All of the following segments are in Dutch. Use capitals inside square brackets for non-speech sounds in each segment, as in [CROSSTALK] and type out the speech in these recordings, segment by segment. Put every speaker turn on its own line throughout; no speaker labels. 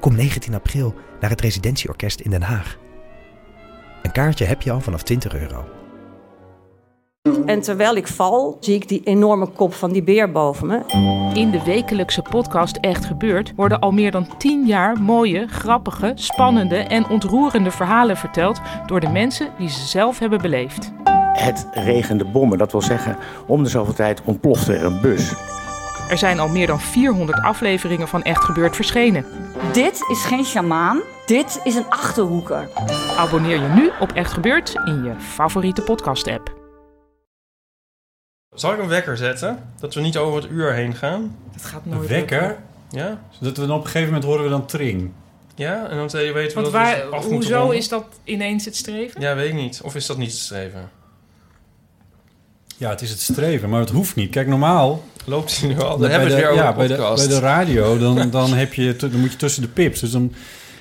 Kom 19 april naar het Residentieorkest in Den Haag. Een kaartje heb je al vanaf 20 euro.
En terwijl ik val, zie ik die enorme kop van die beer boven me.
In de wekelijkse podcast Echt Gebeurd worden al meer dan 10 jaar mooie, grappige, spannende en ontroerende verhalen verteld door de mensen die ze zelf hebben beleefd.
Het regende bommen, dat wil zeggen, om de zoveel tijd ontplofte er een bus.
Er zijn al meer dan 400 afleveringen van Echt Gebeurd verschenen.
Dit is geen sjamaan, dit is een achterhoeker.
Abonneer je nu op Echt Gebeurd in je favoriete podcast-app.
Zal ik een wekker zetten? Dat we niet over het uur heen gaan?
Dat gaat
Een wekker?
Ja?
Zodat we dan op een gegeven moment horen we dan tring.
Ja? En dan weten we
Want
dat we dus
waar,
af moeten
hoezo
ronden.
is dat ineens het streven?
Ja, weet ik niet. Of is dat niet te streven?
Ja, het is het streven, maar het hoeft niet. Kijk, normaal...
Loopt hij nu al? Oh, Dan
bij
hebben we
de,
het weer over
ja,
de
bij, de,
podcast.
bij de
[LAUGHS]
radio, dan, dan, heb je, tu- dan moet je tussen de pips. Dus dan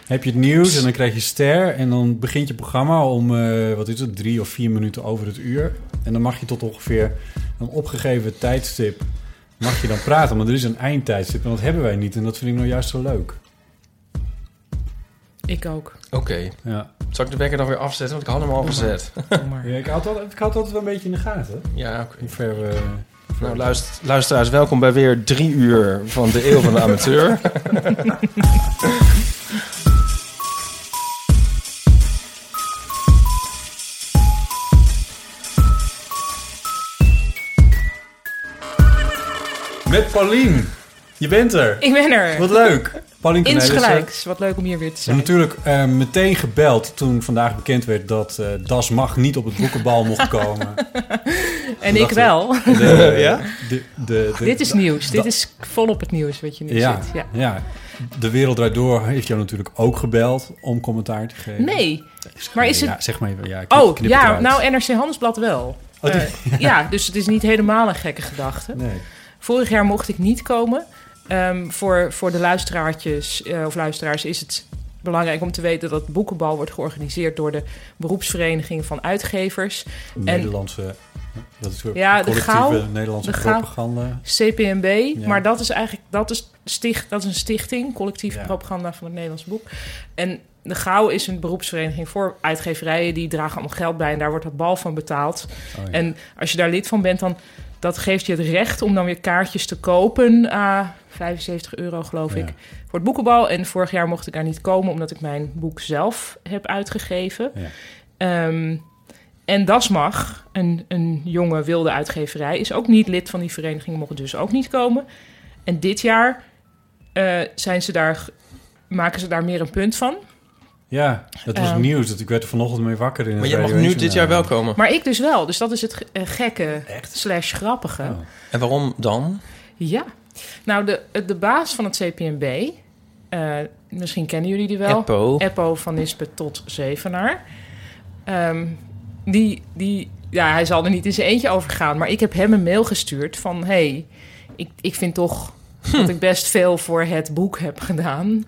heb je het nieuws en dan krijg je ster. En dan begint je programma om, eh, wat is het, drie of vier minuten over het uur. En dan mag je tot ongeveer een opgegeven tijdstip... mag je dan praten, maar er is een eindtijdstip. En dat hebben wij niet. En dat vind ik nou juist zo leuk.
Ik ook.
Oké.
Ja.
Zal ik de wekker dan weer afzetten? Want ik had hem al gezet.
Doe maar.
Ja, ik, had altijd, ik had altijd wel een beetje in de gaten.
Ja, oké.
Hoe ver eh, we...
Nou, luister, luisteraars, welkom bij weer drie uur van de Eeuw van de Amateur.
Met Paulien! Je bent er!
Ik ben er.
Wat leuk! Paulien Cornelissen.
Insgelijks. Wat leuk om hier weer te
We
zijn.
hebben natuurlijk eh, meteen gebeld toen vandaag bekend werd dat eh, Das Mag niet op het
[LAUGHS]
boekenbal mocht komen.
En ik
dachten-
wel. [LAUGHS]
De- eh, de- de- de-
Dit is
da-
nieuws. Dit
da-
is volop het nieuws wat je nu
Ja,
ziet.
ja.
Ja.
De Wereld Draait Door heeft jou natuurlijk ook gebeld om commentaar te geven.
Nee. Maar is
Ja,
het...
zeg maar even. Ja, knip-
Oh,
knip
ja,
eruit.
nou NRC Handelsblad wel.
Oh, die-
Eh, ja, dus het is niet helemaal een gekke gedachte.
Nee.
Vorig jaar mocht ik niet komen. Ehm, voor, voor de luisteraartjes eh, of luisteraars is het belangrijk om te weten dat Boekenbal wordt georganiseerd door de beroepsvereniging van uitgevers.
Nederlandse... Dat is weer
Ja, de
collectieve
Gauw-
Nederlandse
de Gauw-
propaganda.
CPMB,
Ja.
maar dat is eigenlijk dat is sticht, dat is een stichting, collectieve
Ja.
propaganda van het Nederlands boek. En de Gauw is een beroepsvereniging voor uitgeverijen, die dragen allemaal geld bij en daar wordt dat bal van betaald.
Oh, ja.
En als je daar lid van bent, dan dat geeft je het recht om dan weer kaartjes te kopen. ah 75 euro, geloof
Ja.
ik, voor het boekenbal. En vorig jaar mocht ik daar niet komen, omdat ik mijn boek zelf heb uitgegeven.
Ja.
Ehm, en Das Mag, een, een jonge wilde uitgeverij, is ook niet lid van die vereniging, mocht dus ook niet komen. En dit jaar eh, zijn ze daar, maken ze daar meer een punt van.
ja, dat was
Ehm.
nieuws. Dat ik werd er vanochtend mee wakker in het
Maar jij mag
Radio eh,
nu
Nationale.
dit jaar wel komen.
Maar ik dus wel, dus dat is het ge- eh, gekke
Echt?
slash grappige.
Oh.
En waarom dan?
Ja. Nou, de, de baas van het CPNB, eh, misschien kennen jullie die wel.
Eppo.
Eppo van Nispen tot Zevenaar. Ehm, die, die, ja, hij zal er niet in zijn eentje over gaan. Maar ik heb hem een mail gestuurd van... hey, ik, ik vind toch dat ik best veel voor het boek heb gedaan.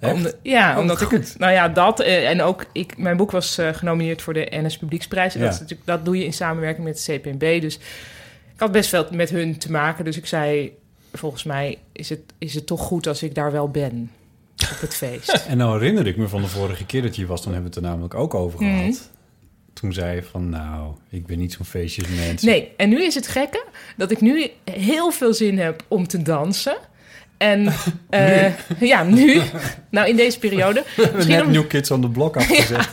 Echt?
Omdat- ja,
Oh,
omdat
wat
ik het... Nou ja, dat eh, en ook... Ik, mijn boek was eh, genomineerd voor de NS Publieksprijs. En
Ja.
dat, is natuurlijk, dat doe je in samenwerking met de CPNB. Dus ik had best veel met hun te maken. Dus ik zei, volgens mij is het, is het toch goed als ik daar wel ben. Op het feest.
En nou herinner ik me van de vorige keer dat je hier was, dan hebben we het er namelijk ook over gehad.
Mhm.
Toen zei je van, nou, ik ben niet zo'n feestjesmens.
Nee, en nu is het gekke dat ik nu heel veel zin heb om te dansen.
[LAUGHS]
En eh, ja, nu, [LAUGHS] nou in deze periode.
[LAUGHS] We hebben
Misschien,
net
om-
New Kids on the
[LAUGHS]
Block afgezet.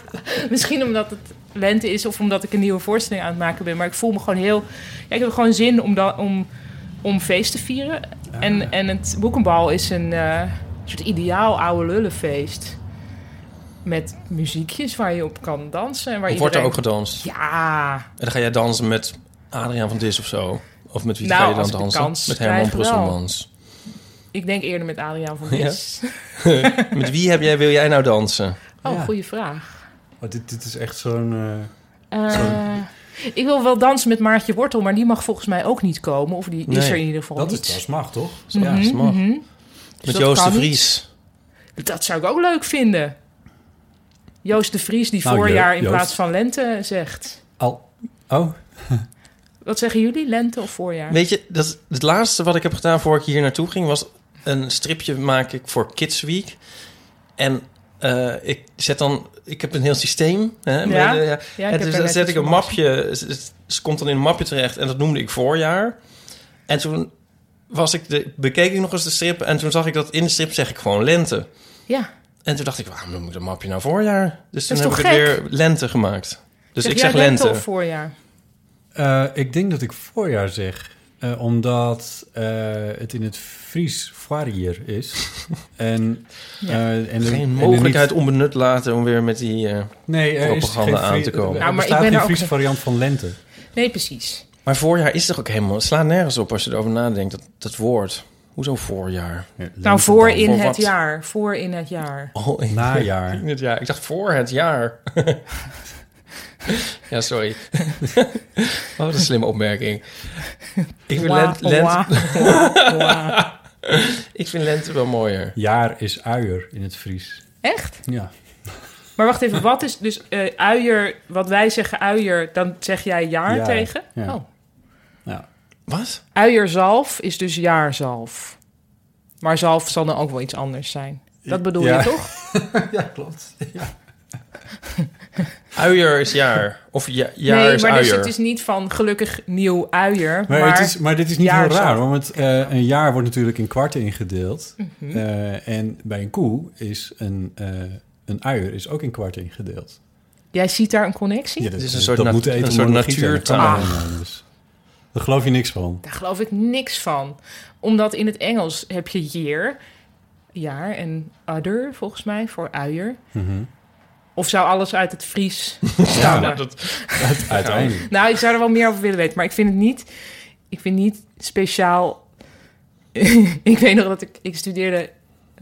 misschien omdat het lente is of omdat ik een nieuwe voorstelling aan het maken ben. Maar ik voel me gewoon heel. Ja, ik heb gewoon zin om, dan, om, om feest te vieren.
Ah.
En, en het boekenbal is een eh, soort ideaal oude lullenfeest. Met muziekjes waar je op kan dansen. En waar
Wordt er
iedereen-
ook gedanst?
Ja,
En dan ga jij dansen met Adriaan van Dis of zo? Of met wie
Nou,
ga je dan
als ik de
dansen?
kans
met Herman
krijg, wel.
Brusselmans.
[LAUGHS]
ik denk eerder met Adriaan van Dis.
Met wie heb jij, wil jij nou dansen?
Oh,
Ja.
goede vraag.
Oh, dit, dit is echt zo'n... eh,
Eh,
Sorry.
ik wil wel dansen met Maartje Wortel, maar die mag volgens mij ook niet komen. Of die is
Nee,
er in ieder geval
dat is
niet.
dat mag, toch?
Zo, ja,
Mhm,
dat mag.
mhm.
Met
dat
Joost de
kan niet.
Vries.
Dat zou ik ook leuk vinden. Joost de Vries die
Nou, Jo-
voorjaar in
Joost.
plaats van lente zegt.
Al... Oh,
Wat zeggen jullie? Lente of voorjaar?
Weet je, dat, het laatste wat ik heb gedaan voor ik hier naartoe ging... was een stripje maak ik voor Kids Week. En eh, ik zet dan... Ik heb een heel systeem. Hè,
Ja.
met, eh,
Ja,
en
heb
dus
er
dan
net
zet
iets
ik een
van
mapje, het, het- het komt dan in een mapje terecht en dat noemde ik voorjaar. En toen was ik de, bekeek ik nog eens de strip en toen zag ik dat in de strip zeg ik gewoon lente.
gezien. Ja.
En toen dacht ik, waarom noem ik dat mapje nou voorjaar? Dus toen
is
heb ik
toch
het
gek?
weer lente gemaakt. Dus
Zeg
ik
jij
zeg lente.
of voorjaar?
Eh, ik denk dat ik voorjaar zeg. Eh, omdat eh, het in het Fries foirier
[LAUGHS]
is. en,
Ja.
eh, en er- en er
Geen
niet-
mogelijkheid onbenut laten om weer met die... eh,
nee, er is
propaganda
geen
aan
Fri-
te komen.
Nou,
Er,
maar ik
bestaat
ben
geen
er ook-
Friese variant van lente.
Nee, precies.
Maar voorjaar is toch ook helemaal... Het slaat nergens op als je erover nadenkt, dat, dat woord. Hoezo voorjaar?
nou, voor in
Voor
het
wat?
jaar. Voor in het jaar.
Oh, in,
Najaar.
in het jaar. Ik dacht voor het jaar. [LAUGHS] ja, sorry. [LAUGHS] Wat een slimme opmerking. Ik vind,
Wah,
lent, lent-
wah, wah,
[LAUGHS]
wah.
ik vind lente wel mooier.
Jaar is uier in het Fries.
Echt?
Ja.
Maar wacht even, wat is dus eh, uier, wat wij zeggen uier, dan zeg jij jaar
Ja,
tegen?
ja.
Oh.
ja.
Wat?
Uierzalf is dus jaarzalf. Maar zalf zal dan ook wel iets anders zijn. Dat bedoel
Ja.
je
[LAUGHS]
toch?
ja, klopt. Ja.
Uier is jaar. Of ja, jaar
nee,
is
maar
uier.
dus het is niet van gelukkig nieuw uier, maar,
Maar, het is, maar dit is niet heel
jaar
raar,
zo.
want eh, een jaar wordt natuurlijk in kwarten ingedeeld.
Mhm.
Eh, en bij een koe is een, eh, een uier is ook in kwarten ingedeeld.
jij ziet daar een connectie?
Ja, dat,
Het is
is
een soort
dat
nat-
moet de
een soort
etymologie zijn, dat kan
natuurtaal.
helemaal niet anders. Daar geloof je niks van.
Daar geloof ik niks van. Omdat in het Engels heb je year, jaar en other volgens mij voor uier.
Mhm.
Of zou alles uit het Fries stammen?
Ja, dat,
Uiteindelijk.
Nou, ik zou er wel meer over willen weten, maar ik vind het niet. Ik vind niet speciaal. [LAUGHS] ik weet nog dat ik ik studeerde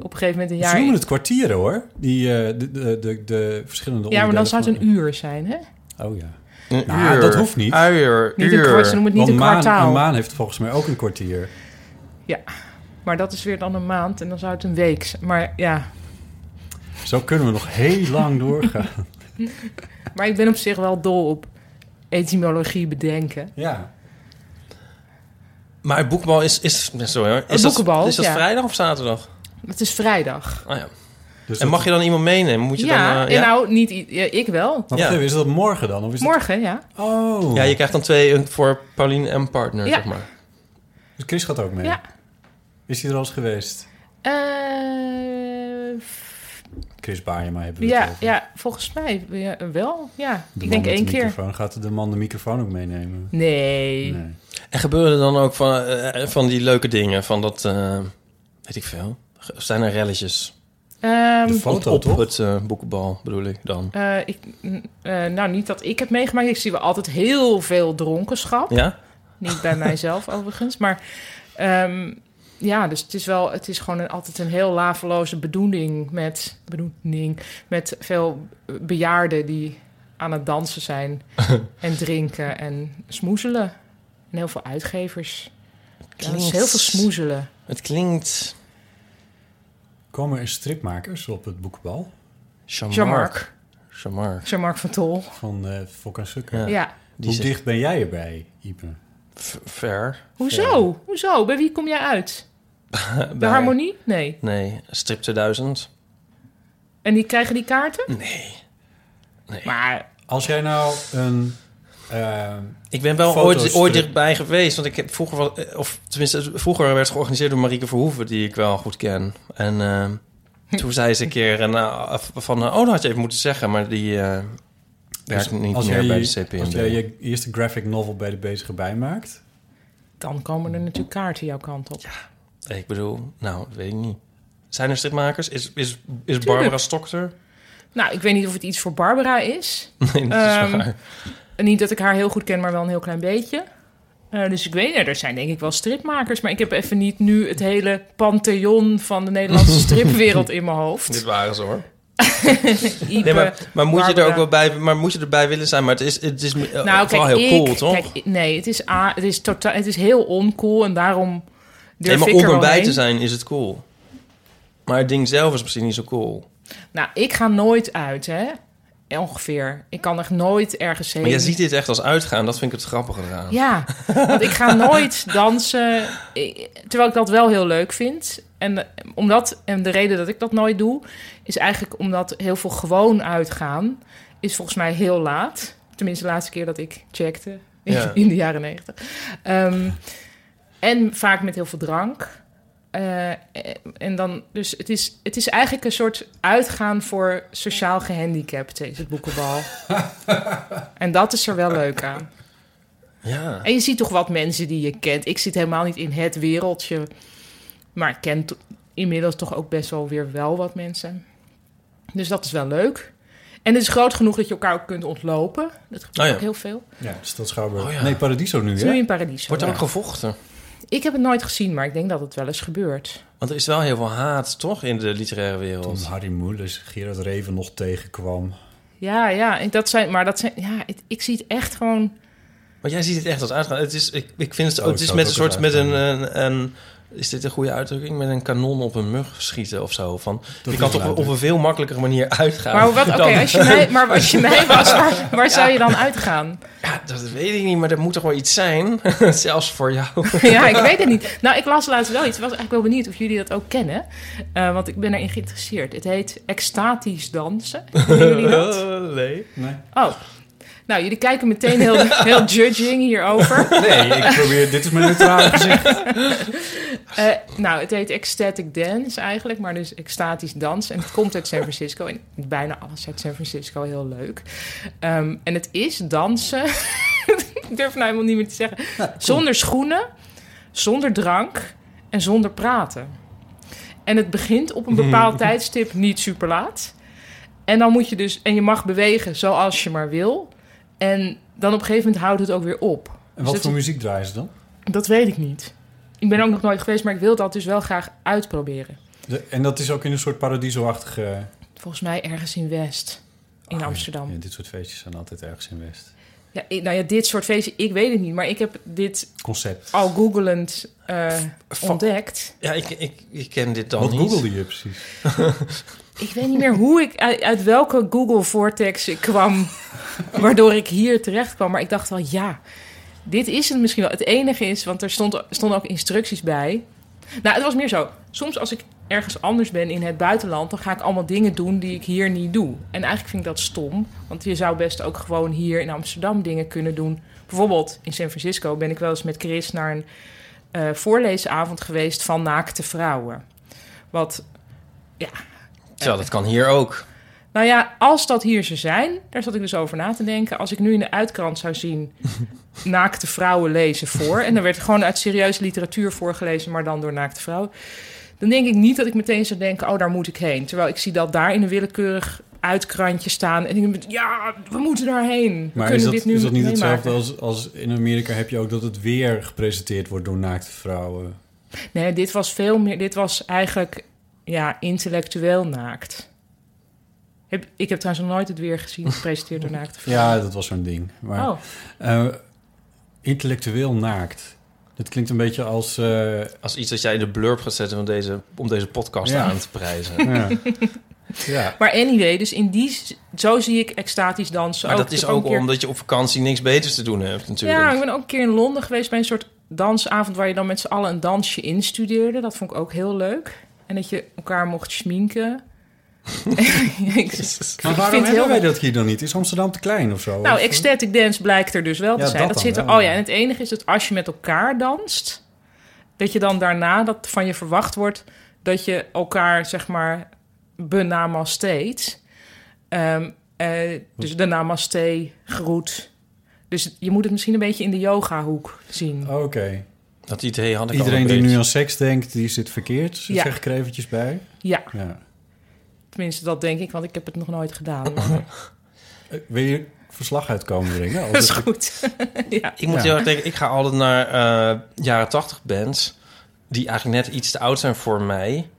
op een gegeven moment een
Ze
jaar.
noemen
in-
het kwartieren hoor. Die, eh, de, de, de, de verschillende
Ja, maar dan
onderdelen
zou het
van-
een uur zijn, hè?
Oh ja.
een
Nou, dat hoeft niet.
Uier,
Niet een
uur.
kwart, ze noemen het niet
Want
een
maan,
kwartaal.
een maan heeft volgens mij ook een kwartier.
Maar dat is weer dan een maand en dan zou het een week zijn. Maar ja,
Zo kunnen we nog heel
[LAUGHS]
lang doorgaan.
maar ik ben op zich wel dol op etymologie bedenken.
Ja.
Maar boekbal is... is nee, sorry hoor. Is
boekenbal,
dat, is dat
ja.
vrijdag of zaterdag?
Het is vrijdag.
Ah, ja.
Dus
En mag je dan iemand meenemen? Moet je
ja,
dan... eh,
en
ja?
nou, niet, i- ja, ik wel.
Maar wacht
Ja.
even, is dat morgen dan? Of is
Morgen, ja.
Dat... Oh.
ja, je krijgt dan twee eh, voor Paulien en partner,
Ja.
zeg maar.
Dus Chris gaat ook mee.
Ja.
Is hij er al eens geweest?
Eh,
Chris Baarjema hebben we het
ja,
over.
ja, volgens mij ja, wel. Ja,
De
ik
man
denk
met
één
de
keer.
microfoon. Gaat de man de microfoon ook meenemen?
Nee.
Nee.
En gebeuren er dan ook van, eh, van die leuke dingen? Van dat, eh, weet ik veel. Ge- Zijn er relletjes?
Ehm,
De foto
op
toch?
het eh, boekenbal bedoel ik dan.
Eh, ik, mm, eh, nou, niet dat ik heb meegemaakt. Ik zie wel altijd heel veel dronkenschap.
Ja?
Niet bij
[LAUGHS]
mijzelf overigens. Maar ehm, ja, dus het is wel, het is gewoon een, altijd een heel laveloze bedoeling met, bedoeling met veel bejaarden die aan het dansen
[LAUGHS]
zijn en drinken en smoezelen. En heel veel uitgevers. Ja, dat is heel veel smoezelen.
Het klinkt...
Komen er stripmakers op het boekbal
Jean-Marc.
Jean-Marc.
Jean-Marc.
Jean-Marc van Tol.
van eh Fok en Sukker?
Ja.
Ja.
Die
Hoe
zit
dicht ben jij erbij, Ipe?
v- ver. eh,
Hoezo? Hoezo? Bij wie kom jij uit?
Bij,
Bij Harmonie? Nee.
Nee, strip 2000.
En die krijgen die kaarten?
Nee.
Maar
Als jij nou een... eh,
Ik ben wel
Foto's
ooit, ooit
terug.
dichtbij geweest. Want ik heb vroeger wel... eh, Of tenminste, vroeger werd het georganiseerd door Marieke Verhoeven... die ik wel goed ken. En eh, toen zei ze een keer eh, nou, af- van... eh, oh, dat had je even moeten zeggen. Maar die eh werkt niet
Dus als
meer
jij,
bij de
je-
CPNB.
Als jij je eerste graphic novel bij de bezige bij maakt...
dan komen er natuurlijk kaarten jouw kant op.
Ik bedoel, nou, dat weet ik niet. Zijn er stripmakers? Is, is, is Barbara Stokter?
Nou, ik weet niet of het iets voor Barbara is.
[LAUGHS] Nee, dat is
Ehm,
waar.
En niet dat ik haar heel goed ken, maar wel een heel klein beetje. Eh, dus ik weet niet, er zijn denk ik wel stripmakers. Maar ik heb even
[LAUGHS]
niet nu het hele pantheon van de Nederlandse stripwereld in mijn hoofd.
Dit waren ze hoor.
Ipe,
Nee, maar, maar moet je er
Barbara.
ook wel bij, maar moet je erbij willen zijn? Maar het is, het is eh,
Nou,
vooral
kijk,
heel
ik,
cool, toch?
Kijk, ik- nee, het is, a, het, is totaal, het is heel oncool en daarom
nee,
durf
maar
ik
om
er wel
erbij
heen.
te zijn is het cool. Maar het ding zelf is misschien niet zo cool.
Nou, ik ga nooit uit, hè. Ongeveer. Ik kan echt nooit ergens heen.
Maar jij ziet dit echt als uitgaan. Dat vind ik het grappige eraan.
Ja, want ik ga nooit dansen. Ik- Terwijl ik dat wel heel leuk vind. En, eh, omdat, en de reden dat ik dat nooit doe, is eigenlijk omdat heel veel gewoon uitgaan is volgens mij heel laat. Tenminste, de laatste keer dat ik checkte in,
Ja.
[LAUGHS] in de jaren negentig. Ehm, en vaak met heel veel drank. Eh, eh, en dan, dus het is, het is eigenlijk een soort uitgaan voor sociaal gehandicapten, is het boekenbal. en dat is er wel leuk aan.
Ja.
En je ziet toch wat mensen die je kent. Ik zit helemaal niet in het wereldje. Maar ik ken to- inmiddels toch ook best wel weer wel wat mensen. Dus dat is wel leuk. En het is groot genoeg dat je elkaar ook kunt ontlopen. Dat gebeurt
Oh ja.
ook heel veel.
Ja, dus dat is Schouwburg.
Oh ja.
Nee, Paradiso nu,
Het is nu
hè?
in Paradiso.
Wordt er ook gevochten?
Ik heb het nooit gezien, maar ik denk dat het wel eens gebeurt.
Want er is wel heel veel haat, toch, in de literaire
Toen
wereld.
Harry Mulisch Gerard Reven nog tegenkwam.
Ja, ja. en Dat zijn, maar dat zijn, ja, het- ik zie het echt gewoon...
Maar jij ziet het echt als uitgaan. Het is, ik, ik vind het,
Oh,
het
ik
is
zou
met een
het ook
soort, met
als
een, een, een- is dit een goede uitdrukking? Met een kanon op een mug schieten of zo. Van, je kan
is een
toch op
uitdrukking.
een veel makkelijkere manier uitgaan.
Maar, wat,
[LAUGHS] dan-
oké, als je mij, maar als je mij was, waar, waar zou je dan uitgaan?
Ja, dat weet ik niet, maar er moet toch wel iets zijn. [LAUGHS] Zelfs voor jou.
[LAUGHS] ja, ik weet het niet. Nou, ik las laatst wel iets. Ik was eigenlijk wel benieuwd of jullie dat ook kennen. Eh, want ik ben erin geïnteresseerd. Het heet extatisch dansen. Kennen jullie dat?
[LAUGHS] nee.
Oh. Nou, jullie kijken meteen
[LAUGHS]
heel, heel judging hierover.
Nee, ik probeer... dit is mijn neutrale gezicht.
[LAUGHS] Eh, nou, het heet ecstatic dance eigenlijk, maar dus extatisch dans. En het komt uit San Francisco. En bijna alles uit San Francisco, heel leuk. Ehm, en het is dansen. [LAUGHS] ik durf nou helemaal niet meer te zeggen. Zonder schoenen, zonder drank en zonder praten. En het begint op een
[LAUGHS]
bepaald tijdstip, niet super laat. En dan moet je dus, en je mag bewegen zoals je maar wil. En dan op een gegeven moment houdt het ook weer op.
En
Dus
wat
het-
voor muziek draaien ze dan?
dat weet ik niet. Ik ben ook nog nooit geweest, maar ik wil dat dus wel graag uitproberen.
De- en dat is ook in een soort paradiso-achtige...
Volgens mij ergens in West, in
Oh, ja.
Amsterdam.
Ja, dit soort feestjes zijn altijd ergens in West.
Ja, ik- nou ja, dit soort feesten, ik weet het niet. Maar ik heb dit
Concept.
al googelend eh,
Fuck.
ontdekt.
Ja, ik, ik, ik ken dit dan
wat
niet.
googelde je precies?
Ik weet niet meer hoe ik, uit, uit welke Google-vortex ik kwam... waardoor ik hier terecht kwam. Maar ik dacht wel, ja, dit is het misschien wel. Het enige is, want er stond, stonden ook instructies bij... Nou, het was meer zo. Soms als ik ergens anders ben in het buitenland, dan ga ik allemaal dingen doen die ik hier niet doe. En eigenlijk vind ik dat stom, want je zou best ook gewoon hier in Amsterdam dingen kunnen doen. Bijvoorbeeld in San Francisco ben ik wel eens met Chris naar een eh, voorleesavond geweest van naakte vrouwen. Wat, ja,
Zo, dat kan hier ook.
nou ja, als dat hier ze zijn, daar zat ik dus over na te denken. Als ik nu in de uitkrant zou
[LAUGHS]
zien naakte vrouwen lezen voor. En dan werd gewoon uit serieuze literatuur voorgelezen, maar dan door naakte vrouwen. Dan denk ik niet dat ik meteen zou denken, oh, daar moet ik heen. Terwijl ik zie dat daar in een willekeurig uitkrantje staan. En ik denk, ja, we moeten daarheen. We
Maar is
kunnen
dat,
dit nu
is dat niet
meemaken.
hetzelfde als, als in Amerika heb je ook dat het weer gepresenteerd wordt door naakte vrouwen?
Nee, dit was veel meer. Dit was eigenlijk ja, intellectueel naakt. Heb, ik heb trouwens nog nooit het weer gezien gepresenteerd
[LAUGHS]
door naakte vrouwen.
Ja, dat was zo'n ding. Maar,
Oh,
eh, intellectueel naakt. Dat klinkt een beetje als... eh,
Als iets dat jij in de blurb gaat zetten om deze, om deze podcast
Ja.
aan te
[LAUGHS]
prijzen.
ja. ja.
Maar anyway, dus in die... z- Zo zie ik extatisch dansen
Maar
ook.
dat is
Ik heb
ook
een keer-
omdat je op vakantie niks beters te doen hebt natuurlijk.
Ja, ik ben ook een keer in Londen geweest bij een soort dansavond... waar je dan met z'n allen een dansje instudeerde. Dat vond ik ook heel leuk. En dat je elkaar mocht schminken. [LAUGHS] ik,
Maar waarom
vind
hebben
heel
wij dat hier dan niet? Is Amsterdam te klein of zo?
Nou,
Of- eh,
ecstatic dance blijkt er dus wel te
Ja,
zijn.
dat
Dat
dan
zit er,
wel,
oh ja,
ja.
en het enige is dat als je met elkaar danst, dat je dan daarna dat van je verwacht wordt dat je elkaar zeg maar benamasteet. Ehm eh, dus de namaste groet. Dus je moet het misschien een beetje in de yoga hoek zien.
oh, Oké.
Dat idee had ik al
Iedereen
een
die
beetje.
nu aan seks denkt, die zit verkeerd.
Ja.
Zeg ik er eventjes bij.
Ja,
Ja.
tenminste dat denk ik, want ik heb het nog nooit
[LAUGHS]
gedaan.
Oh, Eh, Wil je verslag uitkomen brengen?
[LAUGHS]
Of
dat is
dat-
goed. [LAUGHS] ja.
Ik moet
Ja.
heel erg denken, ik ga altijd naar eh, jaren tachtig bands... die eigenlijk net iets te oud zijn voor mij...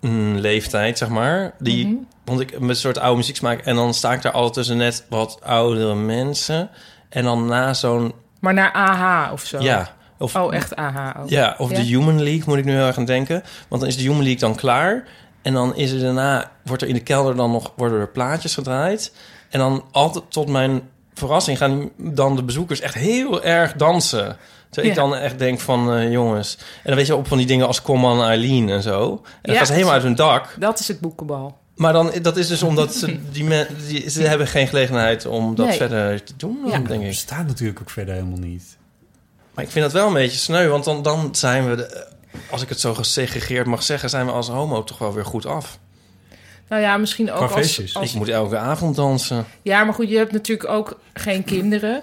mm, leeftijd, zeg maar. Die, Want ik met een soort oude muziek smaak. En dan sta ik daar altijd tussen net wat oudere mensen. En dan na zo'n...
Maar naar AH of zo.
Ja, of,
Oh, echt AH. ook.
ja, of
Ja.
de Human League moet ik nu heel erg aan denken. Want dan is de Human League dan klaar. En dan is er daarna... Wordt er in de kelder dan nog... Worden er plaatjes gedraaid. En dan altijd tot mijn verrassing gaan dan de bezoekers echt heel erg dansen. Terwijl ik
Ja.
dan echt denk van, eh, jongens... En dan weet je op van die dingen als Kom aan Eileen en zo. En dat
Ja.
gaat ze helemaal uit hun dak.
Dat is het boekenbal.
Maar dan, dat is dus omdat ze, die men,
[LAUGHS]
die, ze hebben geen gelegenheid om dat
Nee.
verder te doen,
Ja.
denk ik.
bestaat natuurlijk ook verder helemaal niet.
Maar ik vind dat wel een beetje sneu, want dan, dan zijn we, de- eh, als ik het zo gesegregeerd mag zeggen, zijn we als homo toch wel weer goed af. Dus
Nou ja, misschien ook als,
Qua feestjes.
als...
Ik moet elke avond dansen.
Ja, maar goed, je hebt natuurlijk ook geen kinderen.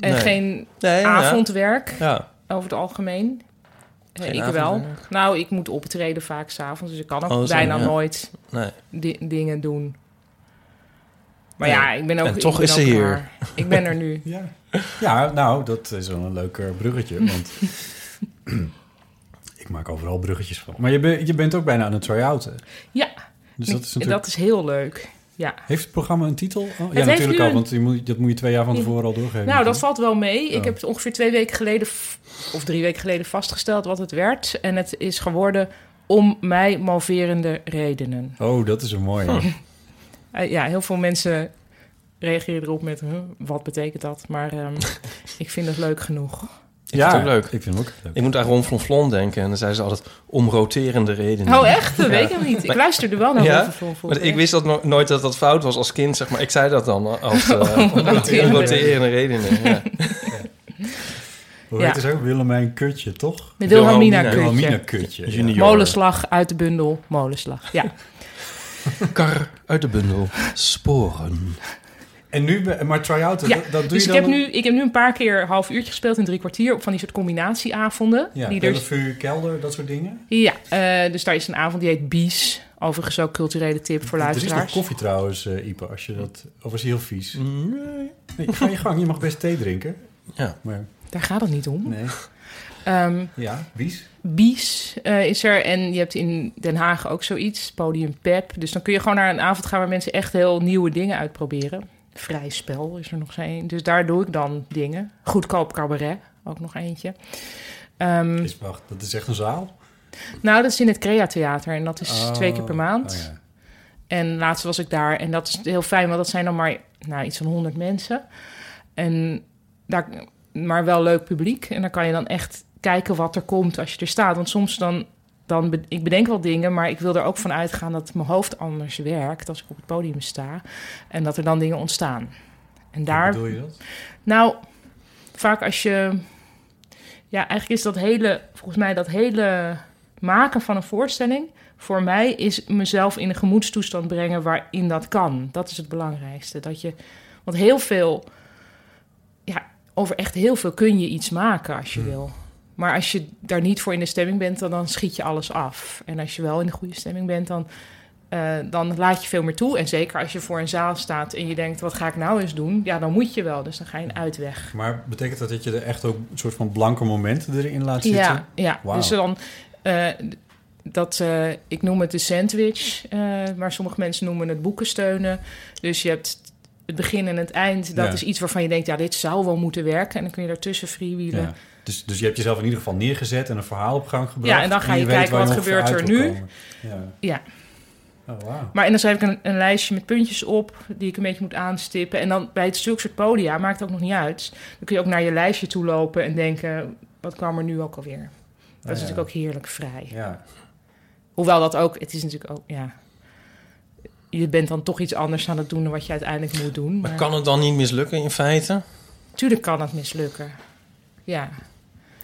En
Nee.
geen
Nee, ja.
avondwerk
Ja.
over het algemeen. Eh,
Geen
ik wel.
avondwerk.
Nou, ik moet optreden vaak s'avonds. Dus ik kan ook
Oh, zo,
bijna
ja.
nooit
Nee.
di- dingen doen. Maar
Nee.
ja, ik ben ook...
En toch
ik ben
is ze
ook
hier.
raar. Ik ben er
[LAUGHS]
nu.
Ja. ja, nou, dat is wel een leuk eh, bruggetje. Want [CLEARS THROAT] ik maak overal bruggetjes van. Maar je, ben- je bent ook bijna aan het try-outen.
Ja,
Dus dat is natuurlijk...
dat is heel leuk. Ja.
Heeft het programma een titel? Oh, ja,
heeft
natuurlijk
nu
al,
een-
want je moet, dat moet je twee jaar van tevoren al doorgeven.
Nou, dat valt wel mee. Ik
Oh.
heb het ongeveer twee weken geleden f- of drie weken geleden vastgesteld wat het werd. En het is geworden om mij moverende redenen.
Oh, dat is een
[LAUGHS]
mooie.
Eh, ja, heel veel mensen reageren erop met huh, wat betekent dat? Maar [LAUGHS] ehm, ik vind het leuk genoeg.
Ik vind het ook leuk.
Ik vind hem ook leuk.
Ik moet aan Ron Flonflon denken en dan zeiden ze altijd om roterende redenen.
Oh, echt? Dat weet ik nog niet. Ik
Maar-
luisterde wel naar
Ja,
Rolf de Vol- Vol-
Maar ik wist dat no- nooit dat dat fout was als kind, zeg maar. Ik zei dat
[LAUGHS]
dan als eh
roterende.
roterende redenen. Ja.
Hoe
Ja.
heet het ook? Willemijn Kutje, toch?
Met Wilhelmina
Wilhelmina
Wilhelmina
Keurtje.
Kutje. ja.
Junior.
Molenslag uit de bundel. Molenslag, ja.
Kar uit de bundel. Sporen.
En nu, ben- maar try-outen,
Ja,
[LAUGHS] dat, dat doe
dus
je
ik
dan...
heb, nu, ik heb nu een paar keer een half uurtje gespeeld in drie kwartier... op van die soort combinatieavonden.
Ja,
die er
Bellevue, Kelder, dat soort dingen.
Ja, eh, dus daar is een avond die heet Bies. Overigens ook culturele tip voor
Er is nog
luisteraars.
koffie trouwens, eh Ipe, als je dat... Of is die heel vies? Nee, ga je gang, je mag best thee drinken.
Ja.
Maar,
Daar gaat het niet om.
nee.
Ehm,
Ja, wies?
Bies eh, is er en je hebt in Den Haag ook zoiets, Podium Pep. Dus dan kun je gewoon naar een avond gaan waar mensen echt heel nieuwe dingen uitproberen. Vrij spel is er nog één. Dus daar doe ik dan dingen. Goedkoop cabaret, ook nog eentje. Ehm,
Is, wacht, dat is echt een zaal?
nou, dat is in het Crea Theater en dat is
Oh,
twee keer per maand.
oh ja.
En laatst was ik daar en dat is heel fijn, want dat zijn dan maar nou, iets van 100 mensen. En daar, maar wel leuk publiek. En dan kan je dan echt kijken wat er komt als je er staat. Want soms dan, dan be- ik bedenk wel dingen, maar ik wil er ook van uitgaan dat mijn hoofd anders werkt als ik op het podium sta. En dat er dan dingen ontstaan. En
Hoe
daar
bedoel je dat?
nou, vaak als je. Ja, eigenlijk is dat hele. Volgens mij dat hele maken van een voorstelling. Voor mij is mezelf in een gemoedstoestand brengen waarin dat kan. Dat is het belangrijkste. Dat je. Want heel veel. Ja, over echt heel veel kun je iets maken als je wil. Maar als je daar niet voor in de stemming bent, dan, dan schiet je alles af. En als je wel in de goede stemming bent, dan, eh, dan laat je veel meer toe. En zeker als je voor een zaal staat en je denkt, wat ga ik nou eens doen? Ja, dan moet je wel. Dus dan ga je een uitweg.
Maar betekent dat dat je er echt ook een soort van blanke momenten erin laat zitten?
Ja, ja.
Wauw.
dus dan... eh, dat, eh, ik noem het de sandwich, eh, maar sommige mensen noemen het boeken steunen. Dus je hebt het begin en het eind. Dat
Ja.
is iets waarvan je denkt, ja, dit zou wel moeten werken. En dan kun je daartussen freewheelen.
Ja. Dus, dus je hebt jezelf in ieder geval neergezet en een verhaal op gang gebracht.
Ja, en dan ga je
weet
kijken
waar
wat
ongeveer
gebeurt er
uit wil
nu.
komen. Ja.
Ja.
Oh, wauw.
Maar en dan schrijf ik een, een lijstje met puntjes op die ik een beetje moet aanstippen. En dan bij het zulke soort podia maakt het ook nog niet uit. Dan kun je ook naar je lijstje toe lopen en denken: wat kwam er nu ook alweer? Dat is
ja.
natuurlijk ook heerlijk vrij.
Ja.
Hoewel dat ook, het is natuurlijk ook, ja. Je bent dan toch iets anders aan het doen dan wat je uiteindelijk moet doen.
Maar
Maar
kan het dan niet mislukken in feite?
tuurlijk kan het mislukken. Ja,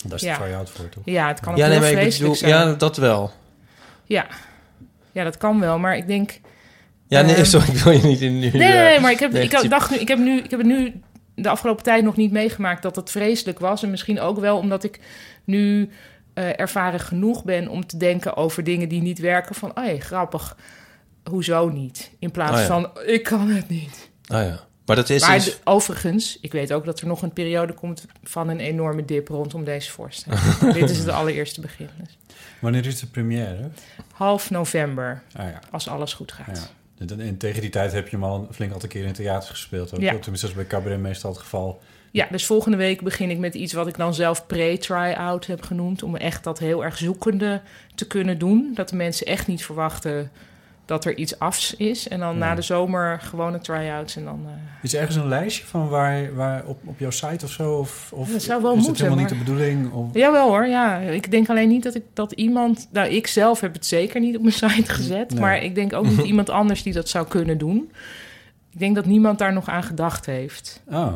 Daar is
Ja.
de try-out voor, toch?
ja het kan ook heel
ik
vreselijk zijn.
ja, dat wel.
Ja. ja, dat kan wel. Maar ik denk,
Ja, nee,
Ehm,
[LAUGHS] sorry, ik wil je niet in nu.
Nee, nee,
eh,
nee, maar ik heb, ik
negatief-
had- dacht nu, ik heb nu, ik heb het nu de afgelopen tijd nog niet meegemaakt dat het vreselijk was. En misschien ook wel omdat ik nu eh, ervaren genoeg ben om te denken over dingen die niet werken. Van, oh grappig, hoezo niet? In plaats
Oh ja.
van, ik kan het niet.
Ah ja. Maar dat is
Maar
dus-
d- overigens, ik weet ook dat er nog een periode komt van een enorme dip rondom deze voorstelling. Dit is het allereerste begin. Dus
Wanneer is de première?
half november,
Ah ja.
als alles goed gaat.
ja. En- En tegen die tijd heb je hem al een flink aantal keer in het theater gespeeld. Ook.
Ja.
Tenminste, dat is bij cabaret meestal het geval.
Ja, dus volgende week begin ik met iets wat ik dan zelf pre-try-out heb genoemd. Om echt dat heel erg zoekende te kunnen doen. Dat de mensen echt niet verwachten dat er iets afs is. En dan na de zomer gewone try-outs. En dan, eh,
Is er ergens een lijstje van waar, waar op, op jouw site of zo? Of, of
Dat zou wel
is
moeten,
dat helemaal
maar-
niet de bedoeling? Of...
Jawel hoor, ja. Ik denk alleen niet dat, ik, dat iemand... Nou, ik zelf heb het zeker niet op mijn site gezet.
Nee.
Maar ik denk ook niet iemand anders die dat zou kunnen doen. Ik denk dat niemand daar nog aan gedacht heeft.
Oh.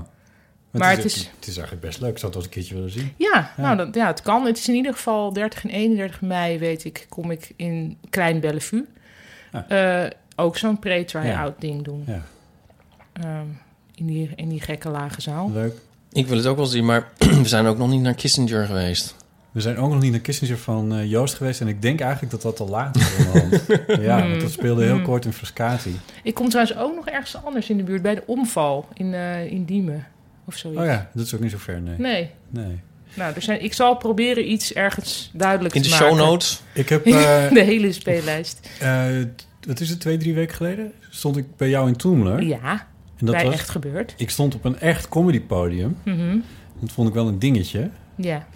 Maar
het,
het
is,
is-
het is eigenlijk best leuk. Ik zou het wel eens een keertje willen zien.
Ja,
Ja.
nou, dat, ja, het kan. Het is in ieder geval 30 en 31 mei, weet ik, kom ik in Klein Bellevue.
Ja.
Eh, ook zo'n pre-try-out ding doen.
Ah. Ja.
Ehm, in, die, in die gekke lage zaal.
Leuk.
Ik wil het ook wel zien, maar [CLEARS THROAT] we zijn ook nog niet naar Kissinger geweest.
We zijn ook nog niet naar Kissinger van eh, Joost geweest. En ik denk eigenlijk dat dat al laat is
[LAUGHS]
onderhand. ja,
Hmm.
want dat speelde heel kort in Frascati.
Ik kom trouwens ook nog ergens anders in de buurt, bij de omval in, eh, in Diemen of zoiets.
Oh ja, dat is ook niet zo ver, nee.
Nee.
nee.
Nou, er zijn, ik zal proberen iets ergens duidelijk
In de
te maken.
show notes.
Ik heb, eh,
[LAUGHS] de hele speellijst.
eh, wat is het, twee, drie weken geleden? Stond ik bij jou in Toemler.
Ja,
en dat
bij
was,
echt gebeurd.
Ik stond op een echt comedypodium.
Mhm.
Dat vond ik wel een dingetje.
Ja.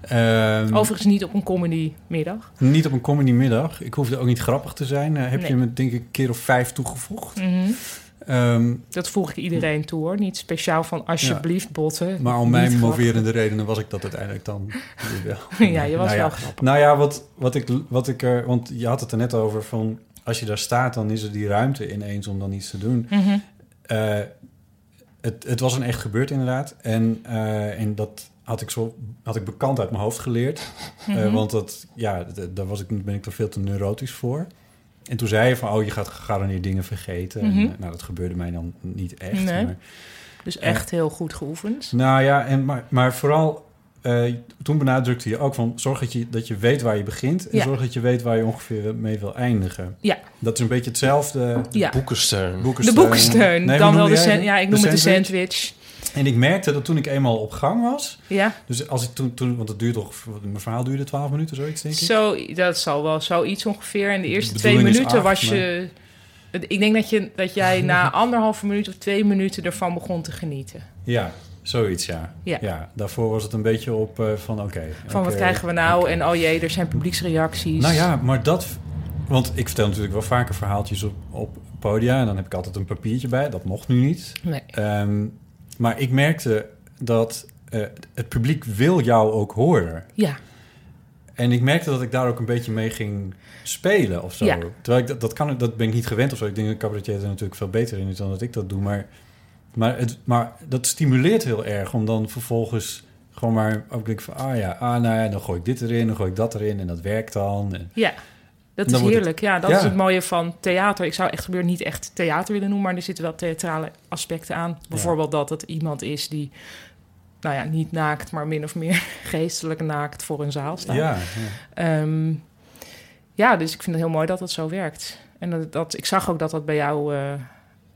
Ehm,
Overigens niet op een comedy middag.
Niet op een comedymiddag. Ik hoefde ook niet grappig te zijn. Eh, heb
Nee.
je me denk ik een keer of vijf toegevoegd.
Mhm.
Ehm,
Dat voeg ik iedereen toe hoor. Niet speciaal van alsjeblieft botten.
maar om
Niet
mijn
grappig.
moverende redenen was ik dat uiteindelijk dan weer wel.
[LAUGHS] Ja, je was
nou
wel
ja.
grappig.
Nou ja, wat, wat ik, wat ik er... Want je had het er net over van... Als je daar staat, dan is er die ruimte ineens om dan iets te doen.
Mhm.
Eh, het, het was een echt gebeurd inderdaad. En, eh, en dat had ik, zo, had ik bekant uit mijn hoofd geleerd. Eh,
Mhm.
want dat, ja, d- daar was ik, ben ik er veel te neurotisch voor. En toen zei je van, oh, je gaat gegarandeerd dingen vergeten. En,
Mhm.
eh, nou, dat gebeurde mij dan niet echt.
Nee.
Maar,
Dus echt heel goed geoefend.
nou ja, en, maar, maar vooral... eh, toen benadrukte je ook van zorg dat je, dat je weet waar je begint... en
Ja.
zorg dat je weet waar je ongeveer mee wil eindigen.
Ja.
Dat is een beetje hetzelfde
Ja.
Boekensteun.
De
boekensteun.
boekensteun.
Nee, hoe
Dan wel
noemde
de
jij
sandwich.
dat?
Ja, ik
De
noem het de
sandwich?
sandwich.
En ik merkte dat toen ik eenmaal op gang was...
Ja,
Dus als ik toen, toen want het duurde toch, mijn verhaal duurde 12 minuten, zoiets denk ik.
zo, dat zal wel zoiets ongeveer. En de eerste
De
twee
bedoeling is
minuten
acht,
was je... Ik denk dat, je, dat jij
[LAUGHS]
na anderhalve minuut of twee minuten ervan begon te genieten.
Ja, zoiets, ja.
Ja.
daarvoor was het een beetje op eh, van, oké.
Van wat
oké,
krijgen we nou?
oké.
En oh jee, er zijn publieksreacties.
Nou ja, maar dat... Want ik vertel natuurlijk wel vaker verhaaltjes op, op podia... en dan heb ik altijd een papiertje bij. Dat mocht nu niet.
Nee.
Ehm, maar ik merkte dat eh, het publiek wil jou ook horen.
Ja,
En ik merkte dat ik daar ook een beetje mee ging spelen of zo.
Ja.
Terwijl ik dat, dat kan, dat ben ik niet gewend of zo. Ik denk dat cabaretier er natuurlijk veel beter in is dan dat ik dat doe. Maar, maar, het, maar dat stimuleert heel erg om dan vervolgens gewoon maar ook denk van, ah ja, ah nou ja, dan gooi ik dit erin, dan gooi ik dat erin en dat werkt dan. En,
ja. Dat
Dan
is
wordt het-
heerlijk. Ja, dat
Ja.
is het mooie van theater. Ik zou echt gebeurd niet echt theater willen noemen, maar er zitten wel theatrale aspecten aan. Bijvoorbeeld dat het iemand is die, nou ja, niet naakt, maar min of meer [LAUGHS] geestelijk naakt voor een zaal staat.
ja, [LAUGHS] ja.
Ehm, ja, dus ik vind het heel mooi dat dat zo werkt. En dat, dat, ik zag ook dat dat bij jou, eh,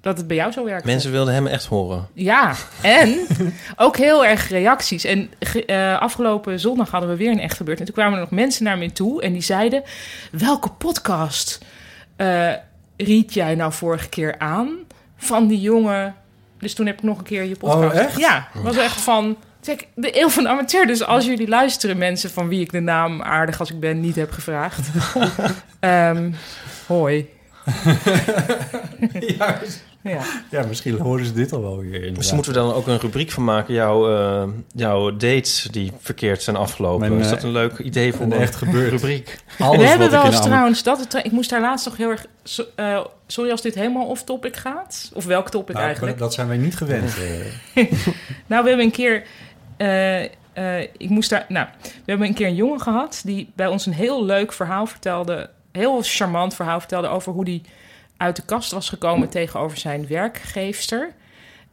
dat het bij jou zo werkt.
Mensen wilden hem echt horen.
Ja, en ook heel erg reacties. En ge- eh, afgelopen zondag hadden we weer een echte beurt. En toen kwamen er nog mensen naar me toe en die zeiden... welke podcast eh, ried jij nou vorige keer aan van die jongen? Dus toen heb ik nog een keer je podcast.
Oh, echt?
Ja, was echt van... Kijk, de eeuw van de amateur. Dus als jullie luisteren, mensen van wie ik de naam aardig als ik ben niet heb
[LAUGHS]
gevraagd. Ehm, hoi.
Ja,
Ja.
ja, misschien horen ze dit al wel weer in.
Misschien Dus moeten we dan ook een rubriek van maken. Jouw, eh, jouw dates die verkeerd zijn afgelopen.
Mijn, eh,
is dat een leuk idee voor
een echt gebeurd.
rubriek?
Alles
we hebben
wat ik
wel
in
eens
de amat-
trouwens dat. het- Ik moest daar laatst nog heel erg. so- eh, sorry als dit helemaal off-topic gaat. Of welk topic
Nou,
eigenlijk. Oh.
Dat zijn wij niet gewend. eh.
Nou, we hebben een keer. eh, eh, ik moest daar. Nou, we hebben een keer een jongen gehad. die bij ons een heel leuk verhaal vertelde. Heel charmant verhaal vertelde over hoe hij uit de kast was gekomen tegenover zijn werkgeefster.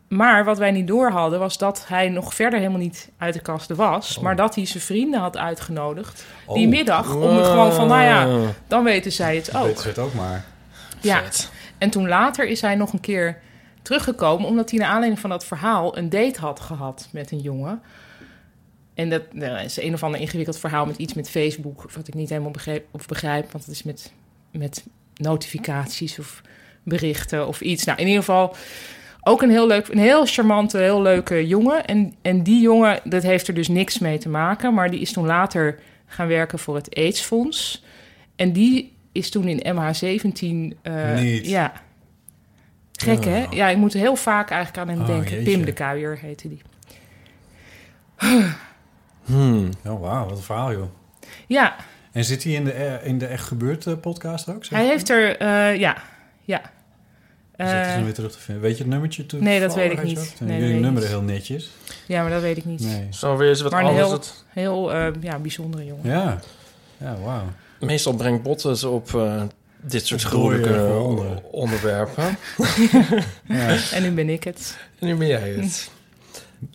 Maar wat wij niet door hadden was dat hij nog verder helemaal niet uit de kast was. Maar dat hij zijn vrienden had uitgenodigd die
Oh.
middag. Om er gewoon van, nou ja,
Wow.
dan weten zij het
Dat
ook.
weten ze het ook maar.
Ja.
Vet.
En toen later is hij nog een keer teruggekomen omdat hij naar aanleiding van dat verhaal een date had gehad met een jongen. En dat nou, is een of ander ingewikkeld verhaal met iets met Facebook, wat ik niet helemaal begreep, of begrijp, want het is met, met notificaties of berichten of iets. Nou, in ieder geval ook een heel leuk, een heel charmante, heel leuke jongen. En, en die jongen, dat heeft er dus niks mee te maken, maar die is toen later gaan werken voor het AIDS-fonds. En die is toen in MH17. eh,
Niet.
Ja. Gek, hè?
Oh.
Ja, ik moet heel vaak eigenlijk aan hem
Oh,
denken.
jeetje.
Pim de Kuijer heette die.
Hmm.
Oh, wauw, wat een verhaal, joh.
Ja,
En zit hij in de, eh, in de Echt Gebeurd eh, podcast ook? zeg
hij
je?
heeft er... eh, ja, ja.
Is dat
Eh,
dus weer terug te vinden? Weet je het nummertje toen?
nee, dat weet ik niet. Nee, dat
jullie
weet ik
nummeren
niet.
heel netjes.
ja, maar dat weet ik niet.
Nee.
Zo weer eens wat
Maar een
anders.
heel-
Het-
Heel eh, ja, bijzondere jongen.
Ja. Ja,
[LAUGHS]
wauw.
meestal brengt botten ze op eh, dit soort
Op dode
gruwelijke
gronden.
onderwerpen.
Ja.
En nu ben ik het.
En [LAUGHS] nu ben jij het.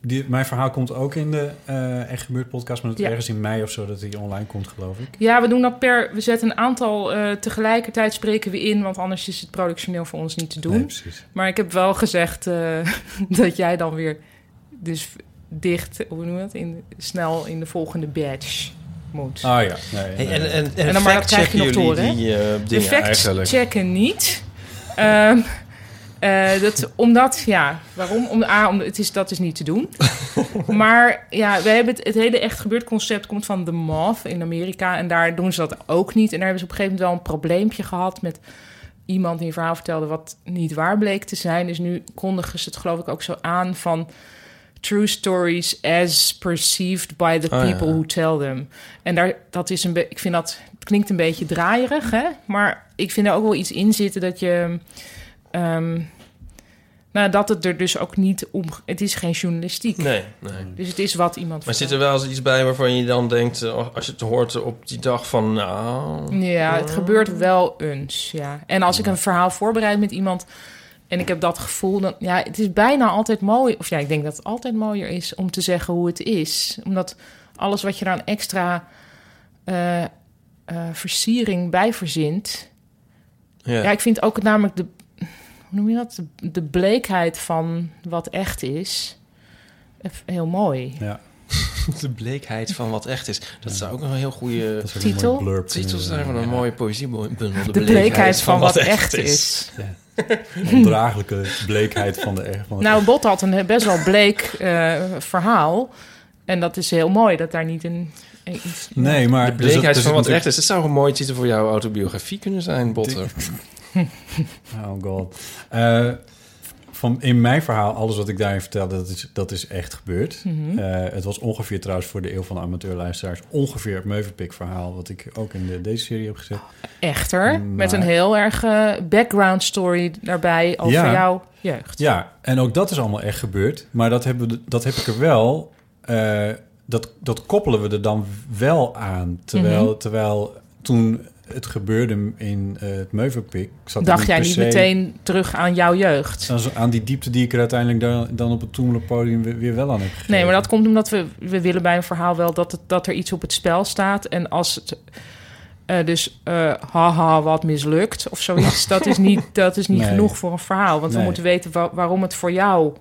Die, mijn verhaal komt ook in de eh Echt Gebeurd podcast, maar dat
Ja.
ergens in mei of zo dat die online komt, geloof ik.
Ja, we doen dat per... We zetten een aantal eh, tegelijkertijd spreken we in... want anders is het productioneel voor ons niet te doen.
Nee, precies.
Maar ik heb wel gezegd eh, [LAUGHS] dat jij dan weer... dus dicht, hoe noem je dat? In, snel in de volgende badge moet.
Ah ja. Nee,
Hey,
nee.
en, eh, en, en,
En dan maar dat
fact-checken
krijg je nog
jullie
door, hè?
die eh, dingen
De facts
eigenlijk.
checken niet. Ehm, eh, dat, omdat, ja, waarom? Om, A, om, het is, dat is niet te
[LAUGHS]
doen. maar ja, we hebben het, het hele echt gebeurd concept komt van The Moth in Amerika. En daar doen ze dat ook niet. En daar hebben ze op een gegeven moment wel een probleempje gehad met iemand die een verhaal vertelde wat niet waar bleek te zijn. Dus nu kondigen ze het geloof ik ook zo aan van true stories as perceived by the
Oh, ja.
people who tell them. En daar, dat is een be- ik vind dat, het klinkt een beetje draaierig, hè? Maar ik vind er ook wel iets in zitten dat je, ehm, nou, dat het er dus ook niet om, het is geen journalistiek.
Nee, nee.
Dus het is wat iemand
Maar zit er
vertelt.
wel eens iets bij waarvan je dan denkt, eh, als je het hoort op die dag van, nou...
Ja, het gebeurt wel eens, ja. En als ik een verhaal voorbereid met iemand en ik heb dat gevoel, dan ja, het is bijna altijd mooi. Of ja, ik denk dat het altijd mooier is om te zeggen hoe het is, omdat alles wat je daar een extra eh, eh, versiering bij verzint. Ja, ik vind ook namelijk de, hoe noem je dat, de, de bleekheid van wat echt is, eh, heel mooi.
Ja,
[LAUGHS] De bleekheid van wat echt is. Dat zou ook nog een heel goede
dat is ook
Titel?
Een mooie blurb.
titel zijn van een
Ja.
mooie poëziebundel. De,
De bleekheid van wat echt is.
Ondraaglijke bleekheid van de erg. Van het
Nou, Bot had een best wel bleek eh, verhaal. En dat is heel mooi dat daar niet een. een iets-
echt. nee, maar
De
dus dat-
bleekheid
dus
van
het
wat echt is. Het zou een mooie titel voor jouw autobiografie kunnen zijn, Botter.
Oh god. Eh, van, in mijn verhaal, alles wat ik daarin vertelde, dat is, dat is echt gebeurd.
Mhm.
Eh, het was ongeveer trouwens voor de eeuw van de amateurluisteraars... ongeveer het Meuvenpik verhaal, wat ik ook in de, deze serie heb
Oh,
gezet.
Echter, met een
Maar-
heel erg eh, background story daarbij over
Ja.
jouw jeugd.
Ja, en ook dat is allemaal echt gebeurd. Maar dat, hebben, we- dat heb ik er wel... eh, dat, dat koppelen we er dan wel aan. Terwijl,
Mhm.
terwijl toen het gebeurde in eh, het Meuvenpik... zat ik
Dacht jij
per
niet
se-
meteen terug aan jouw jeugd?
aan zo- aan die diepte die ik er uiteindelijk dan, dan op het Toemelenpodium weer, weer wel aan heb gegeven.
Nee, maar dat komt omdat we, we willen bij een verhaal wel dat, het, dat er iets op het spel staat. En als het. eh, dus eh, haha, wat mislukt of zoiets. dat is niet, dat is niet
Nee.
genoeg voor een verhaal. Want
Nee.
we moeten weten wa- waarom het voor jou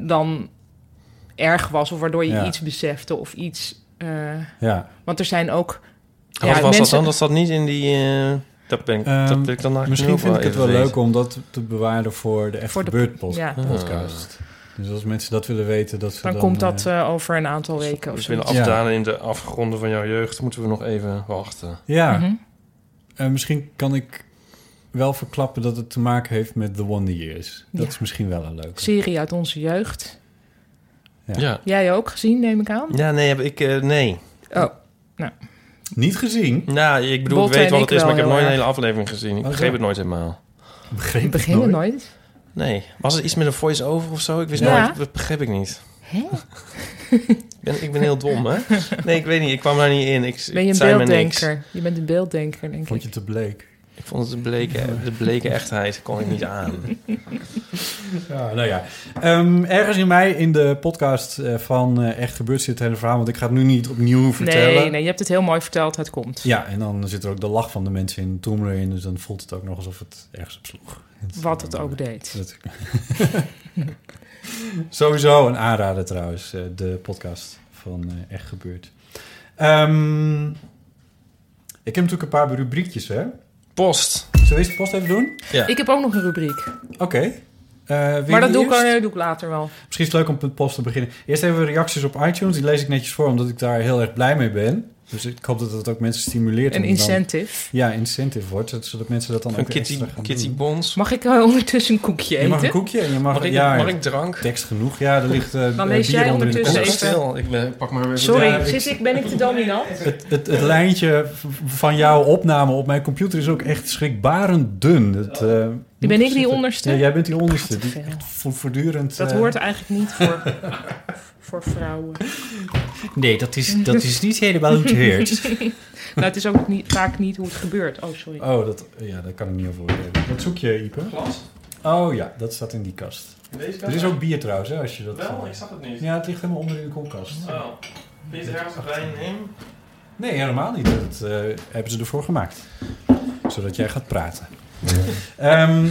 dan erg was. Of waardoor je
Ja.
iets besefte of iets. eh,
Ja.
want er zijn ook.
Wat was dat dan? Dat zat niet in die... eh, dat ben ik,
Ehm,
dat ben ik dan eigenlijk
Misschien
ook
vind ik het
even
wel
weten.
leuk om dat te bewaren voor de Echt
Voor de-
Gebeurd pod-
ja.
podcast. Dus als mensen dat willen weten, dat ze
Dan,
dan...
komt dat
eh,
eh, over een aantal weken of
Dus
zo.
binnen
Ja.
afdalen in de afgronden van jouw jeugd moeten we nog even wachten.
ja,
Mhm.
en misschien kan ik wel verklappen dat het te maken heeft met The Wonder Years. Dat
Ja.
is misschien wel een leuke.
Serie uit onze jeugd.
Ja.
Ja.
Jij ook gezien, neem ik aan.
Ja, nee, heb ik... eh, nee.
Oh,
Niet gezien.
Nou, ik bedoel,
Botte
ik weet
en
wat het
ik
is, maar ik
wel
heb nooit
heel
een hele aflevering gezien. Ik
Oh,
begreep
zo.
het nooit helemaal.
Begreep
we
het
beginnen
nooit.
nooit.
Nee. Was het iets met een voice-over of zo? Ik wist
Ja.
nooit. Dat begreep ik niet.
Hè?
Ik ben, ik ben heel dom, hè? Nee, ik weet niet. Ik kwam daar niet in. Ik,
Ben
ik
je een
zei me niks.
beelddenker? Je bent een beelddenker, denk
Vond
ik.
je te bleek?
Ik vond het de bleke, de bleke echtheid kon ik niet aan.
Ja, nou ja. Ehm, ergens in mij in de podcast eh, van eh, Echt Gebeurd zit het hele verhaal. Want ik ga het nu niet opnieuw vertellen.
Nee, nee, je hebt het heel mooi verteld, het komt.
Ja, en dan zit er ook de lach van de mensen in Tomb Raider in. Dus dan voelt het ook nog alsof het ergens op sloeg.
Wat het ook deed.
Dat- eh, Sowieso een aanrader trouwens, eh, de podcast van eh, Echt Gebeurd. Ehm, ik heb natuurlijk een paar rubriekjes, hè?
Post.
Zullen we deze post even doen?
Ja.
Ik heb ook nog een rubriek.
Oké. Eh, wil
Maar dat
je
doe ik,
eerst?
al- nee, doe ik later wel.
Misschien is het leuk om met post te beginnen. Eerst even reacties op iTunes. Die lees ik netjes voor, omdat ik daar heel erg blij mee ben. Dus ik hoop dat dat ook mensen stimuleert.
Een
om dan-
incentive.
Ja, incentive wordt. Zodat mensen dat dan
Van
ook
Kitty,
extra dus gaan
Kitty
doen.
Bons.
Mag ik eh, [LAUGHS] ondertussen een koekje
Je mag een
eten?
koekje en je mag...
Mag ik,
ja,
mag ik drank?
tekst genoeg. Ja, er ligt eh
Dan
eh,
lees
bier
jij
onder in de
ondertussen
koelkast.
even.
stil. Ik ben, pak maar weer
Ja,
Sorry,
ik- Eh.
zit ik, ben ik te dominant?
Het, het, het lijntje v- van jouw opname op mijn computer is ook echt schrikbarend dun. Het, eh, moet
Oh. ben ik, die
zitten.
onderste?
Ja, jij bent die onderste.
te
Die
veel.
echt vo- voortdurend...
Dat
eh,
hoort eigenlijk niet
[LAUGHS]
voor, voor vrouwen.
Nee, dat is, dat is niet helemaal hoe
[LAUGHS]
het heert.
Nou, het is ook niet, vaak niet hoe het gebeurt. Oh, sorry.
Oh, dat, ja, dat kan ik niet over oordelen. Wat zoek je, Ipe?
Glas?
Oh ja, dat staat in die kast.
Deze
Er is ook bier trouwens, hè, als je dat... eh,
zag het niet.
Ja, het ligt helemaal onder in de koelkast.
Oh. Niet ergens wijn neem.
Nee, helemaal niet. Dat eh, hebben ze ervoor gemaakt. Zodat jij gaat praten. Ehm,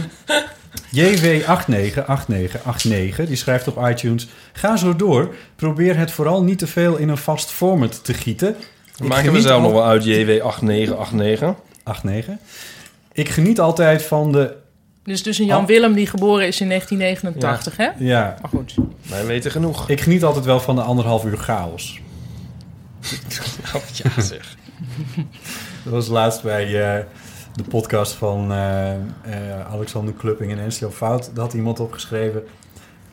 JW898989, die schrijft op iTunes... Ga zo door. Probeer het vooral niet te veel in een vast format te gieten. Ik
Maken we
geniet
zelf nog
al-
wel uit, JW8989.
89. Ik geniet altijd van de...
Dus, dus een Jan Willem die geboren is in 1989, hè?
Oh. Ja,
Maar goed.
Wij weten genoeg.
ik geniet altijd wel van de anderhalf uur chaos.
Oh, [LAUGHS] ja zeg.
Dat was laatst bij eh, de podcast van eh, eh, Alexander Klupping en Enslo Fout. Daar had iemand opgeschreven...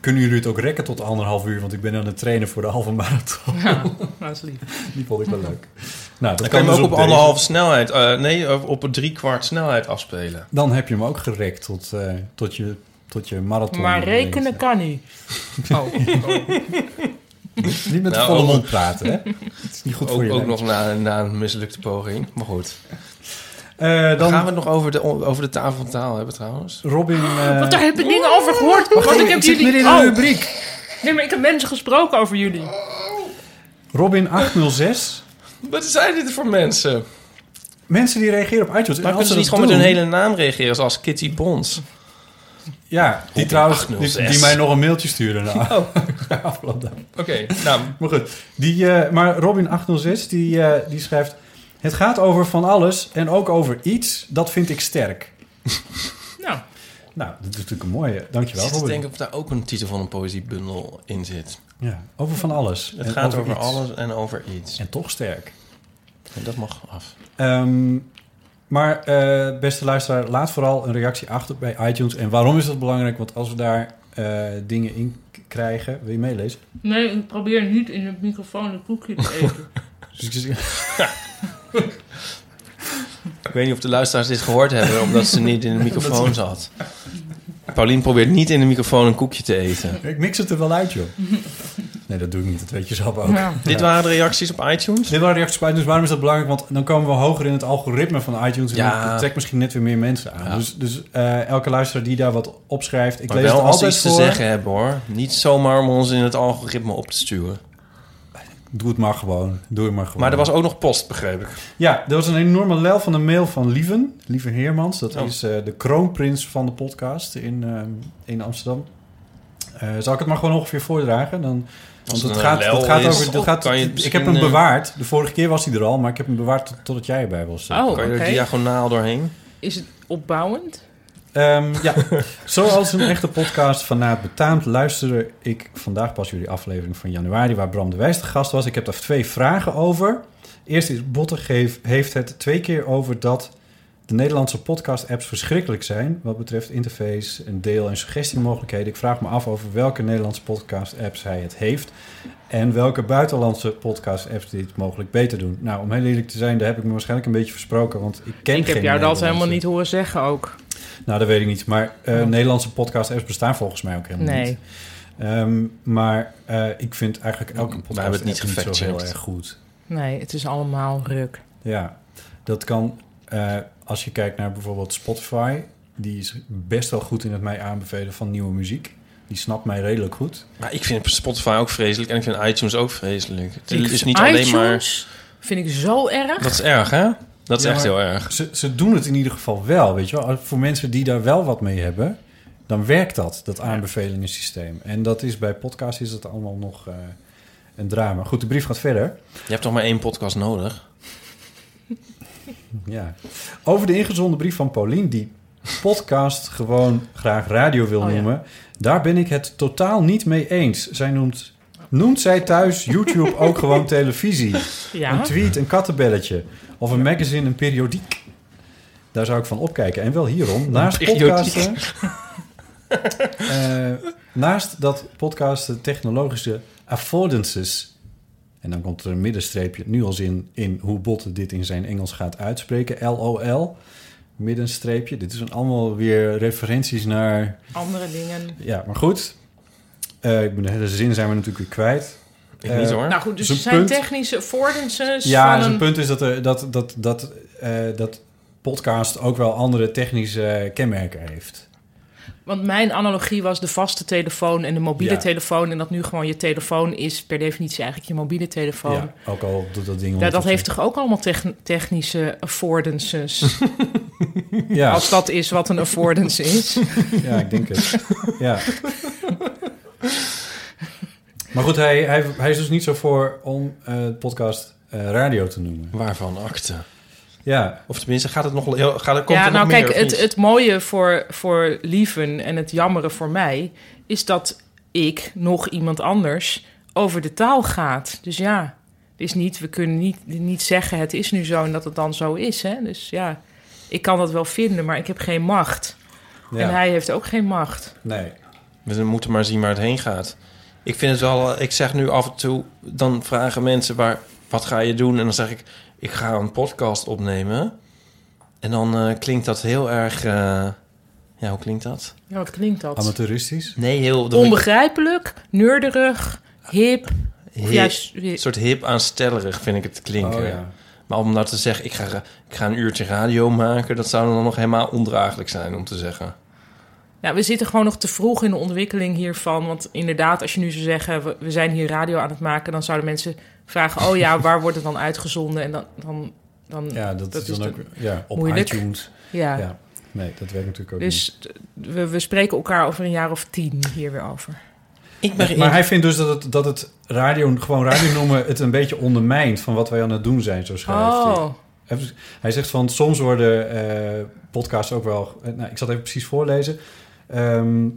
Kunnen jullie het ook rekken tot anderhalf uur? Want ik ben aan het trainen voor de halve marathon. [LAUGHS]
Ja, nou, dat is lief.
Die vond ik wel leuk. Nou, dat
Dan kan je
dus
hem ook op
deze.
anderhalve snelheid, eh, nee, op- op een driekwart snelheid afspelen.
Dan heb je hem ook gerekt tot, eh, tot, je, tot je marathon.
Maar rekenen kan niet.
Eh.
Oh,
[LAUGHS]
oh.
Niet met de
Nou,
volle
ook-
mond praten,
[LAUGHS]
hè? Het is niet goed voor
Ook,
je
ook
lijf.
nog na, na een mislukte poging. Maar goed.
Eh,
Dan
dan
gaan we het nog over de, over de tafel van taal hebben trouwens.
Robin... eh,
Want daar heb ik dingen over gehoord. Want ik heb
ik zit
jullie...
midden in een
Oh,
rubriek.
nee, maar ik heb mensen gesproken over jullie.
Robin 806.
Wat zijn dit voor mensen?
Mensen die reageren op iTunes. En
Maar
als
kunnen ze
dat
niet gewoon met
doen-
hun hele naam reageren zoals Kitty [LAUGHS] Bons?
Ja, die
Robin
trouwens, die,
806.
die mij nog een mailtje stuurde nou. na
Oh.
[LAUGHS] afloop daarvan.
Oké, nou,
Maar goed, die, eh, maar Robin806 die, eh, die schrijft... Het gaat over van alles en ook over iets, dat vind ik sterk.
Nou,
Nou, dat is natuurlijk een mooie.
ik
Dankjewel,
zit te
Robin.
denken of daar ook een titel van een poëziebundel in zit.
Ja, over van alles.
Het
en
gaat over,
iets.
alles en over iets.
En toch sterk.
En dat mag af.
Ehm, maar eh, beste luisteraar, laat vooral een reactie achter bij iTunes. En waarom is dat belangrijk? Want als we daar eh, dingen in k- krijgen... Wil je meelezen?
nee, ik probeer niet in het microfoon een koekje te eten.
Dus ik zeg-
Ik weet niet of de luisteraars dit gehoord hebben, [LAUGHS] omdat ze niet in de microfoon zat. Paulien probeert niet in de microfoon een koekje te eten.
ik mix het er wel
[LAUGHS]
uit, joh. Nee, dat doe ik niet. Dat weet je zelf ook.
Ja.
Dit waren de reacties op iTunes.
Dit waren reacties op iTunes. Waarom is dat belangrijk? Want dan komen we hoger in het algoritme van iTunes. En
Ja.
dat trekt misschien net weer meer mensen aan.
Ja.
Dus, dus eh, elke luisteraar die daar wat opschrijft... Ik
Maar
lees het
wel als ze
altijd
iets
voor.
te zeggen hebben hoor. Niet zomaar om ons in het algoritme op te sturen.
Doe het maar gewoon. Doe het maar gewoon.
Maar er was ook nog post, begreep ik.
Ja, er was een enorme lel van een mail van Lieven. Lieve Heermans. Dat
Oh.
is eh, de kroonprins van de podcast in, ehm, in Amsterdam. Eh, zal ik het maar gewoon ongeveer voordragen? Dan, want
er
het
een
gaat,
lel
het gaat
is, oh,
over... Dat gaat,
kan je het
ik
misschien,
heb hem
eh,
bewaard. De vorige keer was hij er al, maar ik heb hem bewaard tot, totdat jij erbij was. eh,
Oh,
Kan je er
oké.
diagonaal doorheen?
Is het opbouwend?
Ehm,
[LAUGHS]
ja, zoals een echte podcast van Na het Betaamt luisterde ik vandaag pas jullie aflevering van januari, waar Bram de Wijs de gast was. Ik heb daar twee vragen over. Eerst is Botte geef, heeft het twee keer over dat de Nederlandse podcast-apps verschrikkelijk zijn wat betreft interface en deel- en suggestiemogelijkheden. Ik vraag me af over welke Nederlandse podcast-apps hij het heeft en welke buitenlandse podcast-apps dit mogelijk beter doen. Nou, om heel eerlijk te zijn, daar heb ik me waarschijnlijk een beetje versproken, want ik ken
Ik heb
geen
jou dat helemaal
Nederlandse.
niet horen zeggen ook.
Nou, dat weet ik niet. Maar eh,
Oh.
Nederlandse podcast-apps bestaan volgens mij ook helemaal
Nee.
niet. Ehm, maar eh, ik vind eigenlijk elke podcast
hebben het niet
app niet zo heel
gefactcheckt.
erg goed.
Nee, het is allemaal ruk.
Ja, dat kan... eh, als je kijkt naar bijvoorbeeld Spotify... die is best wel goed in het mij aanbevelen van nieuwe muziek. Die snapt mij redelijk goed.
Maar ik vind Spotify ook vreselijk en ik vind iTunes ook vreselijk. Het
Ik-
is niet alleen maar...
iTunes vind ik zo erg.
Dat is erg, hè? Dat is
Ja,
echt
maar
heel erg.
Ze, ze doen het in ieder geval wel, weet je wel. Voor mensen die daar wel wat mee hebben, dan werkt dat, dat aanbevelingensysteem. En dat is bij podcast is dat allemaal nog eh, een drama. Goed, de brief gaat verder.
Je hebt toch maar één podcast nodig?
Ja. Over de ingezonden brief van Paulien, die podcast gewoon graag radio wil
Oh, ja.
noemen. Daar ben ik het totaal niet mee eens. Zij noemt, noemt zij thuis YouTube ook gewoon televisie. Een
Ja.
tweet, een kattenbelletje. Of een magazine, een periodiek. Daar zou ik van opkijken. En wel hierom. Naast
periodiek.
podcasten... [LAUGHS] eh, naast dat podcasten technologische affordances... En dan komt er een middenstreepje, nu als in, in hoe Bot dit in zijn Engels gaat uitspreken. LOL, middenstreepje. Dit zijn allemaal weer referenties naar...
Andere dingen.
Ja, maar goed. Eh, ik ben de hele zin zijn we natuurlijk weer kwijt.
Ik
Eh,
niet, hoor.
Nou goed, dus
Zo'n
er zijn
punt.
technische affordances
Ja,
van
dus
een...
het punt is dat, er, dat, dat, dat, eh, dat podcast ook wel andere technische eh, kenmerken heeft.
Want mijn analogie was de vaste telefoon en de mobiele
Ja.
telefoon. En dat nu gewoon je telefoon is per definitie eigenlijk je mobiele telefoon.
Ja, ook al doet dat ding...
Ja, dat
ondertussen-
heeft toch ook allemaal techn- technische eh, affordances?
ja,
Als dat is wat een affordance
[LAUGHS]
is.
ja, ik denk het. Ja. Maar goed, hij, hij, hij is dus niet zo voor om eh, het podcast eh, radio te noemen.
Waarvan akte?
Ja,
Of tenminste, gaat het nog, heel- gaat het, komt
ja,
er nog
nou kijk,
meer, of
het,
niet?
het mooie voor, voor Lieven en het jammere voor mij is dat ik nog iemand anders over de taal gaat. Dus ja, het is niet, we kunnen niet, niet zeggen het is nu zo en dat het dan zo is. Hè? Dus ja, ik kan dat wel vinden, maar ik heb geen macht.
ja.
En hij heeft ook geen macht.
nee.
We moeten maar zien waar het heen gaat. Ik vind het wel, eh, ik zeg nu af en toe, dan vragen mensen waar, wat ga je doen? En dan zeg ik, ik ga een podcast opnemen. En dan eh, klinkt dat heel erg, eh, ja, hoe klinkt dat?
Ja, wat klinkt
Ah,
dat?
Amateuristisch?
Nee, heel dat
Onbegrijpelijk, neurderig, hip.
vind ik
Of
hip-
juist,
een soort hip aanstellerig vind ik het klinken.
Oh, ja.
Maar om nou te zeggen, ik ga, ik ga een uurtje radio maken, dat zou dan nog helemaal ondraaglijk zijn om te zeggen.
Nou, we zitten gewoon nog te vroeg in de ontwikkeling hiervan. Want inderdaad, als je nu zou zeggen, we, we zijn hier radio aan het maken, dan zouden mensen vragen: oh
[LAUGHS]
ja, waar wordt het dan uitgezonden? En dan. dan, dan ja.
ja, dat,
Dat
is
is
dan ook ja, op
moeilijk.
iTunes. Ja. Nee, dat werkt natuurlijk ook niet.
Dus t- we, we spreken elkaar over een jaar of tien hier weer over.
Ik ben,
Maar hij vindt dus dat het, dat het radio, gewoon radio noemen het een beetje ondermijnt van wat wij aan het doen zijn, zo schrijft hij.
Oh,
Even- Hij zegt van soms worden eh, podcasts ook wel. eh, nou, ik zal het even precies voorlezen. Ehm,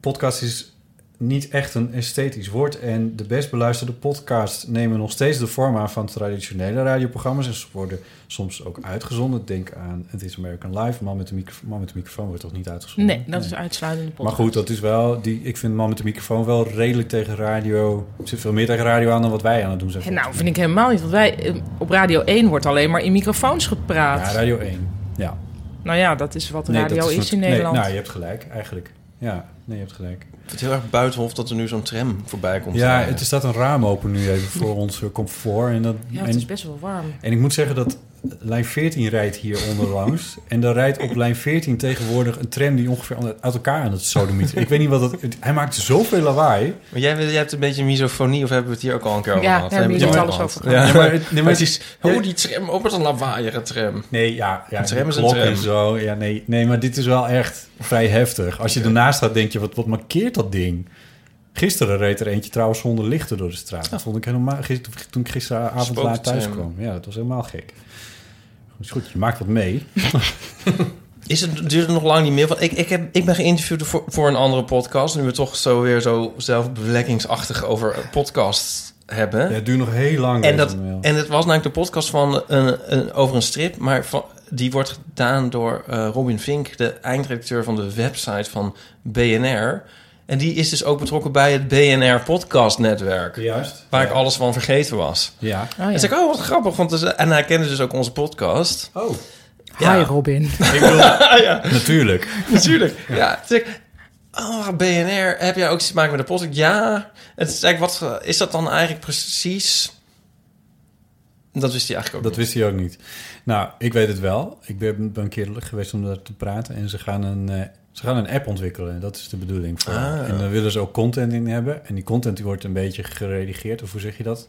podcast is niet echt een esthetisch woord. En de best beluisterde podcasts nemen nog steeds de vorm aan van traditionele radioprogramma's. En ze worden soms ook uitgezonden. Denk aan Het is American Life. Man met de, micro- Man met de microfoon wordt toch niet uitgezonden?
nee, dat is uitsluitende podcast.
Maar goed, dat is wel. Die, ik vind Man met de microfoon wel redelijk tegen radio. Er zit veel meer tegen radio aan dan wat wij aan het doen zijn.
En nou, vind ik helemaal niet. Want wij eh, op Radio 1 wordt alleen maar in microfoons gepraat.
Ja, radio 1. Ja.
Nou ja, dat is wat
Nee,
radio
dat
is,
wat-
in
nee,
Nederland.
nou, je hebt gelijk, eigenlijk. Ja, nee, je hebt gelijk.
het heel erg buitenhof dat er nu zo'n tram voorbij komt.
Ja,
rijden.
het is dat een raam open nu even
[LAUGHS]
voor ons eh, comfort. En, dat,
ja, het
en,
is best wel warm.
en ik moet zeggen dat lijn 14 rijdt hier
[LAUGHS]
onderlangs. en daar rijdt op lijn 14 tegenwoordig een tram die ongeveer aan- uit elkaar aan het sodomieten. ik weet niet wat dat... het- hij maakt zoveel lawaai.
Maar jij, jij hebt een beetje misofonie, of hebben we het hier ook al een keer over
Ja,
gehad?
daar hebben
we
jullie
het
het
al
alles
gehad.
over
Ja,
gehad.
maar,
Ja, maar-
nee, maar het is...
ja.
Oh, die tram. Oh, wat een lawaaiige tram.
Nee, ja. ja
Een tram is een
klok
tram.
en zo. Ja, nee, nee, maar dit is wel echt vrij heftig. Als je ernaast staat, denk je, wat, wat markeert dat ding? Gisteren reed er eentje trouwens zonder lichten door de straat. Dat vond ik helemaal... gister- toen ik gisteravond
Spookte
laat thuis
tram.
kwam. Ja, dat was helemaal gek. Is goed, je maakt wat mee.
Is het, duurt het nog lang niet meer? Want ik, ik, heb, ik ben geïnterviewd voor, voor een andere podcast. Nu we toch zo weer zo zelfbevlekkingsachtig over podcasts hebben.
Ja, het duurt nog heel lang.
en,
deze
dat,
mail.
en het was namelijk de podcast van een, een, over een strip. Maar van, die wordt gedaan door eh, Robin Vink, de eindredacteur van de website van BNR. En die is dus ook betrokken bij het BNR Podcast Netwerk.
Juist.
Waar ik alles van vergeten was.
Ja.
Oh, ja.
En zei ik, oh, wat grappig. Want het is- en hij kende dus ook onze podcast.
Oh.
Ja. [LAUGHS] Ah,
Hi Robin. [LAUGHS]
[LAUGHS] Natuurlijk.
Natuurlijk. Ja. Toen zei ik, oh, BNR, heb jij ook iets te maken met de podcast? Ja. En toen zei ik, wat eh, is dat dan eigenlijk precies? Dat wist hij eigenlijk ook
Dat wist hij ook niet. Nou, ik weet het wel. Ik ben, ben een keer geweest om daar te praten. En ze gaan een eh, Ze gaan een app ontwikkelen, dat is de bedoeling. Voor. En daar willen ze ook content in hebben. En die content die wordt een beetje geredigeerd, of hoe zeg je dat?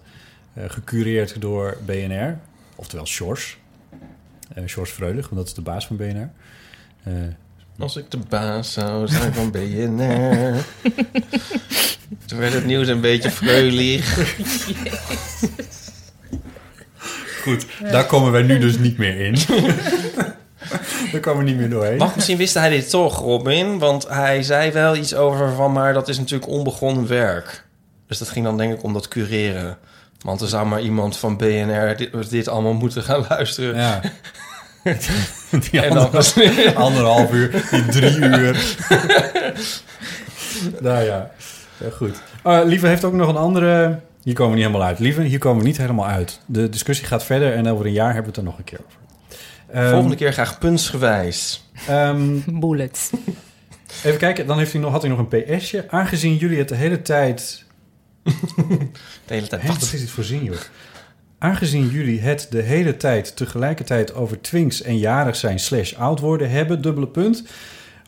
Eh, gecureerd door BNR, oftewel Sjors. Eh Sjors Vreulig, want dat is de baas van BNR. Eh,
Als ik de baas zou zijn van BNR. Toen werd het nieuws een beetje freulig.
goed, daar komen wij nu dus niet meer in. [LAUGHS] daar komen we niet meer doorheen.
Wacht, misschien wist hij dit toch, Robin. Want hij zei wel iets over van... maar dat is natuurlijk onbegonnen werk. Dus dat ging dan denk ik om dat cureren. Want er zou maar iemand van BNR dit, dit allemaal moeten gaan luisteren.
Ja. [LAUGHS] die
En dan
andere- [LAUGHS]
was
anderhalf uur, die drie uur. [LAUGHS] nou ja, Ja, goed. Eh, Lieve heeft ook nog een andere... Hier komen we niet helemaal uit. Lieve, hier komen we niet helemaal uit. De discussie gaat verder en over een jaar hebben we het er nog een keer over. Ehm,
volgende keer graag puntsgewijs.
ehm,
Bullets.
even kijken, dan heeft hij nog, had hij nog een PS'je. Aangezien jullie het de hele tijd...
De hele tijd.
Hè, wat
Wat?
is dit voor zin, joh? Aangezien jullie het de hele tijd tegelijkertijd over twinks en jarig zijn slash oud worden hebben, dubbele punt.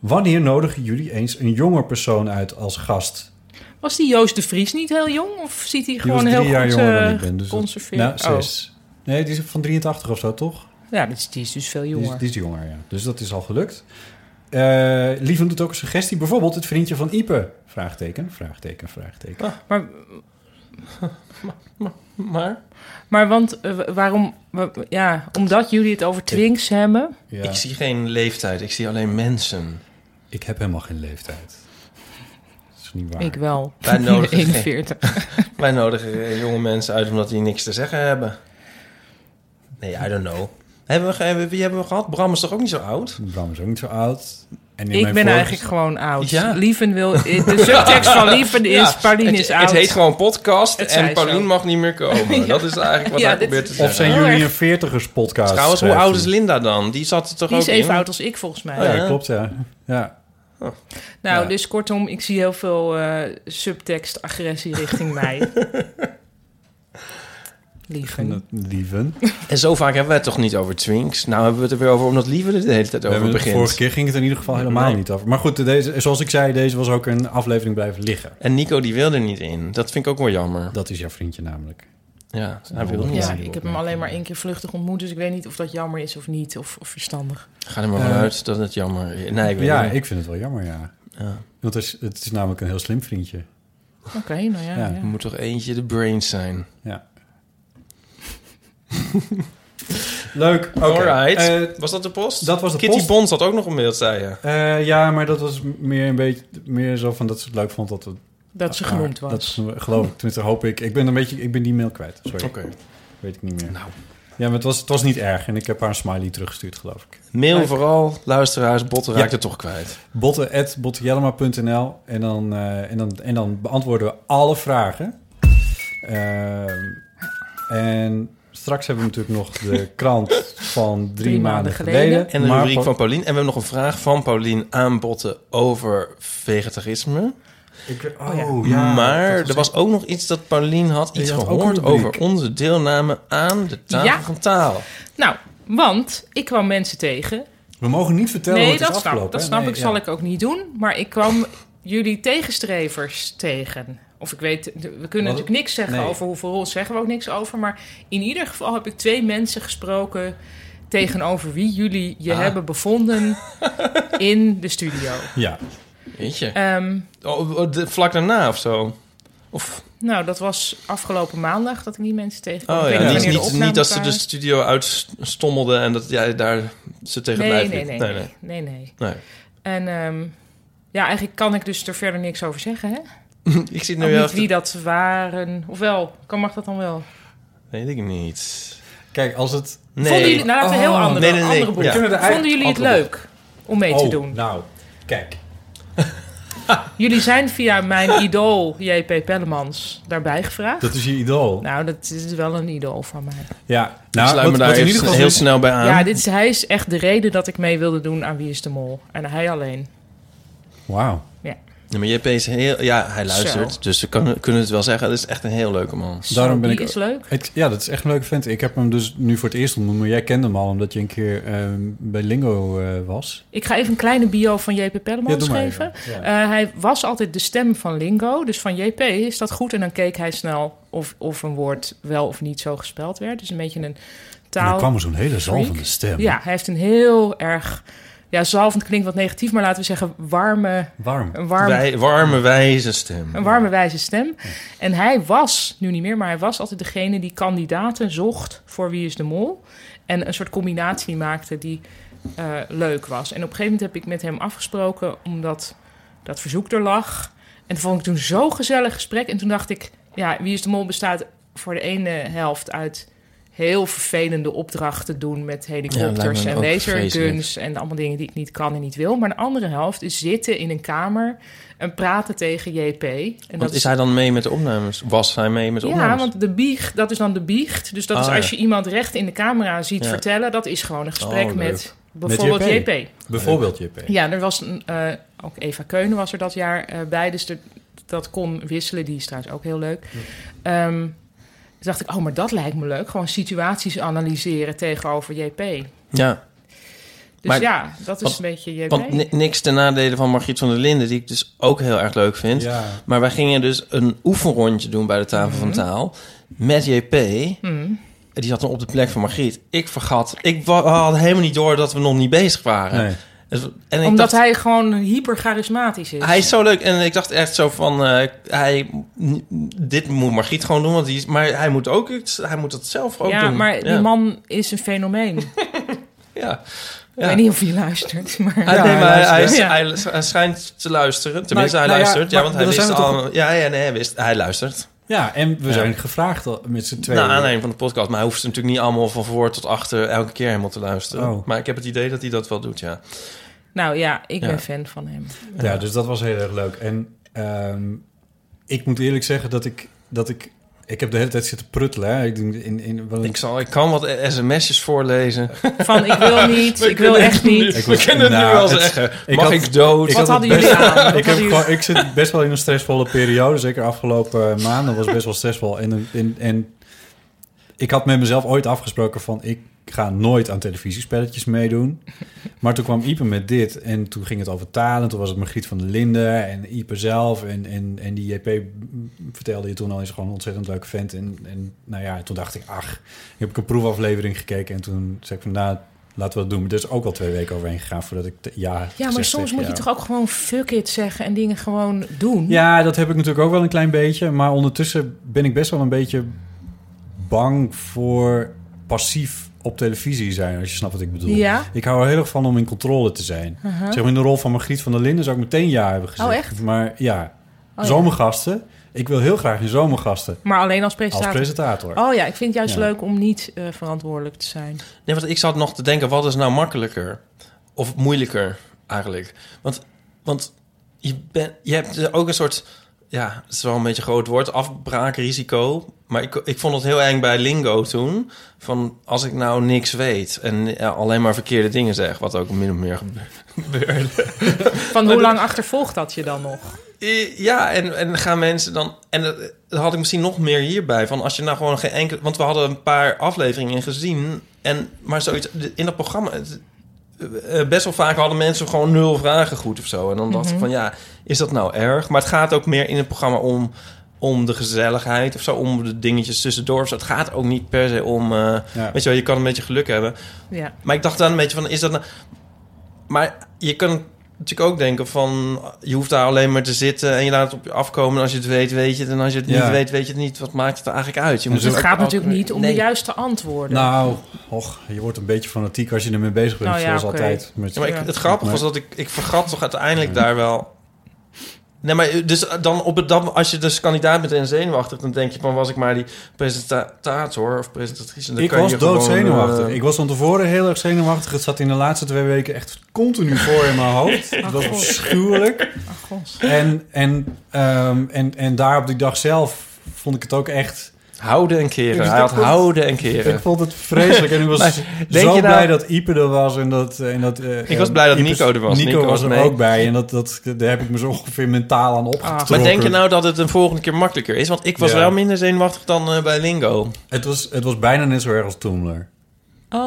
Wanneer nodigen jullie eens een jonger persoon uit als gast
Was die Joost de Vries niet heel jong? Of ziet hij
Die
gewoon
was
heel
drie jaar
goed
jonger dan
eh,
ik ben. Dus dat-
geconserveerd?
Nou,
Oh.
zes. Nee, die is van 83 of zo, toch?
Ja, dat is, die is dus veel
Die
jonger.
is, die is jonger, ja. Dus dat is al gelukt. Eh Lieven doet ook een suggestie. Bijvoorbeeld het vriendje van Ipe. Vraagteken, vraagteken, vraagteken.
Maar,
Maar?
maar want eh, wa- waarom... wa- ja, omdat jullie het over twinks hebben.
Ja.
Ik
Ik,
zie geen leeftijd. Ik zie alleen mensen.
heb helemaal geen leeftijd. Dat is niet waar.
Ik wel.
Wij nodigen geen-
41.
Wij nodigen eh, jonge mensen uit omdat die niks te zeggen hebben. Nee, I don't know. Hebben we, ge- hebben- wie hebben we gehad? Bram is toch ook niet zo oud?
Bram is ook niet zo oud. En in
Ik
mijn
ben
vorige-
eigenlijk gewoon oud.
Ja.
Lieven
[LAUGHS]
wil... De subtekst van Lieven is...
Ja,
Pauline
het,
is
het
oud.
heet gewoon podcast
Het zei
en Paulien
zo.
mag niet meer
[LAUGHS]
komen. Dat is eigenlijk wat
Ja,
hij
dit-
probeert te zeggen.
Of zijn jullie een veertigers podcast?
Trouwens, hoe oud is Linda dan? Die zat er toch
Die
ook
is even
in?
oud als ik, volgens mij.
Oh Ja,
Ja.
klopt, ja. ja.
Nou,
Ja.
dus kortom, ik zie heel veel eh, subtekst agressie richting
[LAUGHS]
mij.
En
Lieven.
dat- Lieven.
En zo vaak hebben we het toch niet over Twinks? Nou hebben we het er weer over omdat Lieve er de hele tijd
We
over
hebben het-
begint.
Vorige keer ging het in ieder geval helemaal
Nee.
niet over. Maar goed, deze, zoals ik zei, deze was ook een aflevering blijven liggen.
En Nico die wil er niet in. Dat vind ik ook wel jammer.
Dat is jouw vriendje namelijk.
Ja, hij wil
Ja.
niet.
Ja,
die
ik heb hem alleen maar één keer vluchtig ontmoet, dus ik weet niet of dat jammer is of niet, of, of verstandig.
Ga er maar
Eh,
vanuit dat het jammer is. Nee, ik weet
ja,
het niet.
ik vind het wel jammer, ja.
Ja.
Want het is, het is namelijk een heel slim vriendje.
Oké, nou ja.
Ja.
ja.
Er moet toch eentje de brains zijn.
Ja. [LAUGHS] Leuk. Oké.
Alright.
Eh,
was dat de post?
dat was de
Kitty
post.
Bond had ook nog een mail, zei je.
eh, ja, maar dat was meer een beetje meer zo van dat ze het leuk vond dat het
Dat ze genoemd was.
Dat is, geloof ik, tenminste hoop ik. Ik ben een beetje, ik ben die mail kwijt. Sorry.
Oké.
Weet ik niet meer.
Nou.
Ja, maar het was, het was niet erg en ik heb haar een smiley teruggestuurd, geloof ik.
Mail vooral, luisteraars, botten raakt het toch kwijt.
botten.botjellema.nl en, dan, eh, en, dan, en dan beantwoorden we alle vragen. Ehm, en straks hebben we natuurlijk nog de krant van drie, maanden, geleden.
En de
Maar
rubriek
pa-
van Paulien. En we hebben nog een vraag van Paulien aan botten over vegetarisme.
Ik, oh,
Oh
ja.
maar
dat
er was ook nog iets dat Paulien had iets
had ook
gehoord
een rubriek.
over onze deelname aan de tafel
Ja.
van taal.
Nou, want ik kwam mensen tegen.
We mogen niet vertellen
nee,
wat is
dat snap,
afgelopen.
dat
hè?
snap
Nee,
ik, zal
ja.
ik ook niet doen. Maar ik kwam [LAUGHS] jullie tegenstrevers tegen. Of ik weet, we kunnen natuurlijk niks zeggen
nee.
over hoeveel rol zeggen we ook niks over. Maar in ieder geval heb ik twee mensen gesproken tegenover wie jullie je
Ah.
hebben
[LAUGHS]
bevonden in de studio.
Ja,
Weet je?
Ehm,
Oh, oh, de- vlak daarna of
Oh,
zo? Of,
nou, dat was afgelopen maandag dat ik die mensen tegenkwam.
oh
Ik
ja,
weet niet
niet,
wanneer de
niet,
opnames
niet dat ze dus de
waren.
studio uitstommelde en dat jij daar ze tegen het
Nee
lijf
nee
liep.
nee, nee, nee, nee,
nee.
En ehm, ja, eigenlijk kan ik dus er verder niks over zeggen,
Nou
hè?
nee. [LAUGHS] Ik zit nu
Ook
wel
Oh, niet
achter-
wie dat waren. Ofwel, kan, mag dat dan wel?
Weet ik niet.
kijk, als het...
Nee.
Vonden jullie, nou laten we
Oh,
heel andere,
nee, nee, nee.
andere boeken.
Ja.
Kunnen we er
Vonden jullie het
antwoord op?
leuk om mee te
Oh,
doen?
nou, kijk.
Jullie zijn via
[LAUGHS]
mijn idool JP Pellemans daarbij gevraagd.
Dat is je idool.
Nou, dat is wel een idool van mij.
ja, nou,
ik sluit me
wat-
daar
wat in
heel,
ieder geval
heel
zo-
snel bij aan.
Ja, dit is, hij is echt de reden dat ik mee wilde doen aan Wie is de Mol. En hij alleen.
Wauw.
Ja.
Ja, maar JP is heel... Ja, hij luistert,
Zo.
dus we kan- kunnen het wel zeggen. Het is echt een heel leuke man.
Daarom ben
die
ik-
is leuk.
Het- ja, dat is echt een leuke vent. Ik heb hem dus nu voor het eerst ontmoet, maar jij kende hem al omdat je een keer ehm, bij Lingo eh, was.
Ik ga even een kleine bio van JP
Ja,
Pellemans
doe maar
geven.
even.
Eh, hij was altijd de stem van Lingo. Dus van JP is dat goed. En dan keek hij snel of, of een woord wel of niet zo gespeld werd. Dus een beetje een
En dan
taal.
kwam er zo'n hele zalvende
freak.
stem.
Ja, hij heeft een heel erg... Ja, zalvend klinkt wat negatief, maar laten we zeggen warme...
Warm.
Oh,
Een warme
Wij- warme, wijze stem.
Een warme, wijze stem. En hij was, nu niet meer, maar hij was altijd degene die kandidaten zocht voor Wie is de Mol. En een soort combinatie maakte die eh, leuk was. En op een gegeven moment heb ik met hem afgesproken, omdat dat verzoek er lag. En dat vond ik toen zo'n gezellig gesprek. En toen dacht ik, ja, Wie is de Mol bestaat voor de ene helft uit heel vervelende opdrachten doen met
Ja, lijkt
helikopters
me
en
ook
laserguns en allemaal dingen die ik niet kan en niet wil. Maar de andere helft is zitten in een kamer en praten tegen JP. En
Want is hij dan mee met de opnames? Was hij mee met de
ja,
opnames?
want de biecht, dat is dan de biecht. Dus dat
Ah,
is als
ja.
je iemand recht in de camera ziet
Ja.
vertellen, dat is gewoon een gesprek
Oh, leuk.
met bijvoorbeeld
Met JP.
JP.
Bijvoorbeeld JP.
Ja, er was een, eh, ook Eva Keunen was er dat jaar eh, bij, dus er- dat kon wisselen. Die is trouwens ook heel leuk. Ehm, toen dacht ik, oh, maar dat lijkt me leuk. Gewoon situaties analyseren tegenover JP. Dus
Ja, Maar-
ja, dat is
want-
een beetje JP.
want ni- niks ten nadele van Margriet van der Linden... die ik dus ook heel erg leuk vind.
Ja.
Maar wij gingen dus een oefenrondje doen bij de tafel
Mhm.
van taal... met JP. Die zat dan op de plek van Margriet. Ik vergat. Ik wa- had helemaal niet door dat we nog niet bezig waren.
Nee.
Dus- En ik
Omdat
dacht,
hij gewoon hyper charismatisch is. eh,
Hij is zo leuk. En ik dacht echt zo van... eh, hij, dit moet Margriet gewoon doen. Want die is, maar hij moet, ook, iets- hij moet dat zelf ook
ja,
doen.
maar die
Ja.
man is een fenomeen.
Ja.
Ik weet niet of hij luistert, maar...
Hij,
Ja,
nee,
Ah, hij
maar hij, hij,
luistert.
hij- hij schijnt te luisteren. Tenminste,
Maar-
hij
nou ja,
luistert. Ja,
maar
want hij
dan zijn
wist
we
al... Ja, ja, nee, hij, wist, hij luistert.
ja, en we
Ja. Nou,
zijn gevraagd al- met z'n
Na
tweeën.
aanleiding van de podcast. Maar hij hoeft natuurlijk niet allemaal van voor tot achter... elke keer helemaal te luisteren.
Oh.
Maar ik heb het idee dat hij dat wel doet, ja.
Nou ja, ik
Ja.
ben fan van hem.
Ja, dus dat was heel erg leuk. En ehm, ik moet eerlijk zeggen dat ik, dat ik... Ik heb de hele tijd zitten pruttelen. Hè. Ik, denk in, in, wel een-
Ik, zal, ik kan wat sms'jes voorlezen.
Van ik
[LAUGHS]
wil niet, ik wil
[LAUGHS]
echt niet.
Ik
We
was-
kunnen het
nou,
nu wel
het-
zeggen.
ik
Mag
had-
ik dood?
ik
Wat
had het
hadden jullie aan? Wat
[LAUGHS] ik,
hadden
heb
jullie-
gewoon, ik zit best wel in een stressvolle periode. Zeker afgelopen eh, maanden was best wel stressvol. En, en, en ik had met mezelf ooit afgesproken van... ik ga nooit aan televisiespelletjes meedoen. Maar toen kwam Ipe met dit. En toen ging het over talen. Toen was het Margriet van der Linden en Ipe zelf. En, en, en die JP vertelde je toen al eens gewoon een ontzettend leuke vent. En, en nou ja, toen dacht ik, ach. Heb ik een proefaflevering gekeken. En toen zei ik van, nou, laten we dat doen. Maar er is ook al twee weken overheen gegaan voordat ik... te- Ja,
Ja,
gezegd
maar
tegen
soms moet je
jou.
toch ook gewoon fuck it zeggen en dingen gewoon doen.
Ja, dat heb ik natuurlijk ook wel een klein beetje. Maar ondertussen ben ik best wel een beetje bang voor passief op televisie zijn, als je snapt wat ik bedoel.
Ja?
Ik hou er heel erg van om in controle te zijn. Zeg maar in de rol van Margriet van der Linden zou ik meteen ja hebben gezegd.
Oh, echt? Oh,
Maar ja,
ja.
zomergasten. Ik wil heel graag in zomergasten
Maar alleen als
als
presentator.
presentator.
Oh ja, ik vind het juist
Ja.
leuk om niet eh, verantwoordelijk te zijn.
Nee, want ik zat nog te denken, wat is nou makkelijker? Of moeilijker, eigenlijk? Want, want je, ben, je hebt ook een soort... Ja, het is wel een beetje een groot woord, afbraakrisico. Maar ik, ik vond het heel eng bij Lingo toen. Van, als ik nou niks weet en ja, alleen maar verkeerde dingen zeg... wat ook min of meer gebeurt.
Van hoe lang achtervolgt dat je dan nog?
Eh, Ja, en, en gaan mensen dan... En dat, dat had ik misschien nog meer hierbij. Van als je nou gewoon geen enkele... Want we hadden een paar afleveringen gezien. En, maar zoiets in dat programma... het- eh, best wel vaak hadden mensen gewoon nul vragen goed of zo. En dan dacht ik van ja, is dat nou erg? Maar het gaat ook meer in het programma om, om de gezelligheid of zo. Om de dingetjes tussendoor of zo. Het gaat ook niet per se om... eh,
Ja.
Weet je wel, je kan een beetje geluk hebben.
Ja.
Dus
Maar ik dacht dan een beetje van, is dat nou... Maar je kan natuurlijk ook denken van... je hoeft daar alleen maar te zitten en je laat het op je afkomen. En als je het weet, weet je het. En als je het
Ja.
niet weet, weet je het niet. Wat maakt het er eigenlijk uit? Je
Dus
Het
ook-
gaat
ook-
natuurlijk niet om de
Nee.
juiste antwoorden.
Nou, och, je wordt een beetje fanatiek als je ermee bezig bent,
Nou ja,
zoals
oké.
altijd. Met,
Ja, maar ik, het grappige was dat ik, ik vergat toch uiteindelijk daar wel... Nee, maar dus dan op het, dan, als je dus kandidaat bent en zenuwachtig... dan denk je van, was ik maar die presentator of presentatrice. En dan
ik
kan
was
je
dood
gewoon,
zenuwachtig.
eh,
ik was van tevoren heel erg zenuwachtig. Het zat in de laatste twee weken echt continu voor
[LAUGHS]
in mijn hoofd. Het was
Oh,
Ach, God.
afschuwelijk.
Ach, god.
En, en, ehm, en, en daar op die dag zelf vond ik het ook echt...
Houden en keren.
Dus
Hij had
dat-
houden en
Ik
keren.
vond het vreselijk. En ik was
[LAUGHS] Maar denk
zo
je nou-
blij dat Ipe er was. En dat, en dat, eh,
Ik was blij dat
Iepe's-
Nico er was.
Nico,
Nico
was er
was mee.
ook bij. En dat, dat, daar heb ik me zo ongeveer mentaal aan opgetrokken.
Maar denk je nou dat het een volgende keer makkelijker is? Want ik was
Ja.
wel minder zenuwachtig dan eh, bij Lingo.
Het was, het was bijna net zo erg als Toemler.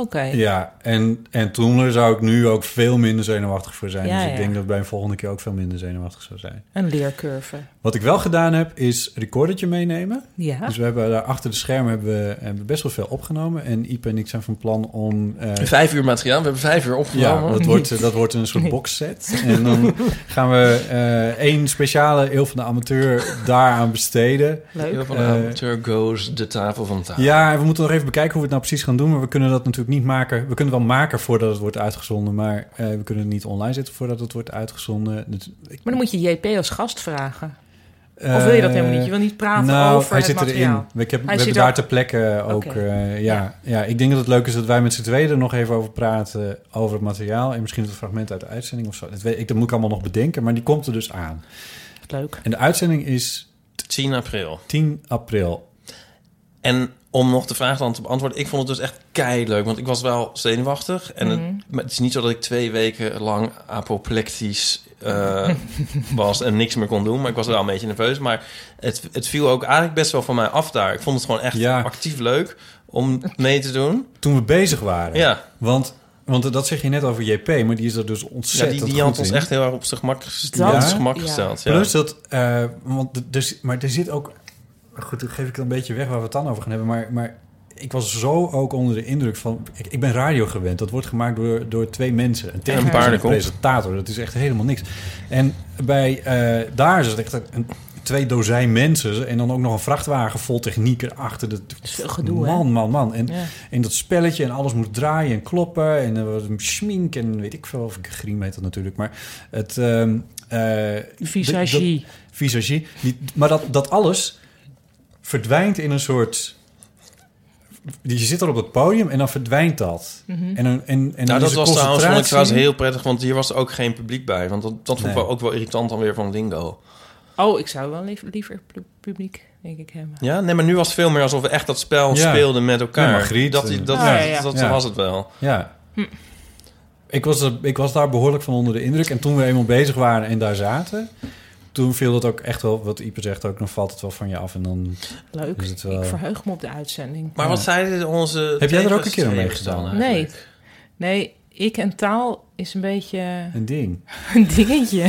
Oké.
Ja, en, en Toemler zou ik nu ook veel minder zenuwachtig voor zijn.
Ja,
dus ik
ja.
denk dat ik bij een volgende keer ook veel minder zenuwachtig zou zijn.
Een leercurve.
Wat ik wel gedaan heb, is recordertje meenemen.
Ja.
Dus we hebben daar achter de schermen hebben we, hebben we best wel veel opgenomen. En Ipe en ik zijn van plan om... eh,
Vijf uur materiaal. We hebben vijf uur
ja,
opgenomen.
dat wordt, eh, dat wordt een soort boxset. En
[LAUGHS]
dan gaan we eh, één speciale Eeuw van de Amateur daaraan besteden.
Heel van de
Eh,
amateur goes de tafel van tafel.
Ja, en we moeten nog even bekijken hoe we het nou precies gaan doen. Maar we kunnen dat natuurlijk niet maken. We kunnen wel maken voordat het wordt uitgezonden. Maar eh, we kunnen het niet online zetten voordat het wordt uitgezonden. Dus, ik-
Maar dan moet je JP als gast vragen. Of wil je dat helemaal niet? Je wil niet praten
nou,
over
hij
het
zit
materiaal.
erin. Ik heb, we
Hij
hebben
zit
daar
ook-
ter plekke ook...
Oké.
eh, ja, ja. ik denk dat het leuk is dat wij met z'n tweeën er nog even over praten... eh, over het materiaal en misschien het fragment uit de uitzending of zo. Dat, weet ik, dat moet ik allemaal nog bedenken, maar die komt er dus aan.
Leuk.
En de uitzending is
10 april.
10 april.
En om nog de vraag dan te beantwoorden, ik vond het dus echt kei leuk, want ik was wel zenuwachtig. En het- maar het is niet zo dat ik twee weken lang apoplectisch eh, was en niks meer kon doen, maar ik was wel een beetje nerveus. Maar het, het viel ook eigenlijk best wel van mij af daar. Ik vond het gewoon echt
Ja.
actief leuk om mee te doen.
Toen we bezig waren.
Ja.
Want, want dat zeg je net over JP, maar die is er dus
Ja,
ontzettend
die, die
goed
had ons
in.
echt heel erg op zijn gemak, gest-
Dat-
op zijn gemak
Ja.
gesteld. Ja.
Plus dat, eh, want d- dus, maar er zit ook, goed, dan geef ik het een beetje weg waar we het dan over gaan hebben, maar, maar ik was zo ook onder de indruk van, ik, ik ben radio gewend, dat wordt gemaakt door, door twee mensen. Een technicus en een
paardenkop.
presentator, dat is echt helemaal niks. En bij, eh, daar is het echt een, twee dozijn mensen en dan ook nog een vrachtwagen vol techniek erachter. Dat,
is veel gedoe, hè?
Man, man, man. En,
Ja.
en dat spelletje en alles moet draaien en kloppen en er was een schmink en weet ik veel, of griem heet dat natuurlijk, maar het... ehm eh,
Visagie.
dat- visagie. Die, maar dat, dat alles verdwijnt in een soort... Je zit er op het podium en dan verdwijnt dat. En, dan- en, en
Nou,
dan is
dat
de
was trouwens, vond ik trouwens
concentratie-
heel prettig, want hier was ook geen publiek bij. Want dat, dat vond ik
Nee.
wel ook wel irritant dan weer van Lingo.
Oh, ik zou wel lief- liever pu- publiek, denk ik hem.
Ja, nee, maar nu was het veel meer alsof we echt dat spel
Ja.
speelden met elkaar.
Ja, Margriet
dat
en-
dat, dat,
Ah, ja, ja.
dat
Ja.
was het wel.
Ja. Ik, was er, ik was daar behoorlijk van onder de indruk. En toen we eenmaal bezig waren en daar zaten... toen viel dat ook echt wel, wat Ieper zegt ook... dan valt het wel van je af en dan...
Leuk.
Is het eh, wel-
Ik verheug me op de uitzending.
Maar wat zeiden onze...
Heb jij er ook een keer aan
tegenstanders
meegedaan?
dan
Nee.
eigenlijk?
Nee, ik en taal is een beetje
een ding.
[LAUGHS] een dingetje.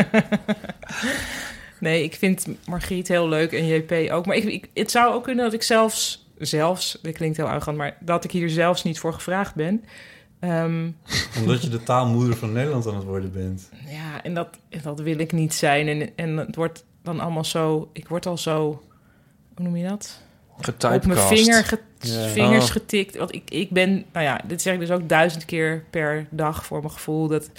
[LAUGHS] nee, ik vind Margriet heel leuk en JP ook. Maar ik, ik, het zou ook kunnen dat ik zelfs, zelfs, dit klinkt heel arrogant, maar dat ik hier zelfs niet voor gevraagd ben. Ehm,
Omdat je de taalmoeder van Nederland aan het worden bent.
ja, en dat, en dat wil ik niet zijn. En, en het wordt dan allemaal zo, ik word al zo, hoe noem je dat? op mijn
Getypecast.
vinger ge-
Ja.
vingers
Oh.
getikt. Want ik, ik ben, nou ja, dit zeg ik dus ook duizend keer per dag voor mijn gevoel. Dat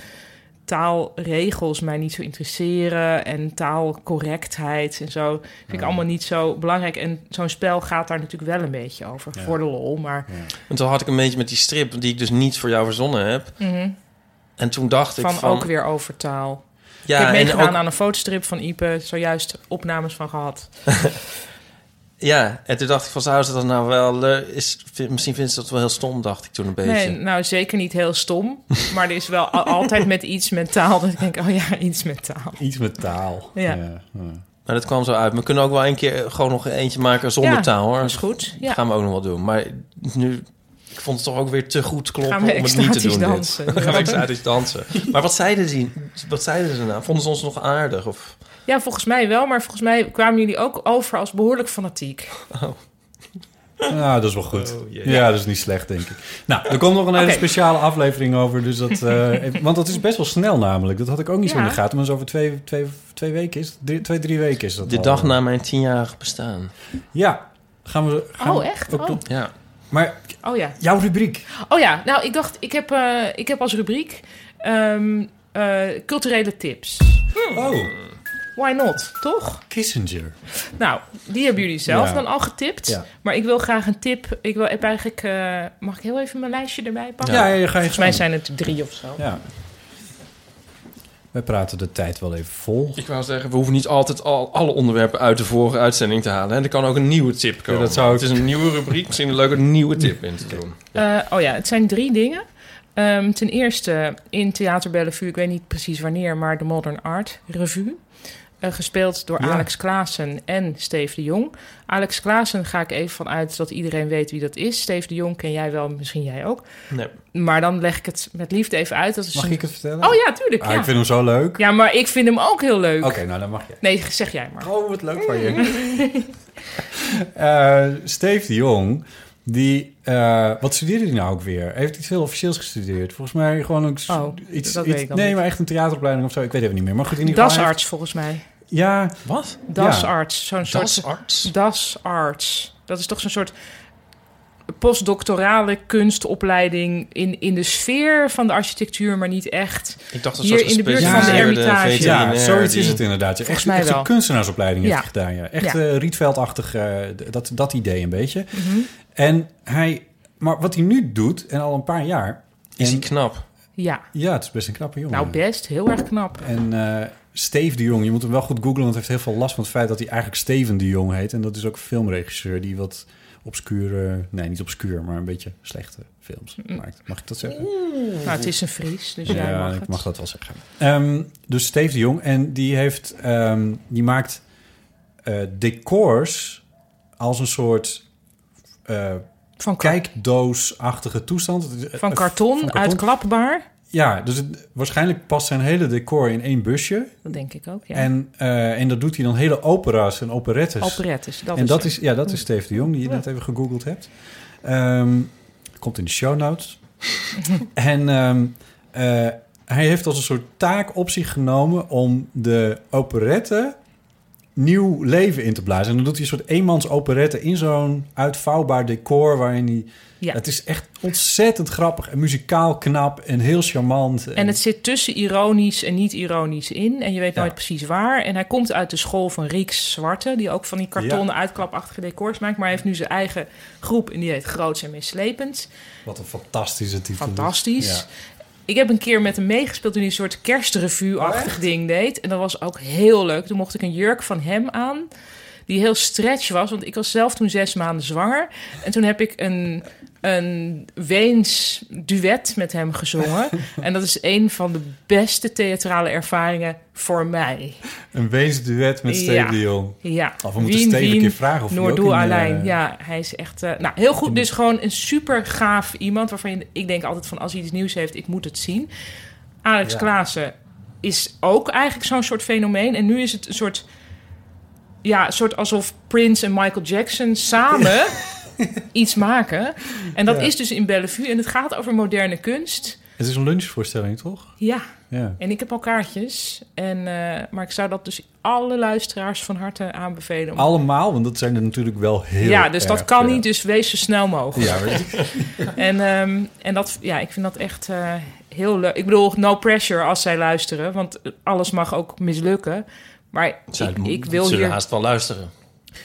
taalregels mij niet zo interesseren. En taalcorrectheid en zo. Vind ik
Oh.
allemaal niet zo belangrijk. En zo'n spel gaat daar natuurlijk wel een beetje over. Voor de lol. Maar
En toen had ik een beetje met die strip, die ik dus niet voor jou verzonnen heb. En toen dacht
Mhm. van
ik van...
ook weer over taal.
ja,
ik heb
en
meegedaan
ook-
aan een fotostrip van Ipe. Zojuist opnames van gehad.
Ja, en toen dacht ik van, zou ze dat nou wel... leuk- Is, vind- misschien vindt ze dat wel heel stom, dacht ik toen een beetje.
Nee, nou zeker niet heel
[LAUGHS]
stom. Maar er is wel al- altijd met iets met taal. Dat ik denk, oh ja, iets met taal.
Iets met taal.
Ja.
Maar dat kwam zo uit. We kunnen ook wel een keer gewoon nog eentje maken zonder
Ja,
taal, hoor.
Dat is goed. Ja.
Dat gaan we ook nog wel doen. Maar nu, ik vond het toch ook weer te goed kloppen
Gaan
om
we
het niet te
extatisch
doen.
dansen.
Dit. Gaan we extatisch dansen. Maar wat zeiden ze, wat zeiden ze nou? Vonden ze ons nog aardig? Of,
Ja, volgens mij wel, maar volgens mij kwamen jullie ook over als behoorlijk fanatiek.
Nou, dat is wel goed.
Oh, jee.
Ja, dat is niet slecht, denk ik. Nou, er komt nog een hele
Oké.
speciale aflevering over. Dus dat, eh, want dat is best wel snel namelijk. Dat had ik ook niet zo in
Ja.
de gaten. Maar zo over twee, twee, twee weken is drie, twee, drie weken is dat
de
al. eh.
dag na mijn tienjarig bestaan.
Ja, gaan we... Gaan
Oh,
we-
echt?
ook
Oh.
doen.
Ja.
Maar
Oh ja.
jouw rubriek.
Oh ja, nou, ik dacht, ik heb, eh, ik heb als rubriek ehm, eh, culturele tips. Hm.
Oh,
Why not, toch?
Kissinger.
Nou, die hebben jullie zelf
Ja.
dan al getipt.
Ja.
Maar ik wil graag een tip. Ik wil, heb eigenlijk, eh, mag ik heel even mijn lijstje erbij pakken?
Ja, ja, ja, ga je
Volgens mij
gang.
zijn het drie of zo.
Ja. Wij praten de tijd wel even vol.
Ik wou zeggen, we hoeven niet altijd al, alle onderwerpen uit de vorige uitzending te halen. En er kan ook een nieuwe tip komen.
dat zou ik-
Het is een nieuwe rubriek, misschien een leuke nieuwe tip in te doen.
Eh, oh ja, het zijn drie dingen. Ehm, ten eerste in Theater Bellevue, ik weet niet precies wanneer, maar de Modern Art Revue. Eh, gespeeld door
Ja.
Alex Klaassen en Steve de Jong. Alex Klaassen ga ik even vanuit dat iedereen weet wie dat is. Steve de Jong ken jij wel, misschien jij ook.
Nee.
Maar dan leg ik het met liefde even uit. Dat is
Mag
een-
ik het vertellen?
Oh ja, tuurlijk.
Ah,
ja.
ik vind hem zo leuk.
ja, maar ik vind hem ook heel leuk.
Oké, nou dan mag je.
Nee, zeg jij maar.
[LAUGHS] Oh, wat leuk van je.
[LAUGHS]
Eh, Steve de Jong, die, eh, wat studeerde hij nou ook weer? Hij heeft iets heel officieels gestudeerd. Volgens mij gewoon ook s-
Oh,
iets,
dat weet
iets-
ik dan
nee,
niet.
maar echt een theateropleiding of zo. Ik weet even niet meer. Maar goed, in ieder geval. hij
Dasarts volgens mij.
heeft- Ja,
Wat?
Dasarts. Zo'n soort
Dasarts?
DAS-arts. Dat is toch zo'n soort postdoctorale kunstopleiding in, in de sfeer van de architectuur, maar niet echt.
Ik dacht een
Hier
soort
in de buurt
van de
gespecialiseerde
Ermitage.
veterinair
ja, zoiets is
die- eh,
het inderdaad. Echt,
Volgens mij
echt een
wel.
kunstenaarsopleiding heeft
Ja.
hij gedaan. Ja. Echt
Ja. Mhm.
eh, rietveldachtig, eh, d- dat, dat idee een beetje. En hij, maar wat hij nu doet, en al een paar jaar...
Is hij
en-
knap?
Ja,
ja, het is best een knappe jongen.
nou best. Heel erg knap.
En eh, Steve de Jong, je moet hem wel goed googlen, want hij heeft heel veel last van het feit dat hij eigenlijk Steven de Jong heet. En dat is ook een filmregisseur die wat obscure, nee niet obscuur, maar een beetje slechte films maakt. Mag ik dat zeggen?
Nou, het is een Fries, dus jij
ja,
Mm. mag
ik
het.
mag dat wel zeggen. Ehm, dus Steve de Jong, en die, heeft, ehm, die maakt eh, decors als een soort eh,
Van, ka-
kijkdoosachtige toestand.
van,
Eh,
karton, uitklapbaar.
Ja, dus het- waarschijnlijk past zijn hele decor in één busje.
Dat denk ik ook, ja.
En, eh, en dat doet hij dan hele opera's en operettes.
Operettes, Mm. dat
en
is
dat
hem.
is, ja, dat is Steve de Jong, die je net even gegoogeld hebt. Ehm, komt in de show
[LAUGHS]
notes. en ehm, eh, hij heeft als een soort taak op zich genomen om de operette nieuw leven in te blazen. En dan doet hij een soort eenmans operette in zo'n uitvouwbaar decor waarin hij...
Ja.
Het is echt ontzettend grappig en muzikaal knap en heel charmant.
En het zit tussen ironisch en niet-ironisch in. En je weet
Ja.
nooit precies waar. En hij komt uit de school van Rieks Zwarte. Die ook van die kartonnen
Ja.
uitklapachtige decors maakt. Maar hij heeft nu zijn eigen groep. En die heet Groots en Mislepend.
Wat een fantastische titel.
Fantastisch.
Ja.
Ik heb een keer met hem meegespeeld toen hij een soort
Oh,
kerstrevue-achtig ding deed. En dat was ook heel leuk. Toen mocht ik een jurk van hem aan, die heel stretch was. Want ik was zelf toen zes maanden zwanger. En toen heb ik een, een Weens duet met hem
[LAUGHS]
gezongen. En dat is een van de beste theatrale ervaringen voor mij.
Een weesduet met Steve
Ja.
de Jong.
Ja.
Of we moeten Steven een keer vragen of hij ook
Noordoel
in, eh,
Alijn. Ja, hij is echt eh, nou, heel goed. Dus gewoon een super gaaf iemand waarvan je, ik denk altijd van als hij iets nieuws heeft, ik moet het zien. Alex
Ja.
Klaassen is ook eigenlijk zo'n soort fenomeen. En nu is het een soort, ja, een soort alsof Prince en Michael Jackson samen
[LAUGHS]
iets maken. En dat
Ja.
is dus in Bellevue. En het gaat over moderne kunst.
Het is een lunchvoorstelling, toch?
Ja,
Ja.
en ik heb al kaartjes. En, eh, maar ik zou dat dus alle luisteraars van harte aanbevelen. om
Allemaal, want dat zijn er natuurlijk wel heel
ja, dus dat
erg
kan
veel.
niet, dus wees zo snel mogelijk.
Ja, weet je.
En, ehm, en dat, ja, ik vind dat echt eh, heel leuk. Ik bedoel, no pressure als zij luisteren, want alles mag ook mislukken. Maar
Zij
ik,
mo-
ik, wil,
zullen
hier,
haast wel luisteren.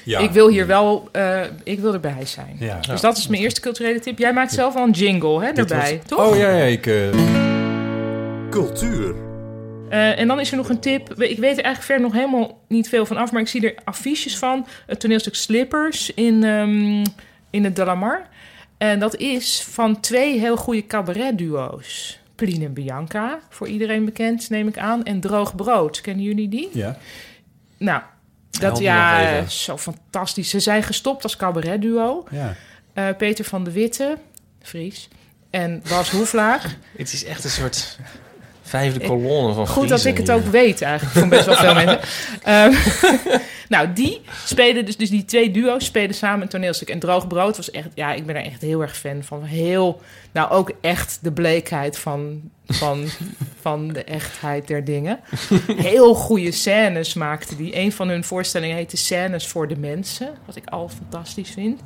Ja.
ik wil hier wel, eh, ik wil erbij zijn.
Ja.
Dus dat is mijn eerste culturele tip. Jij maakt zelf al een jingle hè,
Dit
erbij,
was-
toch?
Oh ja, ja ik... eh,
Cultuur.
Eh, en dan is er nog een tip. We- Ik weet er eigenlijk verder nog helemaal niet veel van af, maar ik zie er affiches van. Het toneelstuk Slippers in, ehm, in het Delamar. En dat is van twee heel goede cabaretduo's. Pline en Bianca, voor iedereen bekend, neem ik aan. En Droog Brood, kennen jullie die?
ja.
Nou, dat
Help me nog
ja,
even.
zo fantastisch. Ze zijn gestopt als cabaretduo.
ja.
Eh Peter van de Witte, Fries, en Bas Hoeflaak.
[LAUGHS] Het is echt een soort vijfde kolonne van
Goed dat
Friesen
ik het
hier.
ook weet eigenlijk van best wel veel mensen. Ehm, [LAUGHS] nou, die spelen dus, dus die twee duo's spelen samen een toneelstuk. En Droog Brood was echt, ja, ik ben er echt heel erg fan van. Heel, nou ook echt de bleekheid van, van, van de echtheid der dingen. Heel goede scènes maakte die. Een van hun voorstellingen heette Scènes voor de Mensen. Wat ik al fantastisch vind.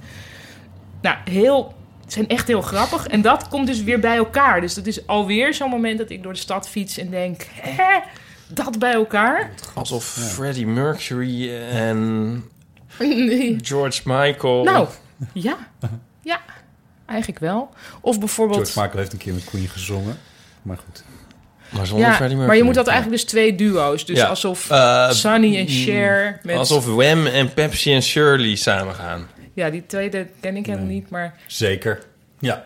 Nou, heel het zijn echt heel grappig. En dat komt dus weer bij elkaar. Dus dat is alweer zo'n moment dat ik door de stad fiets en denk... Hè, dat bij elkaar?
Alsof Freddie Mercury en
Nee.
George Michael...
nou, ja. Ja, eigenlijk wel. Of bijvoorbeeld...
George Michael heeft een keer met Queen gezongen. Maar goed.
Maar zonder
ja,
Freddie Mercury.
Maar je moet dat eigenlijk dus twee duo's. Dus
Ja.
alsof
Eh,
Sunny en Cher met...
Alsof Wham en Pepsi en Shirley samen gaan.
Ja, die tweede ken ik helemaal niet, maar...
Zeker. Ja.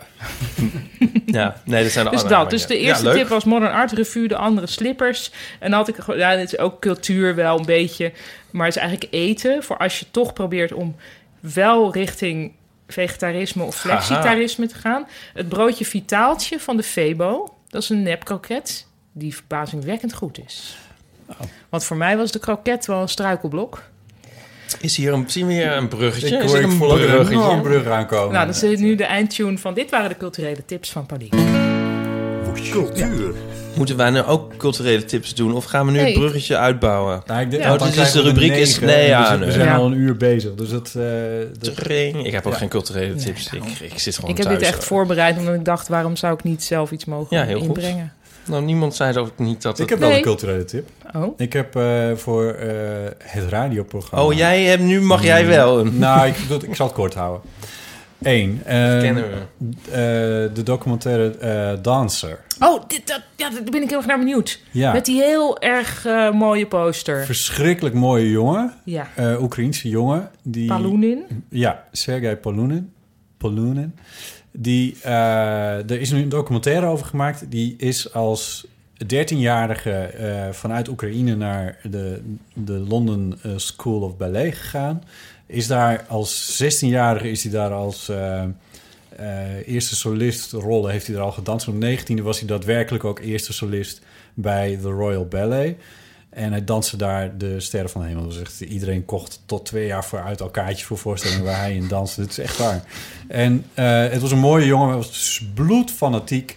Ja, nee, dat zijn de
Dus
andere
dat. Dus de
manieren.
eerste
ja, leuk.
tip was Modern Art Revue, de andere slippers. En dan had ik gewoon, ja, dit is ook cultuur wel een beetje. Maar het is eigenlijk eten. Voor als je toch probeert om wel richting vegetarisme of
Haha.
flexitarisme te gaan. Het broodje Vitaaltje van de Febo. Dat is een nepkroket die verbazingwekkend goed is.
Oh.
Want voor mij was de kroket wel een struikelblok.
Is hier een, zien we hier een bruggetje?
Ik
is
hoor
dit
ik
een
voel er een
bruggetje?
enorm brug
Oh,
aankomen.
Nou, dat is nu de eindtune van... Dit waren de culturele tips van Pauline.
Cultuur.
Moeten wij nu ook culturele tips doen? Of gaan we nu
Nee,
het
ik-
bruggetje uitbouwen?
Nou, ik denk-
Ja.
dan
Oh, dit is
krijgen
de
we
rubriek is-
negen.
nee,
We
ja,
zijn-
nee.
We zijn
Ja.
al een uur bezig, dus dat... eh, dat-
Tring. Ik heb ook
Ja.
geen culturele tips. ik, ik zit gewoon
Ik heb
thuis.
dit echt voorbereid omdat ik dacht... waarom zou ik niet zelf iets mogen
Ja, heel goed.
inbrengen?
Nou, niemand zei dat ook niet dat
Ik
het...
heb wel
Nee.
een culturele tip.
Oh.
Ik heb eh, voor eh, het radioprogramma...
Oh, jij hebt, nu mag jij wel een.
Nou, ik, bedoel, ik zal het kort houden. Eén. eh,
Kennen we.
eh, de documentaire eh, Dancer.
Oh, dit, dat, ja, daar ben ik heel erg naar benieuwd.
Ja.
Met die heel erg eh, mooie poster.
Verschrikkelijk mooie jongen.
ja.
eh Oekraïense jongen. Die,
Palounin.
Ja, Sergei Polunin. Polunin. Die, eh, er is nu een documentaire over gemaakt. Die is als 13-jarige eh, vanuit Oekraïne naar de, de London eh, School of Ballet gegaan. Is daar als 16-jarige is hij daar als eh, eh, eerste solist rollen. Heeft hij daar al gedanst. Op 19e was hij daadwerkelijk ook eerste solist bij de Royal Ballet. En hij danste daar de Sterren van de Hemel. Dus echt, iedereen kocht tot twee jaar vooruit al kaartjes voor voorstellingen waar hij in danste. Het is echt waar. En eh, het was een mooie jongen, hij was bloedfanatiek.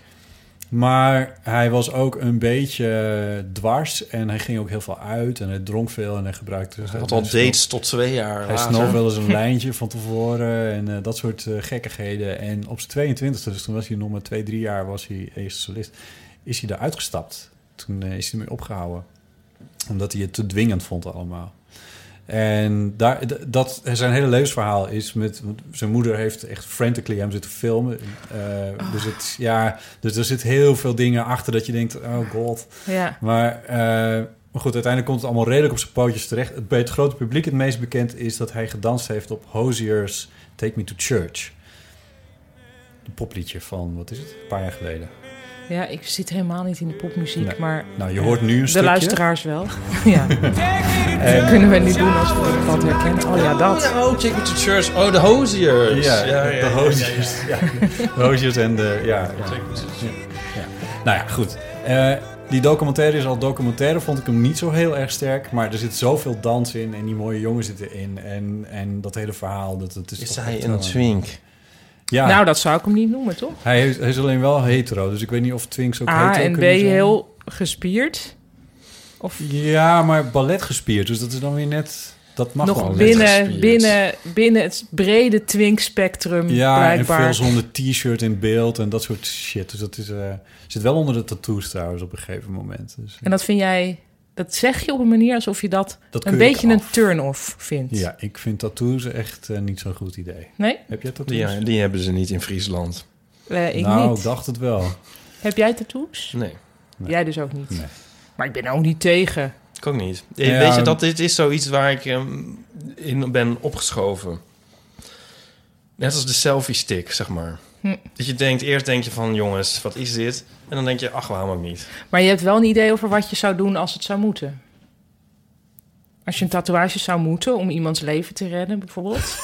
Maar hij was ook een beetje eh, dwars en hij ging ook heel veel uit en hij dronk veel en hij gebruikte...
Hij had al dates tot twee jaar
Hij
later.
snoof wel eens een lijntje van tevoren en eh, dat soort eh, gekkigheden. En op zijn 22e, dus toen was hij nog maar twee, drie jaar, was hij eerste solist, is hij daar uitgestapt. Toen eh, is hij ermee opgehouden, omdat hij het te dwingend vond allemaal. En daar, d- dat, zijn hele levensverhaal is met... want Zijn moeder heeft echt frantically hem zitten filmen. Eh, Dus, het, ja, dus er zit heel veel dingen achter dat je denkt... Oh god,
Ja.
maar, eh, maar goed, uiteindelijk komt het allemaal redelijk op zijn pootjes terecht. Het- Bij het grote publiek het meest bekend is dat hij gedanst heeft op Hozier's Take Me to Church. Een popliedje van, wat is het, een paar jaar geleden.
ja, ik zit helemaal niet in de popmuziek,
Nee.
maar
Nou, je hoort nu een
de
stukje.
luisteraars wel. [LAUGHS] ja. Dat kunnen we niet doen als we dat herkennen. Oh ja, dat.
Oh, Take Me to Church. Oh, de Hoziers.
Ja, de Hozier's. Ja, de Hozier's en de... Ja, ja. Ja. Nou ja, goed. Eh, die documentaire is al documentaire, vond ik hem niet zo heel erg sterk. Maar er zit zoveel dans in en die mooie jongen zit erin. En, en dat hele verhaal, dat, dat is,
Is
toch
hij
echt
een
wel
twink?
Ja,
Nou, dat zou ik hem niet noemen, toch?
hij, heeft- hij is alleen wel hetero, dus ik weet niet of Twinks ook
A
hetero
Ah, en B
kunnen zijn.
heel gespierd. Of
Ja, maar ballet gespierd, dus dat is dan weer net... Dat mag wel
nog
net.
binnen,
gespierd.
binnen, binnen het brede twinkspectrum
Ja, en veel
blijkbaar.
zonder t-shirt in beeld en dat soort shit. Dus dat is, eh, zit wel onder de tattoos trouwens op een gegeven moment. Dus,
En dat vind jij... Dat zeg je op een manier alsof je dat,
Dat
een
keur ik
beetje een
af.
turn-off vindt.
ja, ik vind tattoos echt eh, niet zo'n goed idee.
Nee?
Heb jij tattoos?
Die, die hebben ze niet in Friesland.
Eh, ik
nou,
niet.
ik dacht het wel.
Heb jij tattoos?
Nee,
Jij dus ook niet.
Nee.
Maar ik ben ook niet tegen.
ik ook niet. Eh,
Ja.
Weet je, dat dit is zoiets waar ik eh, in ben opgeschoven. Net als de selfie-stick, zeg maar.
Hm.
Dat je denkt, eerst denk je van, jongens, wat is dit? En dan denk je, ach, waarom ook niet?
Maar je hebt wel een idee over wat je zou doen als het zou moeten. Als je een tatoeage zou moeten om iemands leven te redden,
[LAUGHS]
bijvoorbeeld.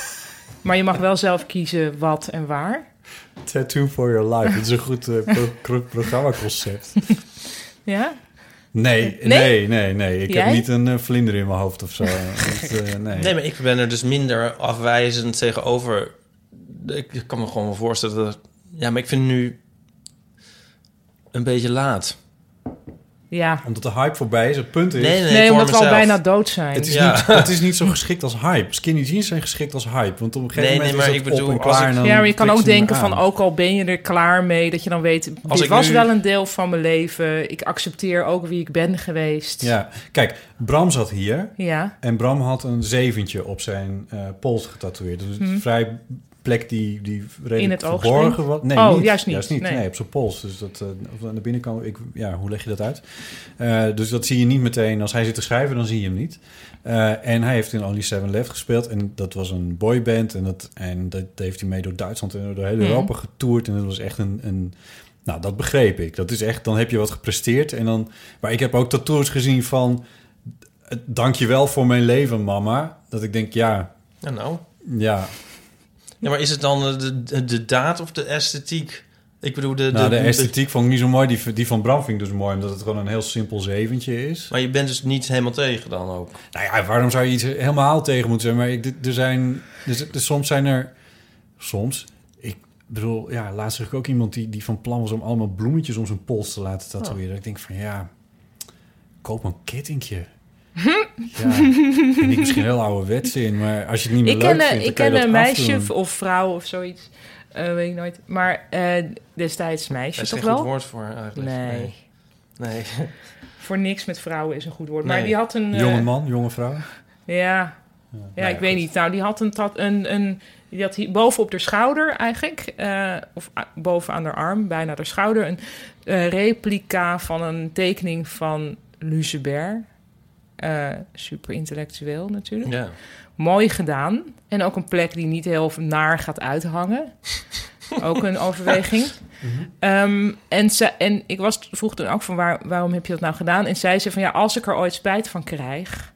maar je mag wel zelf kiezen wat en waar.
Tattoo for your life, dat is een goed eh, pro- pro- programmaconcept.
Ja?
Nee,
Nee?
nee, nee, nee. Ik
Jij?
heb niet een eh, vlinder in mijn hoofd of
[LAUGHS]
zo. Dat, eh, nee.
Nee, maar ik ben er dus minder afwijzend tegenover. Ik kan me gewoon wel voorstellen dat... Ja, maar ik vind het nu een beetje laat.
Ja.
Omdat de hype voorbij is. Het punt is, [LAUGHS]
Nee, nee,
Nee,
voor
omdat we al
mezelf.
bijna dood zijn.
Het, is
Ja.
niet, het is niet zo geschikt als hype. Skinny jeans zijn geschikt als hype. Want op een gegeven
Nee,
moment
nee, maar
is
ik
dat
bedoel,
op en
als
klaar.
ik-
en dan
ja, maar je kan
trek
ook
ze niet
denken
meer
van, oh,
aan.
ook al ben je er klaar mee, dat je dan weet,
Als
dit
ik
was
nu-
wel een deel van mijn leven. Ik accepteer ook wie ik ben geweest.
Ja, kijk, Bram zat hier.
Ja.
En Bram had een zeventje op zijn eh, pols getatoeëerd. Dus het is vrij plek die, die redelijk
Mhm. In het oog
verborgen
springt?
was. Nee,
Oh, juist niet.
Juist niet. Nee.
Nee.
op zijn pols. Dus dat, eh, of aan de binnenkant, ik, ja, hoe leg je dat uit? Eh, dus dat zie je niet meteen. Als hij zit te schrijven, dan zie je hem niet. Eh, en hij heeft in Only Seven Left gespeeld. En dat was een boyband. En dat, en dat heeft hij mee door Duitsland en door heel
Mhm.
Europa getoerd. En dat was echt een... een nou, dat begreep ik. Dat is echt, dan heb je wat gepresteerd. En dan, maar ik heb ook tattoos gezien van... eh, Dank je wel voor mijn leven, mama. Dat ik denk, ja,
Ja, nou.
ja,
Ja, maar is het dan eh, de, de, de daad of de esthetiek? Ik bedoel, de,
nou, de, esthetiek vond ik niet zo mooi. Die, die van Bram vind ik dus mooi, omdat het gewoon een heel simpel zeventje is.
Maar je bent dus niet helemaal tegen dan ook.
Nou ja, waarom zou je iets helemaal tegen moeten zijn? Maar ik, d- er zijn, er z- er- soms zijn er, soms, ik bedoel, ja, laatst zag ik ook iemand die, die van plan was om allemaal bloemetjes om zijn pols te laten
Oh.
tatoeëren. Ik denk van, ja, koop een
[LAUGHS]
kettingje. Ja, vind ik misschien heel ouderwets in, maar als je het niet meer
Ik
leuk
ken, eh,
vindt, dan
ik
kan je
ken
dat
een meisje
afdoen.
v- of vrouw of zoiets. Eh, weet ik nooit. Maar eh, destijds meisje
Daar is
toch
geen goed
wel?
woord voor eigenlijk.
nee. [LAUGHS]
Nee.
Voor niks met vrouwen is een goed woord. Maar
Nee.
die had een... eh,
Jonge man, jonge vrouw.
Ja. Ja, ik weet niet. Nou, die had een, tat- een, een die had hier boven op haar schouder eigenlijk, eh, of a- boven aan haar arm, bijna haar schouder, een eh, replica van een tekening van Lucebert. Eh super intellectueel natuurlijk.
Ja.
Mooi gedaan. En ook een plek die niet heel naar gaat
[LAUGHS]
uithangen. ook een overweging.
Mhm.
Ehm, en, ze, en ik was, vroeg toen ook van waar, waarom heb je dat nou gedaan? En zij zei van ja, als ik er ooit spijt van krijg,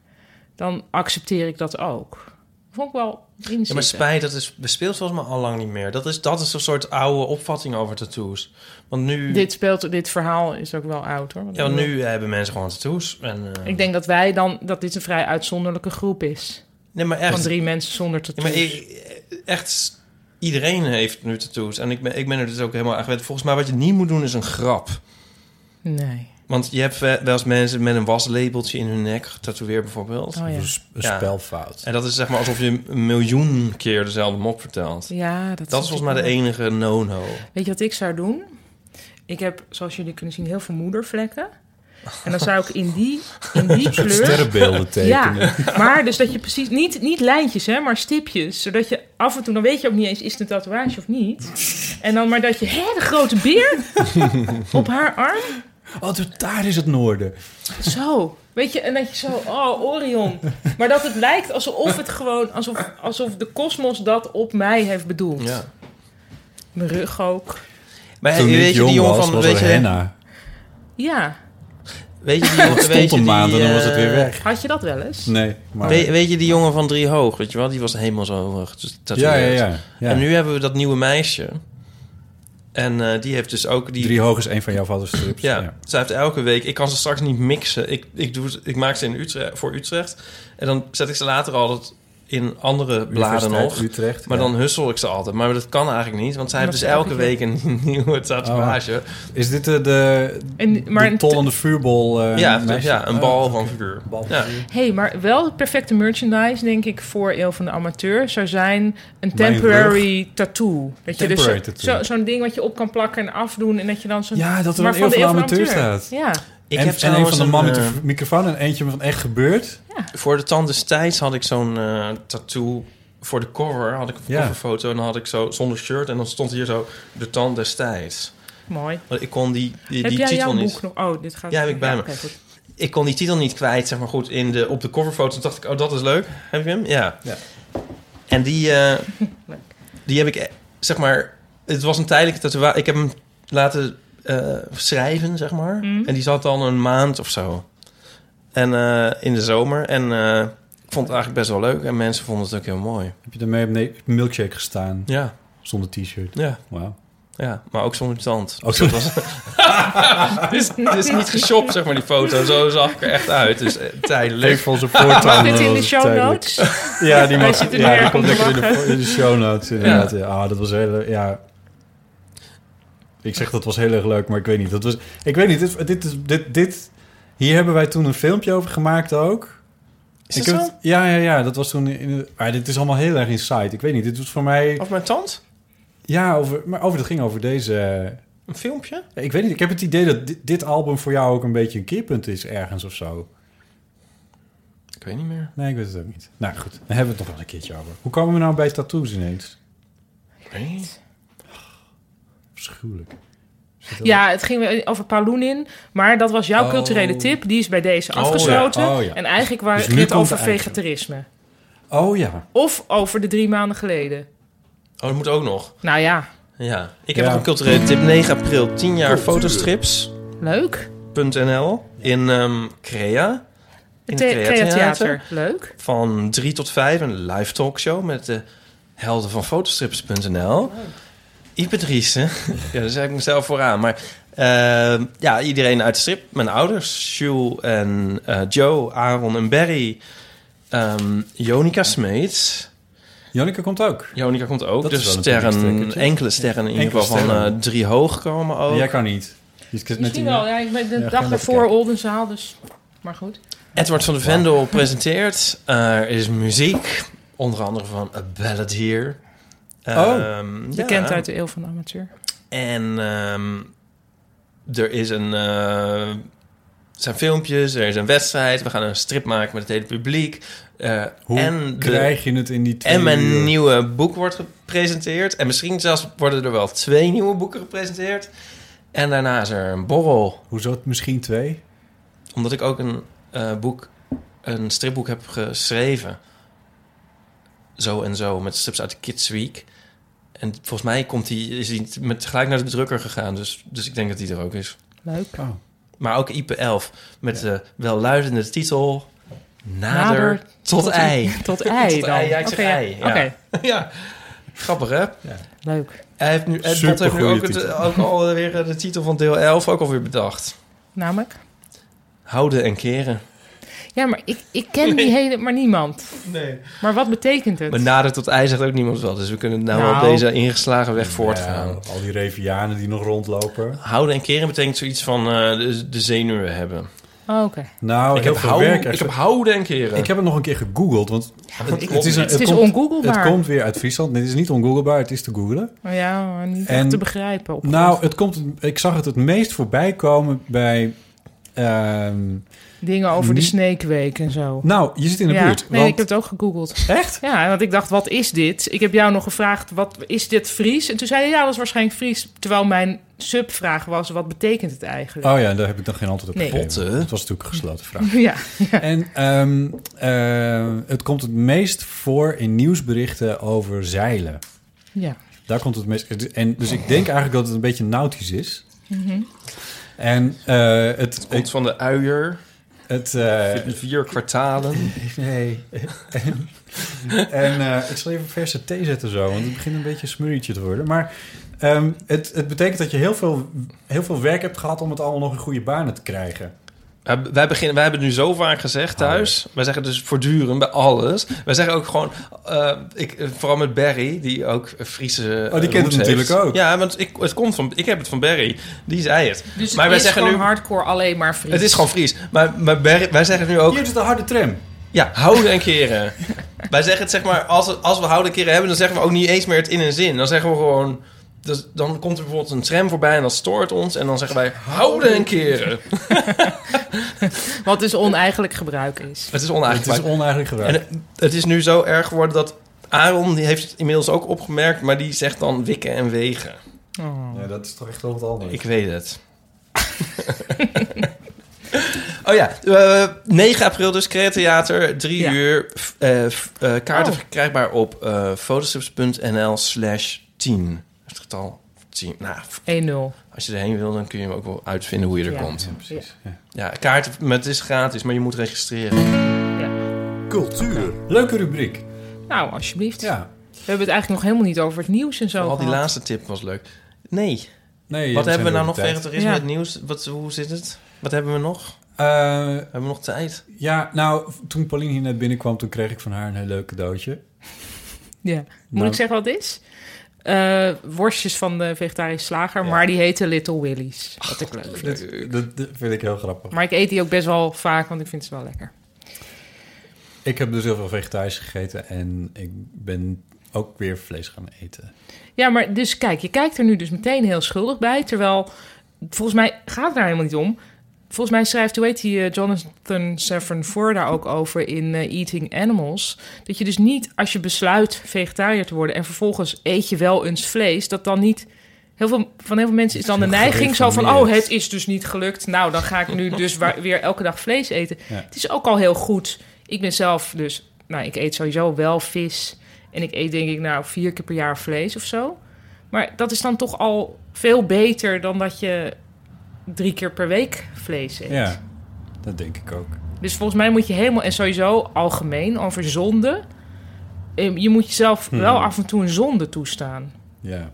dan accepteer ik dat ook. Vond ik wel inzicht.
Ja, maar spijt, dat is bespeeld volgens mij al lang niet meer. Dat is, dat is een soort oude opvatting over tattoos. Want nu,
dit, speelt, dit verhaal is ook wel oud hoor. Want
ja, want nu hebben mensen gewoon tattoos. En, eh,
Ik denk dat wij dan, dat dit een vrij uitzonderlijke groep is.
nee, maar
Van
echt,
drie mensen zonder
Ja,
tattoos.
maar ik- echt, iedereen heeft nu tattoos. En ik ben, ik ben er dus ook helemaal aan gewend. Volgens mij wat je niet moet doen is een grap.
Nee.
Want je hebt wel wel eens mensen met een waslabeltje in hun nek getatoeëerd bijvoorbeeld.
Oh ja.
Een sp- een
Ja.
spelfout.
En dat is zeg maar alsof je een miljoen keer dezelfde mop vertelt.
Ja, dat,
Dat is volgens mij de
natuurlijk
enige no-no.
Weet je wat ik zou doen? Ik heb, zoals jullie kunnen zien, heel veel moedervlekken. En dan zou ik in die, in die kleur...
Sterrenbeelden tekenen.
Ja, maar dus dat je precies... Niet, niet lijntjes, hè, maar stipjes. Zodat je af en toe... Dan weet je ook niet eens, is het een tatoeage of niet? En dan maar dat je... Hé, de grote beer op haar arm.
Oh, dus daar is het noorden.
Eh,
Zo. Weet je, en dat je zo... Oh, Orion. Maar dat het lijkt alsof het gewoon... Alsof, alsof de kosmos dat op mij heeft bedoeld.
Ja.
Mijn rug ook.
Maar
Toen ik
weet je
jong
die jongen
was,
van...
was
weet,
er
je,
henna.
Ja.
weet je
[LAUGHS]
die jongen...
Het
weet
stond
je
een
die,
maand en dan was het
eh,
weer weg.
Had je dat wel eens?
Nee, maar...
Weet, weet je die jongen van Drie Hoog, weet je wel? Die was helemaal zo eh, getatoeëerd.
ja, ja, ja. ja.
En nu hebben we dat nieuwe meisje. En eh, die heeft dus ook die...
Drie hoog is een van jouw vaders strips.
Ja, zij heeft elke week... Ik kan ze straks niet mixen. Ik, ik, doe, het- ik maak ze in Utrecht, voor Utrecht. En dan zet ik ze later altijd in andere bladen
Universiteit
nog.
Utrecht,
maar
ja.
dan hussel ik ze altijd. Maar dat kan eigenlijk niet. Want zij heeft dus elke week een [LAUGHS] nieuwe tatoeage.
Is dit eh, de,
En- maar
de
een-
tollende vuurbol? eh,
ja, dus,
meisje?
ja, een
Oh,
bal
oké.
van figuur.
Bal van
Ja.
figuur.
Hé, hey, maar wel de perfecte merchandise, denk ik, voor Eeuw van de Amateur zou zijn een
Mijn
temporary tattoo. Dat je dus zo-
Temporary tattoo.
zo- zo'n ding wat je op kan plakken en afdoen en dat je dan zo'n...
Ja, dat er
Maar
een Eeuw van de Amateur staat.
Ja,
Ik
en,
heb
en een
trouwens
van de man met de
eh,
v- microfoon en eentje van echt gebeurd.
Voor de tand des tijds had ik zo'n eh, tattoo. Voor de cover had ik een
Ja.
coverfoto en dan had ik zo zonder shirt en dan stond hier zo de tand des tijds.
mooi.
Want ik kon die, die,
Heb
die
jij
titel
jouw
niet.
boek nog? Oh, dit gaat...
Ja, heb ik bij me.
oké, goed.
Ik kon die titel niet kwijt, zeg maar goed in de, op de coverfoto. Toen dacht ik, oh dat is leuk. Heb je hem? Ja.
Ja.
En die, [LAUGHS] eh, die heb ik, eh, zeg maar, het was een tijdelijke tatoeage. Ik heb hem laten eh, schrijven, zeg maar. En die zat al een maand of zo. En eh, in de zomer. En eh, ik vond het eigenlijk best wel leuk. En mensen vonden het ook heel mooi.
Heb je daarmee op ne- milkshake gestaan
Ja,
zonder t-shirt?
ja,
Wauw.
ja. Maar ook zonder tand.
Ook zo was
Het is niet geshopt, zeg maar, die foto. Zo zag ik er echt uit. Dus eh, tijdelijk.
van zijn voortanden.
Mag dit in
was
de
het
show
tijdelijk.
notes?
Ja, die,
Hij
mag,
zit er
ja,
neer,
die
komt
komt lekker in
lachen.
de, in de show notes. Inderdaad. Ja. Ah, dat was heel... Ja. Ik zeg dat was heel erg leuk, maar ik weet niet. Dat was, ik weet niet, dit, dit, is- dit, dit... Hier hebben wij toen een filmpje over gemaakt ook.
Is
ik
dat
heb
zo?
het- ja, ja, ja, dat was toen... In, de- maar dit is allemaal heel erg insight. Ik weet niet, dit was voor mij...
Of mijn tand?
Ja, over, maar over, dat ging over deze...
Een filmpje?
eh, Ik weet niet, ik heb het idee dat dit, dit album voor jou ook een beetje een keerpunt is ergens of zo.
Ik weet niet meer.
Nee, ik weet het ook niet. Nou goed, daar hebben we het nog wel een keertje over. Hoe komen we nou bij tattoos ineens? Verschuwelijk.
Ja, het ging over Palunin, maar dat was jouw
Oh.
culturele tip. Die is bij deze
ja.
afgesloten.
Oh, ja.
En eigenlijk waar
Dus
het
nu
net
komt
over
de eigen.
vegetarisme.
Oh ja.
Of over de drie maanden geleden.
Oh, dat moet ook nog.
Nou ja,
Ja. Ik heb
Ja.
nog een culturele tip. 9 april, 10 jaar fotostrips.nl
leuk.
in ehm, Crea. In
Het
het
the-
Crea Theater.
theater. Leuk.
Van 3 tot 5 een live talkshow met de helden van fotostrips.nl. Ipe Driessen. [LAUGHS] ja, daar zet ik mezelf vooraan. Maar ehm, ja, iedereen uit de strip. Mijn ouders, Jules en eh, Joe, Aaron en Barry. Ehm Jonica Smeets.
Janneke komt ook.
Jonica komt ook.
Dat
dus
is wel een
sterren,
publieksstukkertje.
enkele sterren in ieder
Enkele
geval van
sterren.
eh, drie hoog komen ook.
Jij kan niet. Je zit net
Misschien
in
wel. Ja, ik ben de
Ja,
dag
gaan we even
ervoor
kijken.
Oldenzaal, dus... Maar goed.
Edward van de Vendel presenteert. Eh, er is muziek, onder andere van A Ballad Here.
Oh,
Ehm, ja.
Bekend uit de eeuw van de amateur.
En ehm, er is een... eh, er zijn filmpjes, er is een wedstrijd. We gaan een strip maken met het hele publiek. Eh,
Hoe
en de-
krijg je het in die twee
en
uur?
mijn nieuwe boek wordt gepresenteerd. En misschien zelfs worden er wel twee nieuwe boeken gepresenteerd. En daarna is er een borrel.
Hoezo het misschien twee?
Omdat ik ook een eh, boek, een stripboek heb geschreven. Zo en zo, met strips uit de Kids Week. En volgens mij komt die, is die met, gelijk naar de bedrukker gegaan. Dus, dus ik denk dat die er ook is.
Leuk.
Oh.
Maar ook IPE 11 met de welluidende titel Nader,
Nader
tot, ei.
[LAUGHS] Tot ei
Tot
dan.
ei, ja, ik zeg
Oké,
ei, ja.
Oké,
[LAUGHS] ja, grappig hè?
leuk.
Hij heeft nu, Ed Bot heeft nu
Supergoeie
ook, het,
titel.
ook alweer eh, de titel van deel 11 ook alweer bedacht.
Namelijk?
Houden en keren.
Ja, maar ik, ik ken die hele... Maar niemand.
Nee.
Maar wat betekent het?
Maar nou- nader tot ei zegt ook niemand wat. Dus we kunnen het nou, wel
Nou.
op deze ingeslagen weg voortgaan.
Ja, al die revianen die nog rondlopen.
Houden en keren betekent zoiets van eh, de, de zenuwen hebben.
Oh, oké.
Nou,
ik,
heel
heb
veel
hou-
werk.
ik
echt.
heb houden en keren.
Ik heb het nog een keer gegoogeld, want het,
klopt
is, een-
niet.
Het is
komt,
ongooglebaar.
het komt weer uit Friesland. Dit is niet ongooglebaar, het is te googelen.
Maar Oh, ja, maar niet
En-
echt te begrijpen. Op
Nou, het komt, ik zag het het meest voorbij komen bij... ehm,
Dingen over de
niet-
sneekweek en zo.
nou, je zit in de
ja,
buurt.
nee,
want-
ik heb het ook gegoogeld.
Echt?
Ja, want ik dacht, wat is dit? Ik heb jou nog gevraagd, wat is dit Fries? En toen zei je, ja, dat is waarschijnlijk Fries. Terwijl mijn subvraag was, wat betekent het eigenlijk?
Oh ja, daar heb ik dan geen antwoord op
Nee.
gegeven.
Potten.
Het was natuurlijk een gesloten vraag.
Ja,
En ehm, ehm, het komt het meest voor in nieuwsberichten over zeilen.
ja.
Daar komt het meest. En dus ik denk eigenlijk dat het een beetje nautisch is. En eh, het,
Komt
het,
van de uier,
het, eh,
vier kwartalen.
nee. en eh, ik zal even verse thee zetten zo, want het begint een beetje een smurrietje te worden. Maar ehm, het, het betekent dat je heel veel, heel veel werk hebt gehad om het allemaal nog in goede banen te krijgen.
Eh, Wij, beginnen, wij hebben het nu zo vaak
Ah,
gezegd thuis. Wij zeggen dus voortdurend bij alles. Wij zeggen ook gewoon, eh, ik, eh, vooral met Barry, die ook een Friese. eh,
Oh, die kent het
roots
natuurlijk
heeft.
ook.
Ja, want ik, het komt van, ik heb het van Barry. Die zei het.
Dus
maar wij zeggen nu,
hardcore alleen maar Fries.
het is gewoon Fries. Maar, maar Barry, wij zeggen nu ook,
Hier zit de harde tram.
Ja, houden en keren. [LAUGHS] Wij zeggen het zeg maar, als, we- als we houden en keren hebben, dan zeggen we ook niet eens meer het in een zin. Dan zeggen we gewoon, dus, dan komt er bijvoorbeeld een tram voorbij en dat stoort ons. En dan zeggen wij, houden en keren.
Wat dus oneigenlijk gebruik is.
Het is
Het is
oneigenbaar.
oneigenlijk
en
gebruikt.
het, het is nu zo erg geworden dat Aaron, die heeft het inmiddels ook opgemerkt, maar die zegt dan wikken en wegen.
Oh.
Ja, dat is toch echt wel wat anders.
Ik weet het. [LAUGHS] oh ja, eh, 9 april dus Creatheater, 3
Ja.
uur. F- eh, f- eh, kaarten
Oh.
verkrijgbaar op eh fotostrips.nl slash 10. Het getal 10. Nou, f-
1-0.
als je erheen wil, dan kun je hem ook wel uitvinden hoe je er
Ja.
komt.
precies. Ja.
Ja, kaarten, maar het is gratis, maar je moet registreren.
cultuur,
Leuke rubriek.
Nou, alsjeblieft.
Ja.
We hebben het eigenlijk nog helemaal niet over het nieuws en zo
Al die
gehad.
laatste tip was leuk. Nee,
Nee,
wat hebben we
zijn
nou nog?
door de tijd.
Vegetarisme,
Ja.
het nieuws, wat, hoe zit het? Wat hebben we nog?
Eh,
Hebben we nog tijd?
ja, nou, toen Pauline hier net binnenkwam, toen kreeg ik van haar een heel leuk cadeautje.
Ja. Moet
Nou.
ik zeggen wat het is? Eh, worstjes van de vegetarische slager,
Ja.
maar die heten Little Willy's. Wat ik leuk vind.
Dat, dat- dat vind ik heel grappig.
Maar ik eet die ook best wel vaak, want ik vind ze wel lekker.
Ik heb dus heel veel vegetarisch gegeten en ik ben ook weer vlees gaan eten.
Ja, maar dus kijk, je kijkt er nu dus meteen heel schuldig bij. Terwijl, volgens mij gaat het daar helemaal niet om. Volgens mij schrijft, hoe heet die, eh, Jonathan Safran Foer daar ook over in eh, Eating Animals. Dat je dus niet, als je besluit vegetariër te worden en vervolgens eet je wel eens vlees, dat dan niet... Heel veel, van heel veel mensen is dan de neiging zo van, oh, het is dus niet gelukt. Nou, dan ga ik nu dus wa- weer elke dag vlees eten.
Ja.
Het is ook al heel goed. Ik ben zelf dus, nou, ik eet sowieso wel vis. En ik eet denk ik nou vier keer per jaar vlees of zo. Maar dat is dan toch al veel beter dan dat je drie keer per week vlees eet.
Ja, dat denk ik ook.
Dus volgens mij moet je helemaal, en sowieso algemeen, over zonde. eh, Je moet jezelf
Hmm.
wel af en toe een zonde toestaan,
Ja.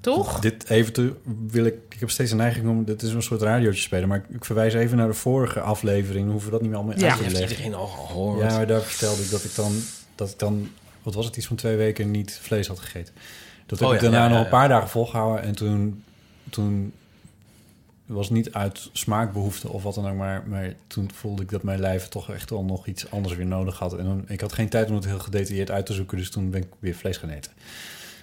toch?
Dit even te, wil ik... Ik heb steeds een neiging om... Dit is een soort radiootje spelen, maar ik verwijs even naar de vorige aflevering. We hoeven dat niet meer allemaal
Ja.
uit
Die
te
heeft
leggen.
iedereen al gehoord.
Ja, maar daar vertelde ik dat ik dan... Dat ik dan wat was het, iets van twee weken niet vlees had gegeten. Dat heb
Oh
ik
ja, ja,
daarna
ja,
nog
ja.
een paar dagen volgehouden. En toen, toen was het niet uit smaakbehoefte of wat dan ook. Maar, maar toen voelde ik dat mijn lijf toch echt wel nog iets anders weer nodig had. En dan- ik had geen tijd om het heel gedetailleerd uit te zoeken. Dus toen ben ik weer vlees gaan eten.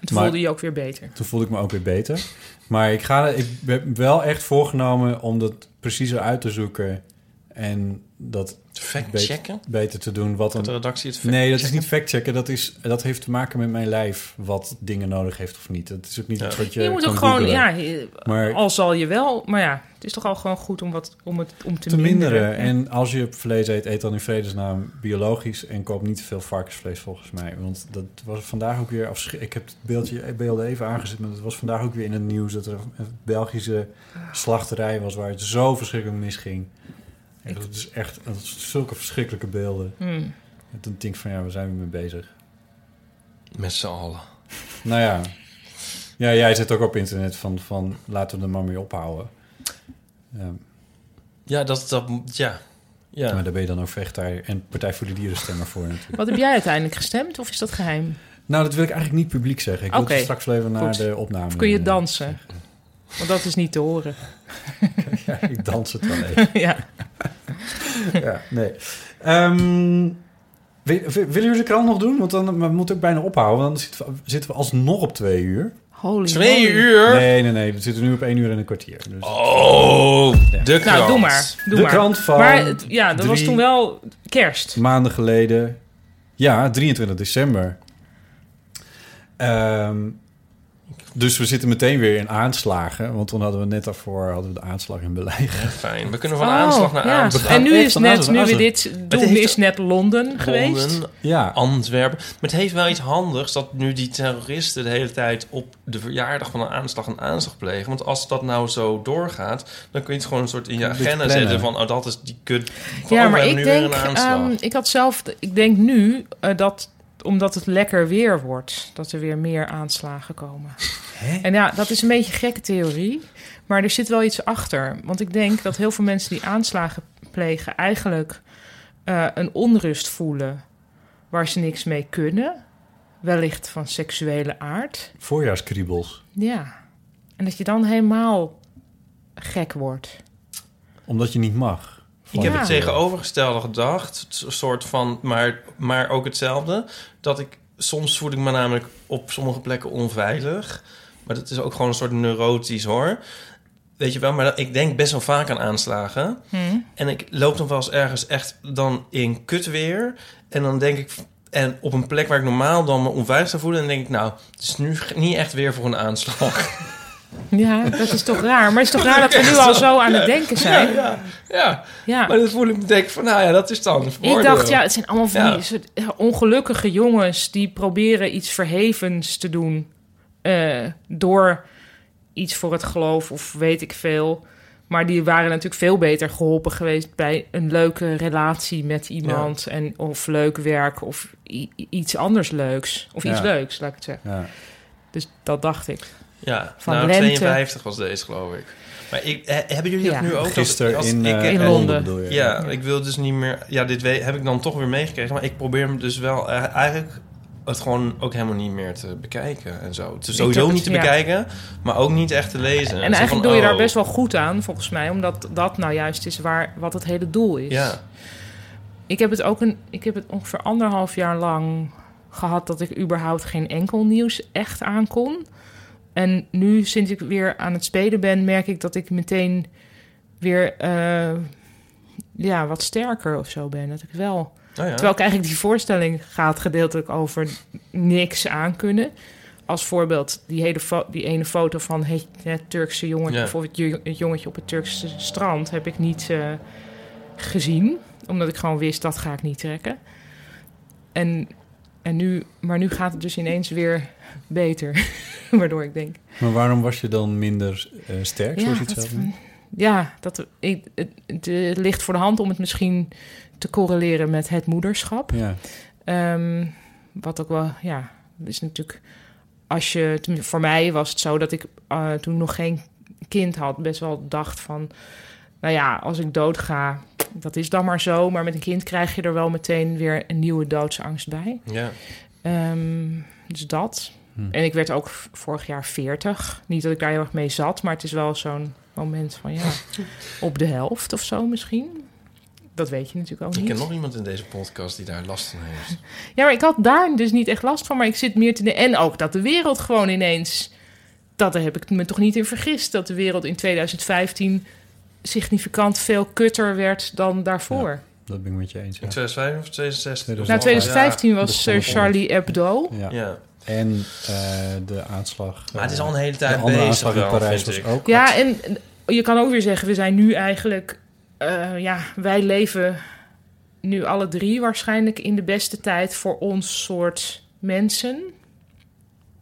Het
maar-
voelde je ook weer beter.
Toen voelde ik me ook weer beter. Maar ik, ga, ik heb wel echt voorgenomen om dat preciezer uit te zoeken. En dat
Fact
Beter.
checken?
beter te doen. Wat
Dat de
een,
redactie het fact
nee, dat is
checken?
niet factchecken. Dat, is, dat heeft te maken met mijn lijf. Wat dingen nodig heeft of niet. Dat is ook niet
Ja.
iets wat je.
Je, moet
kan
ook gewoon,
googlen.
ja, je-
Maar
al zal je wel, maar ja, het is toch al gewoon goed om, wat, om het om te,
te minderen.
Ja.
En als je vlees eet, eet dan in vredesnaam biologisch. En koop niet te veel varkensvlees volgens mij. Want dat was vandaag ook weer. afsch- Ik heb het beeldje, beelden even aangezet. Maar het was vandaag ook weer in het nieuws dat er een Belgische slachterij was waar het zo verschrikkelijk misging. En dat is echt dat is zulke verschrikkelijke beelden.
Hmm.
En toen denk ik van ja, waar zijn we mee bezig?
Met z'n allen.
Nou ja. Ja, jij zit ook op internet van, van laten we er maar mee ophouden. Ja,
Ja, dat... dat ja. ja.
Maar daar ben je dan ook vegetariër en Partij voor de Dieren stemmer voor natuurlijk.
Wat heb jij uiteindelijk gestemd of is dat geheim?
Nou, dat wil ik eigenlijk niet publiek zeggen. Ik wil
Oké,
het straks wel even naar
goed.
de opname.
Of kun je
eh,
dansen? Want dat is niet te horen.
[LAUGHS] ja, ik dans het wel even. [LAUGHS]
[LAUGHS] ja.
ja, nee. Ehm, wil- wil- willen jullie de krant nog doen? Want dan we moeten ook bijna ophouden. Want dan zitten we, zitten we alsnog op twee uur.
Holy
Twee
moly.
uur?
Nee, nee, nee. We zitten nu op één uur en een kwartier. Dus
Oh, de krant.
Nou, doe maar. Doe
de
maar.
krant van
maar het- ja, dat was
drie-
toen wel kerst.
maanden geleden. Ja, 23 december. Ehm, dus we zitten meteen weer in aanslagen. Want toen hadden we net daarvoor hadden we de aanslag
[LAUGHS]
in Berlijn.
Fijn. We kunnen van aanslag naar
Oh, ja.
aanslag.
En nu
Echt
is
van
net,
aanslag naar
nu weer
aanslag.
dit, toen
heeft-
is net Londen geweest.
Londen,
Ja.
Antwerpen. Maar het heeft wel iets handigs dat nu die terroristen de hele tijd op de verjaardag van een aanslag een aanslag plegen. Want als dat nou zo doorgaat, dan kun je het gewoon een soort in je
Een beetje
agenda
plannen.
zetten van, oh, dat is die kut.
Ja,
Van, oh,
maar
we hebben
ik
nu weer
denk,
een aanslag.
ehm, ik had zelf, ik denk nu eh, dat omdat het lekker weer wordt, dat er weer meer aanslagen komen. En ja, dat is een beetje een gekke theorie, maar er zit wel iets achter. Want ik denk dat heel veel mensen die aanslagen plegen eigenlijk eh, een onrust voelen waar ze niks mee kunnen. Wellicht van seksuele aard.
Voorjaarskriebels.
Ja. En dat je dan helemaal gek wordt.
Omdat je niet mag.
Ik heb
Ja.
het tegenovergestelde gedacht, het soort van, maar, maar ook hetzelfde. Dat ik soms voel ik me namelijk op sommige plekken onveilig. Maar dat is ook gewoon een soort neurotisch hoor. Weet je wel, maar dat- ik denk best wel vaak aan aanslagen.
Hmm.
En ik loop dan wel eens ergens echt dan in kut weer. En dan denk ik, en op een plek waar ik normaal dan me onveilig zou voelen, dan denk ik, nou, het is nu g- niet echt weer voor een aanslag.
Ja, dat is toch raar. Maar het is toch raar dat we nu al zo aan het denken zijn. Ja.
[LAUGHS] ja, maar dan voel ik me denk ik van, nou ja, dat is dan. een
Ik
veroordeel.
dacht, ja, het zijn allemaal van
Ja.
die soort ja, ongelukkige jongens die proberen iets verhevens te doen. eh, door iets voor het geloof of weet ik veel. Maar die waren natuurlijk veel beter geholpen geweest bij een leuke relatie met iemand. En, of leuk werk of i- i- iets anders leuks. Of iets
Ja.
leuks, laat ik het zeggen.
Ja.
Dus dat dacht ik.
Ja,
Van
nou,
Lente.
52 was deze, geloof ik. Maar ik, he- hebben jullie
Ja.
dat nu ook? dat
Gisteren
als
in,
ik,
In
eh, Londen.
Londen.
bedoel je?
Ja, ik wil dus niet meer... Ja, dit we- heb ik dan toch weer meegekregen. Maar ik probeer hem dus wel eh, eigenlijk het gewoon ook helemaal niet meer te bekijken en zo. Het is
Ik
sowieso
heb-
niet te
ja.
bekijken, maar ook niet echt te lezen.
En
Zo
eigenlijk
van,
doe je daar
oh,
best wel goed aan, volgens mij. Omdat dat nou juist is waar, wat het hele doel is.
Ja,
Ik heb het ook een, ik heb het ongeveer anderhalf jaar lang gehad dat ik überhaupt geen enkel nieuws echt aankon. En nu, sinds ik weer aan het spelen ben, merk ik dat ik meteen weer eh, ja, wat sterker of zo ben. Dat ik wel
Oh ja.
Terwijl ik eigenlijk die voorstelling gaat gedeeltelijk over niks aankunnen. Als voorbeeld die, hele fo- die ene foto van het, het Turkse jongetje...
Ja.
of het, jo- het jongetje op het Turkse strand heb ik niet eh, gezien. Omdat ik gewoon wist, dat ga ik niet trekken. En, en nu, maar nu gaat het dus ineens weer beter. [LAUGHS] Waardoor ik denk...
Maar waarom was je dan minder eh, sterk, zoals je het
dat-
zelf noemt?
Ja, dat, ik, het, het ligt voor de hand om het misschien te correleren met het moederschap.
Ja.
Ehm, wat ook wel, ja, is natuurlijk. Als je, tenminste, voor mij was het zo dat ik eh, toen ik nog geen kind had, best wel dacht van. Nou ja, als ik doodga, dat is dan maar zo. Maar met een kind krijg je er wel meteen weer een nieuwe doodsangst bij.
Ja.
Ehm, dus dat.
Hm.
En ik werd ook v- vorig jaar 40. Niet dat ik daar heel erg mee zat, maar het is wel zo'n moment van
[LAUGHS]
ja, op de helft of zo misschien. Dat weet je natuurlijk ook
Ik
niet.
ken nog iemand in deze podcast die daar last van heeft.
Ja, maar ik had daar dus niet echt last van. Maar ik zit meer te... En ook dat de wereld gewoon ineens... Dat daar heb ik me toch niet in vergist. Dat de wereld in 2015 significant veel kutter werd dan daarvoor.
Dat ben ik met je eens. Ja.
In 2005 of 2060?
Na 2015 was
begon
eh,
het
Charlie Hebdo.
Ja.
Ja.
En eh, de aanslag.
Maar het is
eh,
al een hele
de
tijd
andere
bezig
aanslag in
wel,
Parijs
vind
was
ik.
ook.
Ja, en je kan ook weer zeggen... we zijn nu eigenlijk... eh, ja, wij leven nu alle drie waarschijnlijk... in de beste tijd voor ons soort mensen.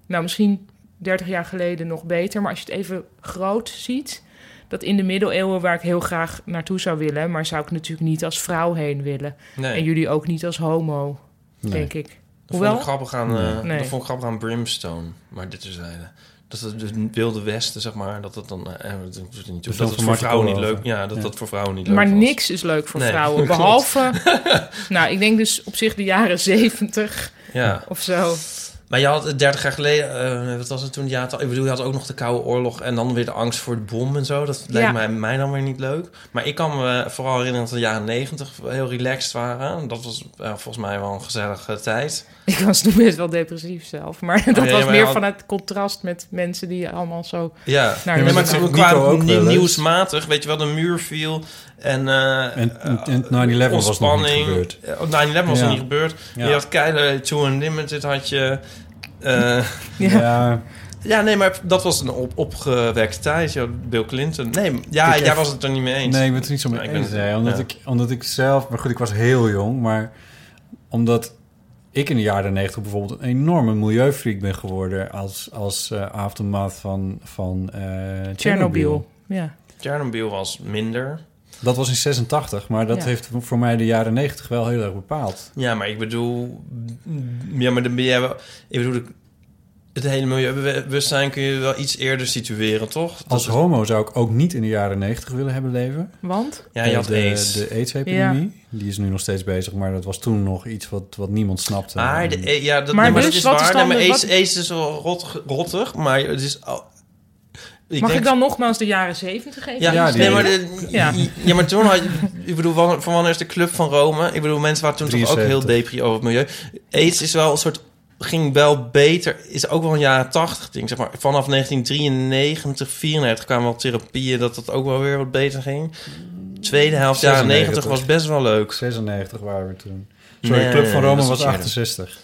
Nou, misschien 30 jaar geleden nog beter. Maar als je het even groot ziet... dat in de middeleeuwen, waar ik heel graag naartoe zou willen... maar zou ik natuurlijk niet als vrouw heen willen. En
Nee,
jullie ook niet als homo,
Nee.
denk ik.
dat vond
Hoewel...
ik grappig aan, eh,
Nee.
dat vond ik grappig aan Brimstone. Maar dit is eh, dat het de wilde westen, zeg maar, dat dat dan eh, eh, dat doet er niet toe. dat het
film van
voor
Martin
vrouwen niet
Koolhoven.
leuk, ja, dat
Ja.
dat voor vrouwen niet leuk
Maar
was.
niks is leuk voor
Nee,
vrouwen.
[LAUGHS] klopt.
Behalve,
[LAUGHS]
nou, ik denk dus op zich de jaren 70
Ja.
of zo. [LAUGHS]
Maar je had eh, 30 jaar geleden, eh, wat was het toen? Je had, al- ik bedoel, je had ook nog de Koude Oorlog en dan weer de angst voor de bom en zo. Dat lijkt
Ja.
mij, mij dan weer niet leuk. Maar ik kan me vooral herinneren dat de jaren 90 heel relaxed waren. Dat was eh, volgens mij wel een gezellige tijd.
Ik was toen best wel depressief zelf. Maar dat
Oh, ja, maar
was
je
meer
had-
van het contrast met mensen die allemaal zo
Ja.
naar
Ja,
de
Nee, maar
dat
zin
zegt
qua
hadden.
qua
Nico ook
nie-
wel eens.
nieuwsmatig, weet je wel, de muur viel en... eh,
En- en 9/11 was nog niet
ontspanning.
gebeurd.
Eh, 9-11 was
Ja.
nog niet gebeurd.
Ja.
Je had Keiler, Too Unlimited had je... eh,
Ja.
Ja, nee, maar dat was een op opgewekte tijd. Ja, Bill Clinton. Nee, ja,
Ik
jij
echt-
was het er niet mee eens.
Nee, ik ben het er niet zo mee
Maar ik ben
eens.
het-
hè, omdat,
ja.
ik, omdat ik zelf... Maar goed, ik was heel jong. Maar omdat ik in de jaren negentig bijvoorbeeld... een enorme milieufreak ben geworden... als, als eh, aftermath van, van eh, Tsjernobyl.
Tsjernobyl. Ja.
Chernobyl was minder.
Dat was in 86. Maar dat
Ja.
heeft voor mij de jaren 90 wel heel erg bepaald.
Ja, maar ik bedoel... mm, Ja, maar dan ben jij wel... Ik bedoel, het hele milieubewustzijn kun je wel iets eerder situeren, toch? Dat
Als
is-
homo zou ik ook niet in de jaren 90 willen hebben leven. Eh,
Want?
Ja, je had
de,
AIDS.
De AIDS-epidemie. Die is nu nog steeds bezig, maar dat was toen nog iets wat, wat niemand snapte.
Maar,
En-
de, eh, ja, dat,
Maar
nee, maar
dus,
dat
wat
is waar.
is
Nee,
dan
maar
de-
AIDS,
wat-
AIDS is wel rot, rottig, maar het is... al- ik
Mag
denk-
ik dan nogmaals de jaren 70 even?
Ja,
Ja, die-
nee, maar, de-
Ja.
ja. maar toen had je... Ik bedoel, wan- van wanneer is de Club van Rome? Ik bedoel, mensen waren toen toch ook
73.
heel depri over het milieu. AIDS is wel een soort... Ging wel beter. Is ook wel een jaren tachtig ding, zeg maar. Vanaf 1993, 94 kwamen wel therapieën... dat dat ook wel weer wat beter ging. Tweede helft jaren 90
96.
was best wel leuk.
96 waren we toen. Sorry,
Nee,
Club van
nee,
Rome
dat is
was
eerder.
68.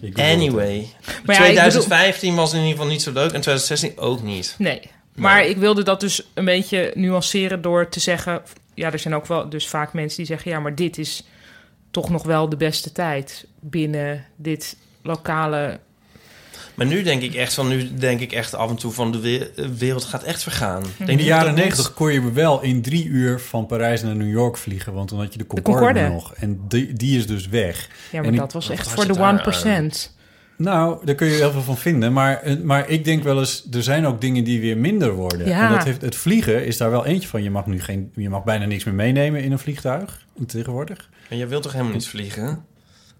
Ik bedoel het.
Anyway.
Maar ja, ik
2015 was in ieder geval niet zo leuk. En 2016 ook niet.
Nee. Maar ik wilde dat dus een beetje nuanceren door te zeggen... Ja, er zijn ook wel dus vaak mensen die zeggen... Ja, maar dit is toch nog wel de beste tijd binnen dit lokale...
Maar nu denk ik echt van... Nu denk ik echt af en toe van... De we- eh, wereld gaat echt vergaan.
Mm.
Denk
In de
je
jaren
dat mensen-
90 kon je wel in drie uur van Parijs naar New York vliegen, want dan had je de Concorde,
Concorde.
nog. En die, die is dus weg.
Ja,
En
maar
ik-
dat was echt
had
voor
je
de 1%.
daar eh?
Nou, daar kun je heel veel van vinden. Maar, eh, maar ik denk wel eens, er zijn ook dingen die weer minder worden.
Ja.
En dat heeft, het vliegen is daar wel eentje van. Je mag nu geen, je mag bijna niks meer meenemen in een vliegtuig tegenwoordig.
En jij wilt toch helemaal niet vliegen?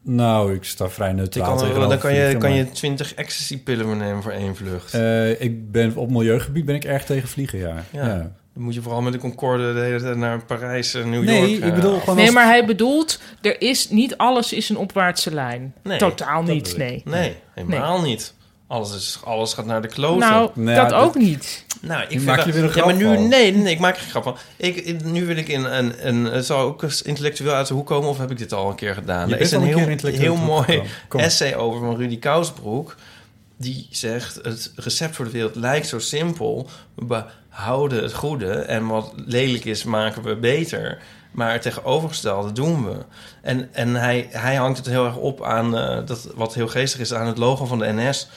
Nou, ik sta vrij
Je
neutraal
kan,
tegenover
dan kan je,
vliegen,
kan
maar-
je 20 ecstasy-pillen meenemen voor één vlucht.
Eh, ik ben, op milieugebied ben ik erg tegen vliegen, ja.
Ja.
ja.
dan moet je vooral met de Concorde de hele tijd naar Parijs en New
Nee,
York.
ik
eh,
bedoel gewoon
Nee,
als-
maar hij bedoelt, er is niet alles is een opwaartse lijn.
Nee,
Totaal
dat
niet,
bedoel ik.
nee.
Nee, helemaal niet. Alles, is, alles gaat naar de kloten.
Nou,
Nou ja,
dat
dat-
ook niet.
Nou, ik
Nu
vind
maak je
wel-
weer een grap
Ja, maar nu,
van.
nee, nee, ik maak geen grap van. Ik, ik- nu wil ik in een, een, het Zal ook eens intellectueel uit de hoek komen, of heb ik dit al een keer gedaan?
Je
er
bent
is
al
een,
een keer
heel,
intellectueel
heel
uit de hoek
mooi
gekomen. Kom.
essay over van Rudy Kousbroek. Die zegt: Het recept voor de wereld lijkt zo simpel. We behouden het goede en wat lelijk is, maken we beter. Maar het tegenovergestelde doen we. En, en hij, hij hangt het heel erg op aan eh, dat, wat heel geestig is aan het logo van de NS.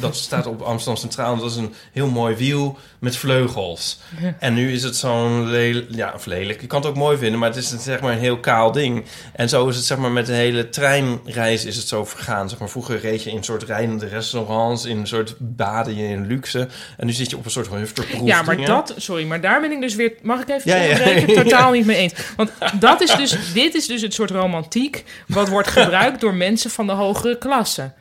Dat staat op Amsterdam Centraal. Dat is een heel mooi wiel met vleugels. En nu is het zo'n lelijk... Ja, of lelijk. Je kan het ook mooi vinden, maar het is een, zeg maar een heel kaal ding. En zo is het zeg maar met de hele treinreis is het zo vergaan. Zeg maar, vroeger reed je in een soort rijdende restaurants. In een soort baden je in luxe. En nu zit je op een soort hufterproef.
Ja, maar
dingen.
dat, sorry, maar daar ben ik dus weer, mag ik even
Ja, ja.
onderbreken?
[LAUGHS]
Totaal niet mee eens. Want dat is dus, [LAUGHS] dit is dus het soort romantiek wat
[LAUGHS]
wordt gebruikt door mensen van de hogere klasse.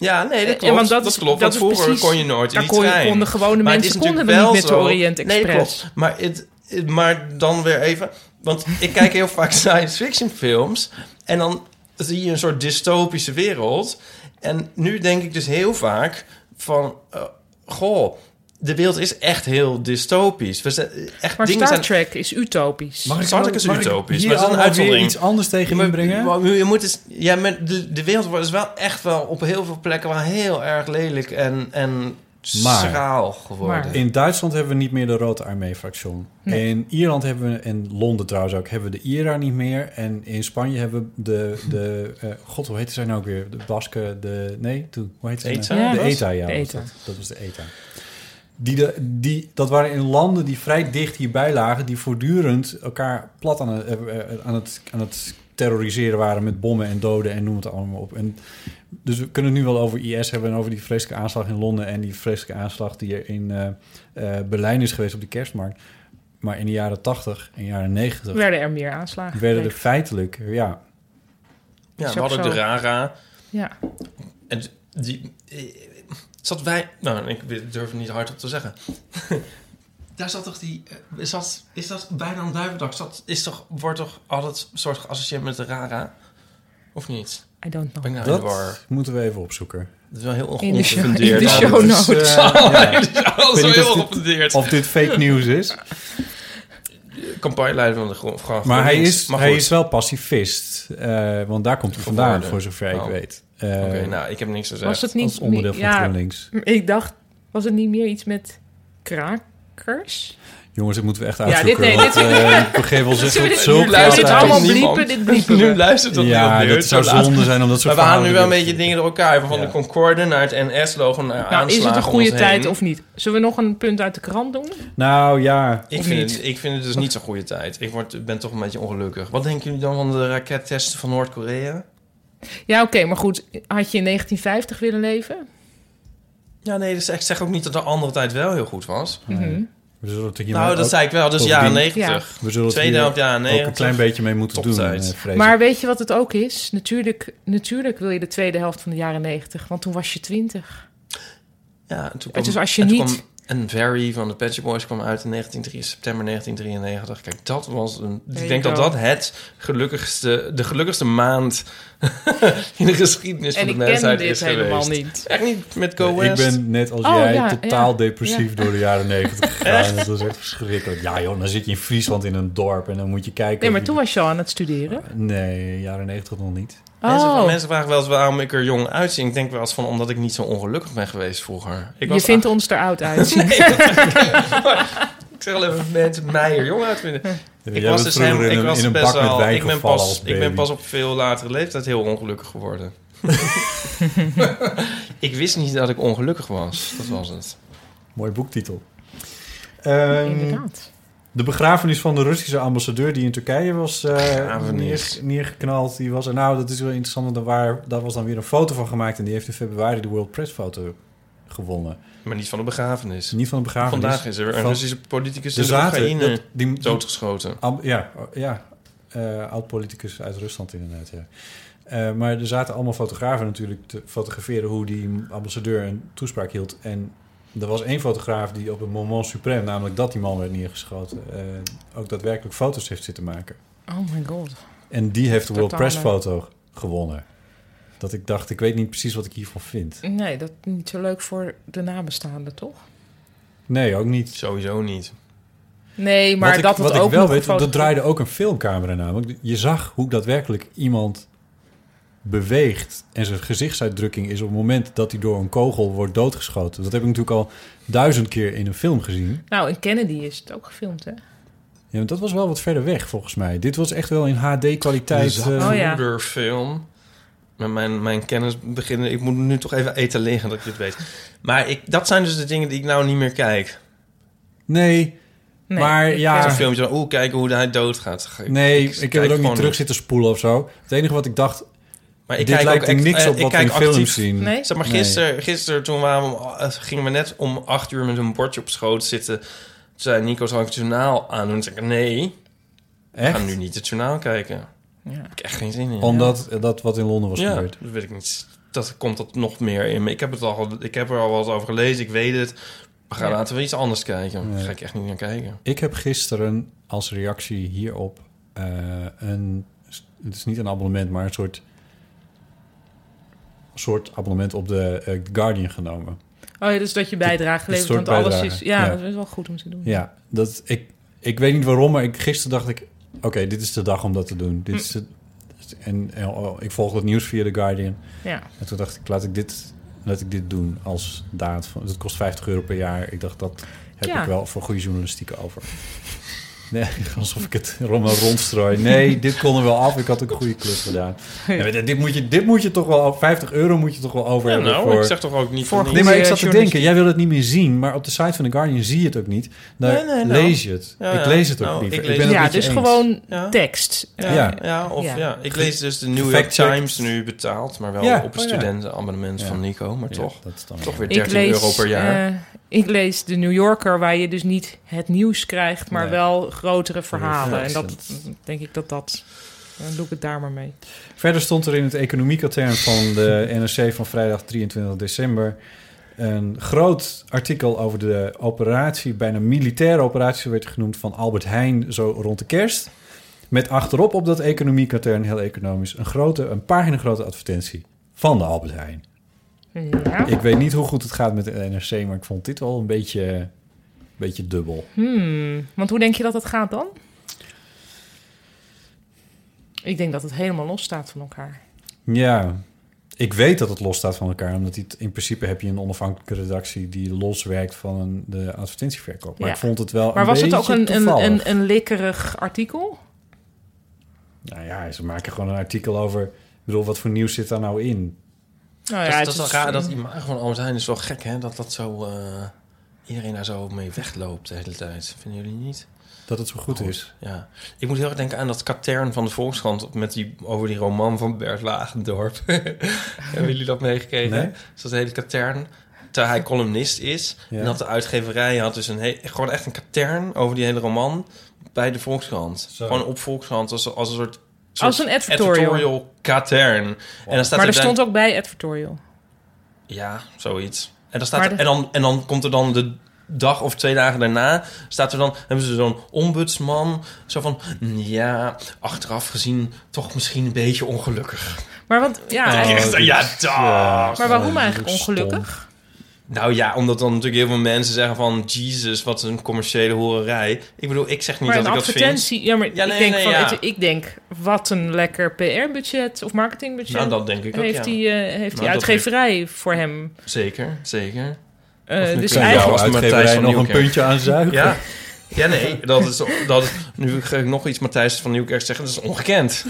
Ja, nee, dat
Eh,
klopt.
want dat
dat,
is- dat
klopt. want
is
vroeger
precies-
kon je nooit in
daar
die
kon je-
trein.
konden gewone
Maar het
mensen
is
konden
natuurlijk
niet
wel
met de
zo-
Orient
Nee,
Express.
dat klopt. Maar, het, het- maar dan weer even... Want ik kijk heel vaak [LAUGHS] science fiction films... en dan zie je een soort dystopische wereld. En nu denk ik dus heel vaak van... eh, goh, de wereld is echt heel dystopisch. We zijn, echt
Maar
dingen
Star
zijn...
Trek is utopisch.
Mag
Zat ik
ook-
eens
mag
utopisch,
hier
maar dat is een
allemaal weer
uitzondering.
iets anders tegen
Ja, maar-
inbrengen?
maar je moet eens, ja, maar de, de wereld is wel echt wel op heel veel plekken wel heel erg lelijk en, en
Maar-
schraal geworden.
Maar-
In Duitsland hebben we niet meer de Rode Armee-fractie. In Ierland hebben we, en Londen trouwens ook, hebben we de IRA niet meer. En in Spanje hebben we
[LAUGHS]
de, de eh, god, hoe heette zij nou ook weer? De Basken, de, nee, toen, hoe heette zij nou?
ETA?
Ja,
de
was-
ETA, ja.
de E
was
ETA.
Dat, dat was de ETA. Die de, die, dat waren in landen die vrij dicht hierbij lagen, die voortdurend elkaar plat aan het, eh, eh, aan het, aan het terroriseren waren met bommen en doden en noem het allemaal op. En dus we kunnen het nu wel over IS hebben en over die vreselijke aanslag in Londen en die vreselijke aanslag die er in eh, eh, Berlijn is geweest op de kerstmarkt. Maar in de jaren 80 en jaren 90
werden er meer aanslagen.
werden er
gepleegd.
feitelijk, ja,
ja,
is
we
ook
hadden ook de
zo.
Rara.
Ja.
En die eh, zat wij. Nou, ik durf het niet hardop te zeggen. [LAUGHS] Daar zat toch die. eh, Zat, is dat bijna een duivendak? Zat, is toch, wordt toch altijd een soort geassocieerd met de Rara? Of niet?
I don't know.
Ben ik nou in de war?
dat moeten we even
[LAUGHS]
opzoeken.
Dat is wel heel
In de show, in
ongefundeerd.
de
Ja,
show
dat is-
notes. [LAUGHS]
eh, ja.
Dat is
Ik weet
wel
niet
heel
of dit-
ongefundeerd.
Of dit fake nieuws is.
campagneleider van de gro- Gro-
Maar hij
GroenLinks.
is,
Maar
hij
goed.
is wel pacifist. eh, want daar komt hij vandaan,
Geworden.
voor zover ik
Oh.
weet. Eh,
Oké, nou, ik heb niks gezegd.
Was het niet
als onderdeel van
meer- ja,
GroenLinks.
Ik dacht, was het niet meer iets met krakers?
Jongens, dit moeten we echt
dit-
uitzoeken.
nee, dit-
want, eh, we geven
[LAUGHS]
ons echt
Zullen we
op
dit-
zulke
nu luistert
plaatsen.
allemaal
Niemand.
bliepen,
[LAUGHS]
dit bliepen
nu
we.
luistert dat
Ja,
heel
dat zou zonde zijn om dat
Maar
soort
we halen nu wel een
verhalen
beetje
weer
dingen door elkaar. Van
Ja.
de Concorde naar het NS-logo naar aanslagen
Nou, is het een
om ons
goede
heen.
tijd of niet? Zullen we nog een punt uit de krant doen?
te- Nou ja,
Ik
Of
vind,
niet?
het, ik vind het dus niet zo'n goede tijd. Ik word, ben toch een beetje ongelukkig. Wat denken jullie dan van de rakettesten van Noord-Korea?
Ja, oké, maar goed. Had je in 1950 willen leven?
Ja, nee, dus ik zeg ook niet dat de andere tijd wel heel goed was.
Mhm.
we zullen het hier
nou,
maar
dat
ook-
zei ik wel. Dus
bovendien-
jaren 90.
we zullen het
Tweede
hier
helft jaren
ook een
90.
klein beetje mee moeten doen.
Toptijd.
eh, vrees ik.
Maar weet je wat het ook is? Natuurlijk, natuurlijk wil je de tweede helft van de jaren 90, want toen was je 20.
Ja, en toen
Het is dus als je
en toen
niet-
kwam een Very van de Pet Shop Boys kwam uit in 19, september 1993. Kijk, dat was een...
There
ik
you
denk dat
go.
dat het gelukkigste... de gelukkigste maand [LAUGHS] in de geschiedenis
en
van
ik
de
ken
mensheid
dit
is
helemaal
geweest.
niet.
Echt niet met Go
ik
West.
ben net als
Oh,
jij
ja,
totaal
ja.
depressief door de jaren
[LAUGHS]
90 gegaan. Dus Dat was echt verschrikkelijk. Ja joh, dan zit je in Friesland in een dorp en dan moet je kijken...
Nee,
of
maar
je-
toen was je al aan het studeren.
Nee, jaren 90 nog niet.
Mensen,
Oh,
mensen vragen wel eens waarom ik er jong uitzie. Ik denk wel eens van omdat ik niet zo ongelukkig ben geweest vroeger. Ik
je vindt ons er oud uit.
ach- Ik zeg al even, mensen mij er jong uit vinden. Ik
Jij
was
bent
dus
vroeger
helemaal- ik was
een
best
bak met
wel...
wijn
Ik ben,
gevallen
pas,
als
ik ben
baby.
pas op veel latere leeftijd heel ongelukkig
[LAUGHS]
geworden. ik wist niet dat ik ongelukkig was. Dat was het.
Mooi boektitel. [LAUGHS] Ehm,
Inderdaad.
de begrafenis van de Russische ambassadeur die in Turkije was eh,
Begrafenis.
neer- neergeknald. Die was er, nou, dat is wel interessant, want daar, waar, daar was dan weer een foto van gemaakt. En die heeft in februari de World Press foto gewonnen.
Maar niet van de begrafenis.
Dus niet van de begrafenis.
Vandaag is er weer een
Van-
Russische politicus
Er
in de
zaten...
Oekraïne
dat- die,
doodgeschoten.
am- ja, oh, ja eh, oud-politicus uit Rusland inderdaad, ja. Eh, maar er zaten allemaal fotografen natuurlijk te fotograferen... hoe die ambassadeur een toespraak hield. En er was één fotograaf die op het moment suprême... namelijk dat die man werd neergeschoten... eh, ook daadwerkelijk foto's heeft zitten maken.
Oh my god.
En die heeft de World
Totale.
Press foto gewonnen. Dat ik dacht, ik weet niet precies wat ik hiervan vind.
Nee, dat is niet zo leuk voor de nabestaanden, toch?
Nee, ook niet.
Sowieso niet.
Nee, maar
wat ik,
dat het
wat
ook
ik wel
nog
weet, want
gefotografeerd-
dat draaide ook een filmcamera namelijk. Je zag hoe daadwerkelijk iemand beweegt en zijn gezichtsuitdrukking is op het moment dat hij door een kogel wordt doodgeschoten. Dat heb ik natuurlijk al duizend keer in een film gezien.
Nou, in Kennedy is het ook gefilmd, hè?
Ja, maar dat was wel wat verder weg volgens mij. Dit was echt wel in HD-kwaliteit.
Deze
eh,
Oh ja.
moederfilm. Maar mijn, mijn kennis beginnen... Ik moet nu toch even eten liggen dat ik dit weet. Maar ik, dat zijn dus de dingen die ik nou niet meer kijk.
Nee,
Nee.
maar ja.
Zo'n filmpje van, oeh, kijken hoe hij doodgaat. Ge-
Ah. Nee, ik, heb
kijk
er ook
gewoon
niet terug zitten spoelen of zo. Het enige wat ik dacht,
Maar
dit lijkt
echt-
niks
eh,
op wat we in
kijk
films
actief-
zien.
Nee?
Zeg maar,
Nee.
gisteren, gisteren toen waren we, om- eh, gingen we net om acht uur met een bordje op schoot zitten. Toen zei Nico, zal ik het journaal aandoen? Toen zei ik, nee, ik ga
Echt?
nu niet het journaal kijken. Daar heb ik echt geen zin in.
Omdat eh, dat wat in Londen was
ja,
gebeurd.
dat weet ik niet. Dat komt dat nog meer in me. Ik heb, het al, ik heb er al wat over gelezen, ik weet het. We gaan laten we iets anders kijken. Daar ga ik echt niet naar kijken.
Ik heb gisteren als reactie hierop eh, een... Het is niet een abonnement, maar een soort... soort abonnement op de eh, Guardian genomen.
Oh ja, dus dat je bijdrage
Dit
levert,
soort
want alles is...
bijdrage,
Ja,
ja.
dat is wel goed om te doen.
Ja, dat, ik, ik weet niet waarom, maar ik, gisteren dacht ik... Oké, dit is de dag om dat te doen. Dit is de- en, en, oh, ik volg het nieuws via de Guardian.
Ja.
En toen dacht ik, laat ik dit, laat ik dit doen als daad. Van, het kost 50 euro per jaar. Ik dacht, dat heb
Ja.
ik wel voor goede journalistiek over. Nee, [LAUGHS] alsof ik het rommel rondstrooi. Nee, dit kon er wel af. Ik had ook een goede klus gedaan. Nee, maar dit- dit, moet je, dit moet je toch wel... 50 euro moet je toch wel over
Ja,
hebben
nou,
voor...
ik eh, zeg toch ook niet...
voor
voor
Nee, maar ik
goede
zat te
journalistiek.
denken, jij wil het niet meer zien, maar op de site van The Guardian zie je het ook niet. Daar
Nee, nee, nou.
lees je het.
Ja, ja.
Ik lees het ook
Nou,
niet.
ik
Ik,
lees
ben
het.
het
Ja,
met je
dus
eens.
gewoon
Ja.
tekst.
Ja,
Ja.
ja. of
Ja.
ja. Ik lees dus de New York
Gefactcheckt.
Times nu betaald, maar wel
Ja,
op een
oh ja.
studentenabonnement
Ja.
van Nico. Maar
Ja,
toch,
dat is dan
toch weer
Ik
13
lees,
euro per jaar.
eh, ik lees de New Yorker, waar je dus niet het nieuws krijgt, maar
Nee.
wel grotere verhalen.
Ja,
en dat denk ik dat dat. Dan doe ik het daar maar mee.
Verder stond er in het economiekatern van de NRC van vrijdag 23 december een groot artikel over de operatie, bijna militaire operatie werd genoemd van Albert Heijn zo rond de kerst. Met achterop op dat economiekatern, heel economisch, een, grote, een pagina grote advertentie van de Albert Heijn.
Ja.
Ik weet niet hoe goed het gaat met de NRC, maar ik vond dit wel een beetje, een beetje dubbel.
Hmm, Want hoe denk je dat het gaat dan? Ik denk dat het helemaal los staat van elkaar.
Ja, ik weet dat het los staat van elkaar. Omdat die t- in principe heb je een onafhankelijke redactie die los werkt van een- de advertentieverkoop. Maar
Ja.
ik vond het wel
Maar
een
was het
beetje
ook een, een,
toevallig.
een, een likkerig artikel?
Nou ja, ze maken gewoon een artikel over... Ik bedoel, wat voor nieuws zit daar nou in?
Nou
dat,
het
dat, is
is-
wel raar, dat imago van Albert Heijn is wel gek, hè? Dat dat zo... eh, iedereen daar zo mee wegloopt de hele tijd. Vinden jullie niet?
Dat het zo goed is.
Ja. Ik moet heel erg denken aan dat katern van de Volkskrant... Met die, over die roman van Bert Lagendorp. [LAUGHS] Hebben jullie dat meegekregen?
Nee.
Dus dat hele katern... Terwijl hij columnist is.
Ja.
En dat de uitgeverij had dus een he- gewoon echt een katern over die hele roman... bij de Volkskrant.
Zo.
Gewoon op Volkskrant als, als een soort...
Als
soort
een advertorial.
katern. En dan staat
maar er
er dan-
stond ook bij advertorial.
ja, zoiets. En dan, staat
Maar
er-
de-
en, dan, en dan komt er dan de dag of twee dagen daarna... Staat er dan, hebben ze zo'n ombudsman. Zo van, ja, achteraf gezien toch misschien een beetje ongelukkig.
Maar want ja,
Dan denk
eigenlijk-
ik echt, ja, dag.
maar waarom
eh,
eigenlijk
stom.
ongelukkig?
Nou ja, omdat dan natuurlijk heel veel mensen zeggen van... Jesus, wat een commerciële horerij. Ik bedoel, ik zeg niet
Maar een
dat ik dat vind.
advertentie, ja, maar
Ja,
ik
nee,
denk
nee,
van,
ja.
het- ik denk wat een lekker PR-budget of marketingbudget.
Nou, dat denk ik ook,
heeft
ja. Nou,
die, eh, heeft die
dat
uitgeverij voor hem.
Zeker, zeker.
Eh,
Of nu
dus
kan
Kan
Ja,
jouw
was
eigenlijk,
het met Thijs
uitgeverij
van
nog een
Nieuwkerk.
puntje aan zuigen?
Ja. Ja, nee, dat is, dat is... Nu ga ik nog iets Matthijs van Nieuwkerk zeggen. Dat is ongekend.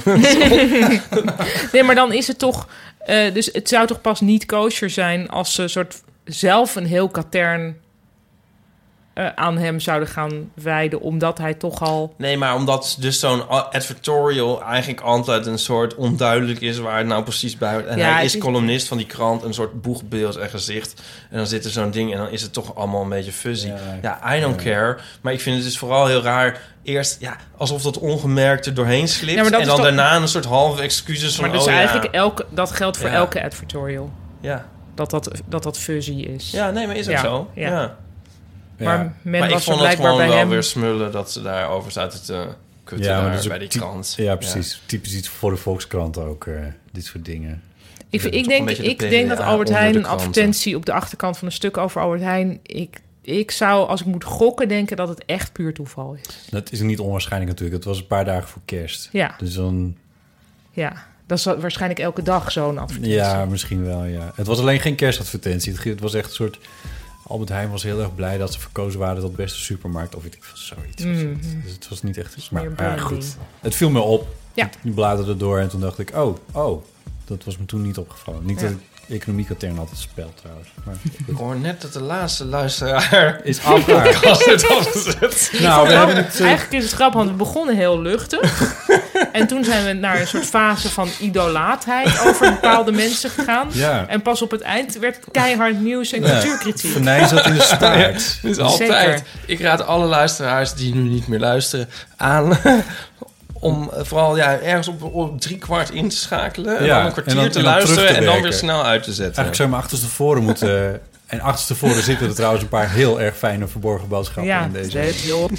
nee, maar dan is het toch. eh, dus het zou toch pas niet kosher zijn als ze soort zelf een heel katern eh, aan hem zouden gaan wijden, omdat hij toch al.
Nee, maar omdat dus zo'n a- advertorial eigenlijk altijd een soort onduidelijk is waar het nou precies bij hoort. En
Ja,
hij
het
is
is-
columnist van die krant, een soort boegbeeld en gezicht. En dan zit er zo'n ding en dan is het toch allemaal een beetje fuzzy.
Ja.
Ja, I don't care. Maar ik vind het dus vooral heel raar. Eerst, ja, alsof dat ongemerkt er doorheen slipt.
Ja, maar dat
en
is
dan
toch-
daarna een soort halve excuses van,
Maar dus
oh
eigenlijk
ja.
elke, dat geldt voor
Ja.
elke advertorial.
ja.
Dat dat, dat dat fuzzy is.
Ja, nee, maar is het
Ja,
zo?
ja.
Ja.
Ja.
Maar men
Maar ik
was er
vond het
blijkbaar
gewoon
bij
wel
hem.
weer smullen dat ze daarover zaten te kutten
Ja, maar
daar
dat is ook
bij die
typ-
krant.
Ja, precies. Typisch iets voor de Volkskrant ook, eh, dit soort
Ik,
dingen.
Ja,
ik
dat is toch een
denk,
beetje de
ik
PvdA
denk dat Albert
onder
Heijn
de
een
kranten.
advertentie op de achterkant van een stuk over Albert Heijn. Ik, Ik zou, als ik moet gokken, denken dat het echt puur toeval is.
Dat is niet onwaarschijnlijk natuurlijk. Het was een paar dagen voor kerst.
Ja.
Dus dan...
Ja, dat is wa- waarschijnlijk elke dag zo'n advertentie.
Ja, misschien wel, ja. Het was alleen geen kerstadvertentie. Het, ge- het was echt een soort... Albert Heijn was heel erg blij dat ze verkozen waren tot beste supermarkt. Of weet ik veel, zoiets. was
Mm.
het. Dus het was niet echt...
meer
Maar, maar
branding.
goed, het viel me op.
Ja.
Ik bladerde door en toen dacht ik... Oh, oh, dat was me toen niet opgevallen. Niet
Ja.
dat ik economiek altijd altijd spel trouwens. Maar
[LAUGHS]
Ik hoor net dat de laatste luisteraar
[LAUGHS]
is afgehaakt.
podcast heeft [LAUGHS] afgezet.
nou, we hebben het... eh,
Eigenlijk is het grappig, want we begonnen heel
[LAUGHS]
luchtig. en toen zijn we naar een soort fase van idolaatheid over bepaalde mensen gegaan.
ja.
En pas op het eind werd het keihard nieuws en
Ja.
cultuurkritiek.
Venijn zat in
[LAUGHS]
de staart.
Dit is altijd. Ik raad alle luisteraars die nu niet meer luisteren aan. [LAUGHS] Om eh, vooral ja, ergens op, op drie kwart in te schakelen.
Ja,
en dan een
en
kwartier
dan-
te
en dan terug
luisteren
te
en dan weer
werken.
snel uit te zetten.
Eigenlijk zou je maar achterstevoren moeten... En achterstevoren zitten er trouwens een paar heel erg fijne verborgen boodschappen
Ja,
in deze.
dat is heel-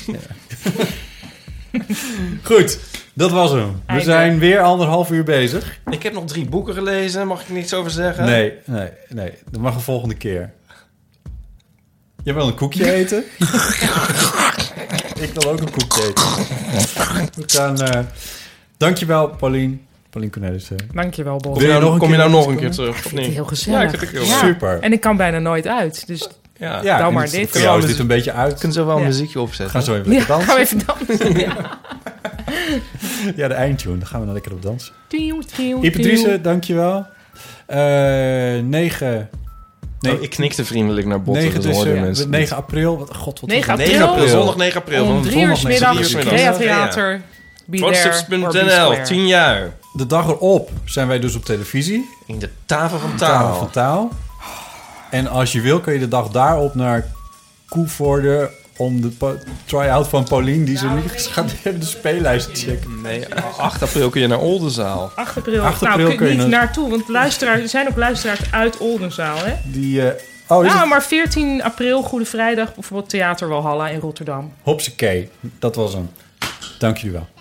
Goed, dat was hem. We
Einde.
zijn weer anderhalf uur bezig.
Ik heb nog drie boeken gelezen, mag ik er niets over zeggen?
Nee, nee, nee. Dat mag een volgende keer. Jij wil een
[LAUGHS]
koekje eten? Ik wil ook een koekje eten. We gaan... eh, dankjewel, Paulien. Paulien eh. Cornelissen.
Dankjewel, Bob.
Kom je nou,
Wil je nog een
kom je
keer
nou nog een keer terug? Of
vind het
niet?
heel gezellig.
Ja, ik vind het heel
Ja.
Super.
En ik kan bijna nooit uit, dus
Ja.
ja,
nou
en
maar
het-
dit.
Voor jou is
Ja,
dit een beetje uit.
kunnen zo wel een
Ja.
muziekje
We
opzetten.
gaan zo even
ja, [LAUGHS]
lekker
gaan we
dansen.
even
[LAUGHS]
dansen. Ja.
Ja, de eindtune. Daar gaan we dan lekker op dansen.
Tieuw, tieuw,
Ipatrice, dankjewel. Eh 9... Nee, dus, eh,
Oh, ik knikte vriendelijk naar botten,
9,
dat hoorden
december-
mensen.
9 april. Wat, god, wat
9
9
april.
april. Zondag 9 april.
Om
want
drie uur
volgende
middags,
mensen.
Crea Theater, Be There, or Be
Theatertips.nl,
Square.
10 jaar.
De dag erop zijn wij dus op televisie.
In de tafel van
Talen van
taal.
taal. En als je wil, kun je de dag daarop naar Koevoorde om de po- try-out van Paulien, die ze niet gaat hebben, de speellijst te checken.
Nee, 8 april kun je naar Oldenzaal.
8 april.
8
nou,
april
kun
kun je
je niet
nog-
naartoe, want luisteraars, er zijn ook luisteraars uit Oldenzaal, hè?
Die, eh oh, is
Ja,
het?
maar 14 april, Goede Vrijdag, bijvoorbeeld Theater Walhalla in Rotterdam.
Hopsakee, dat was hem. Dank jullie wel.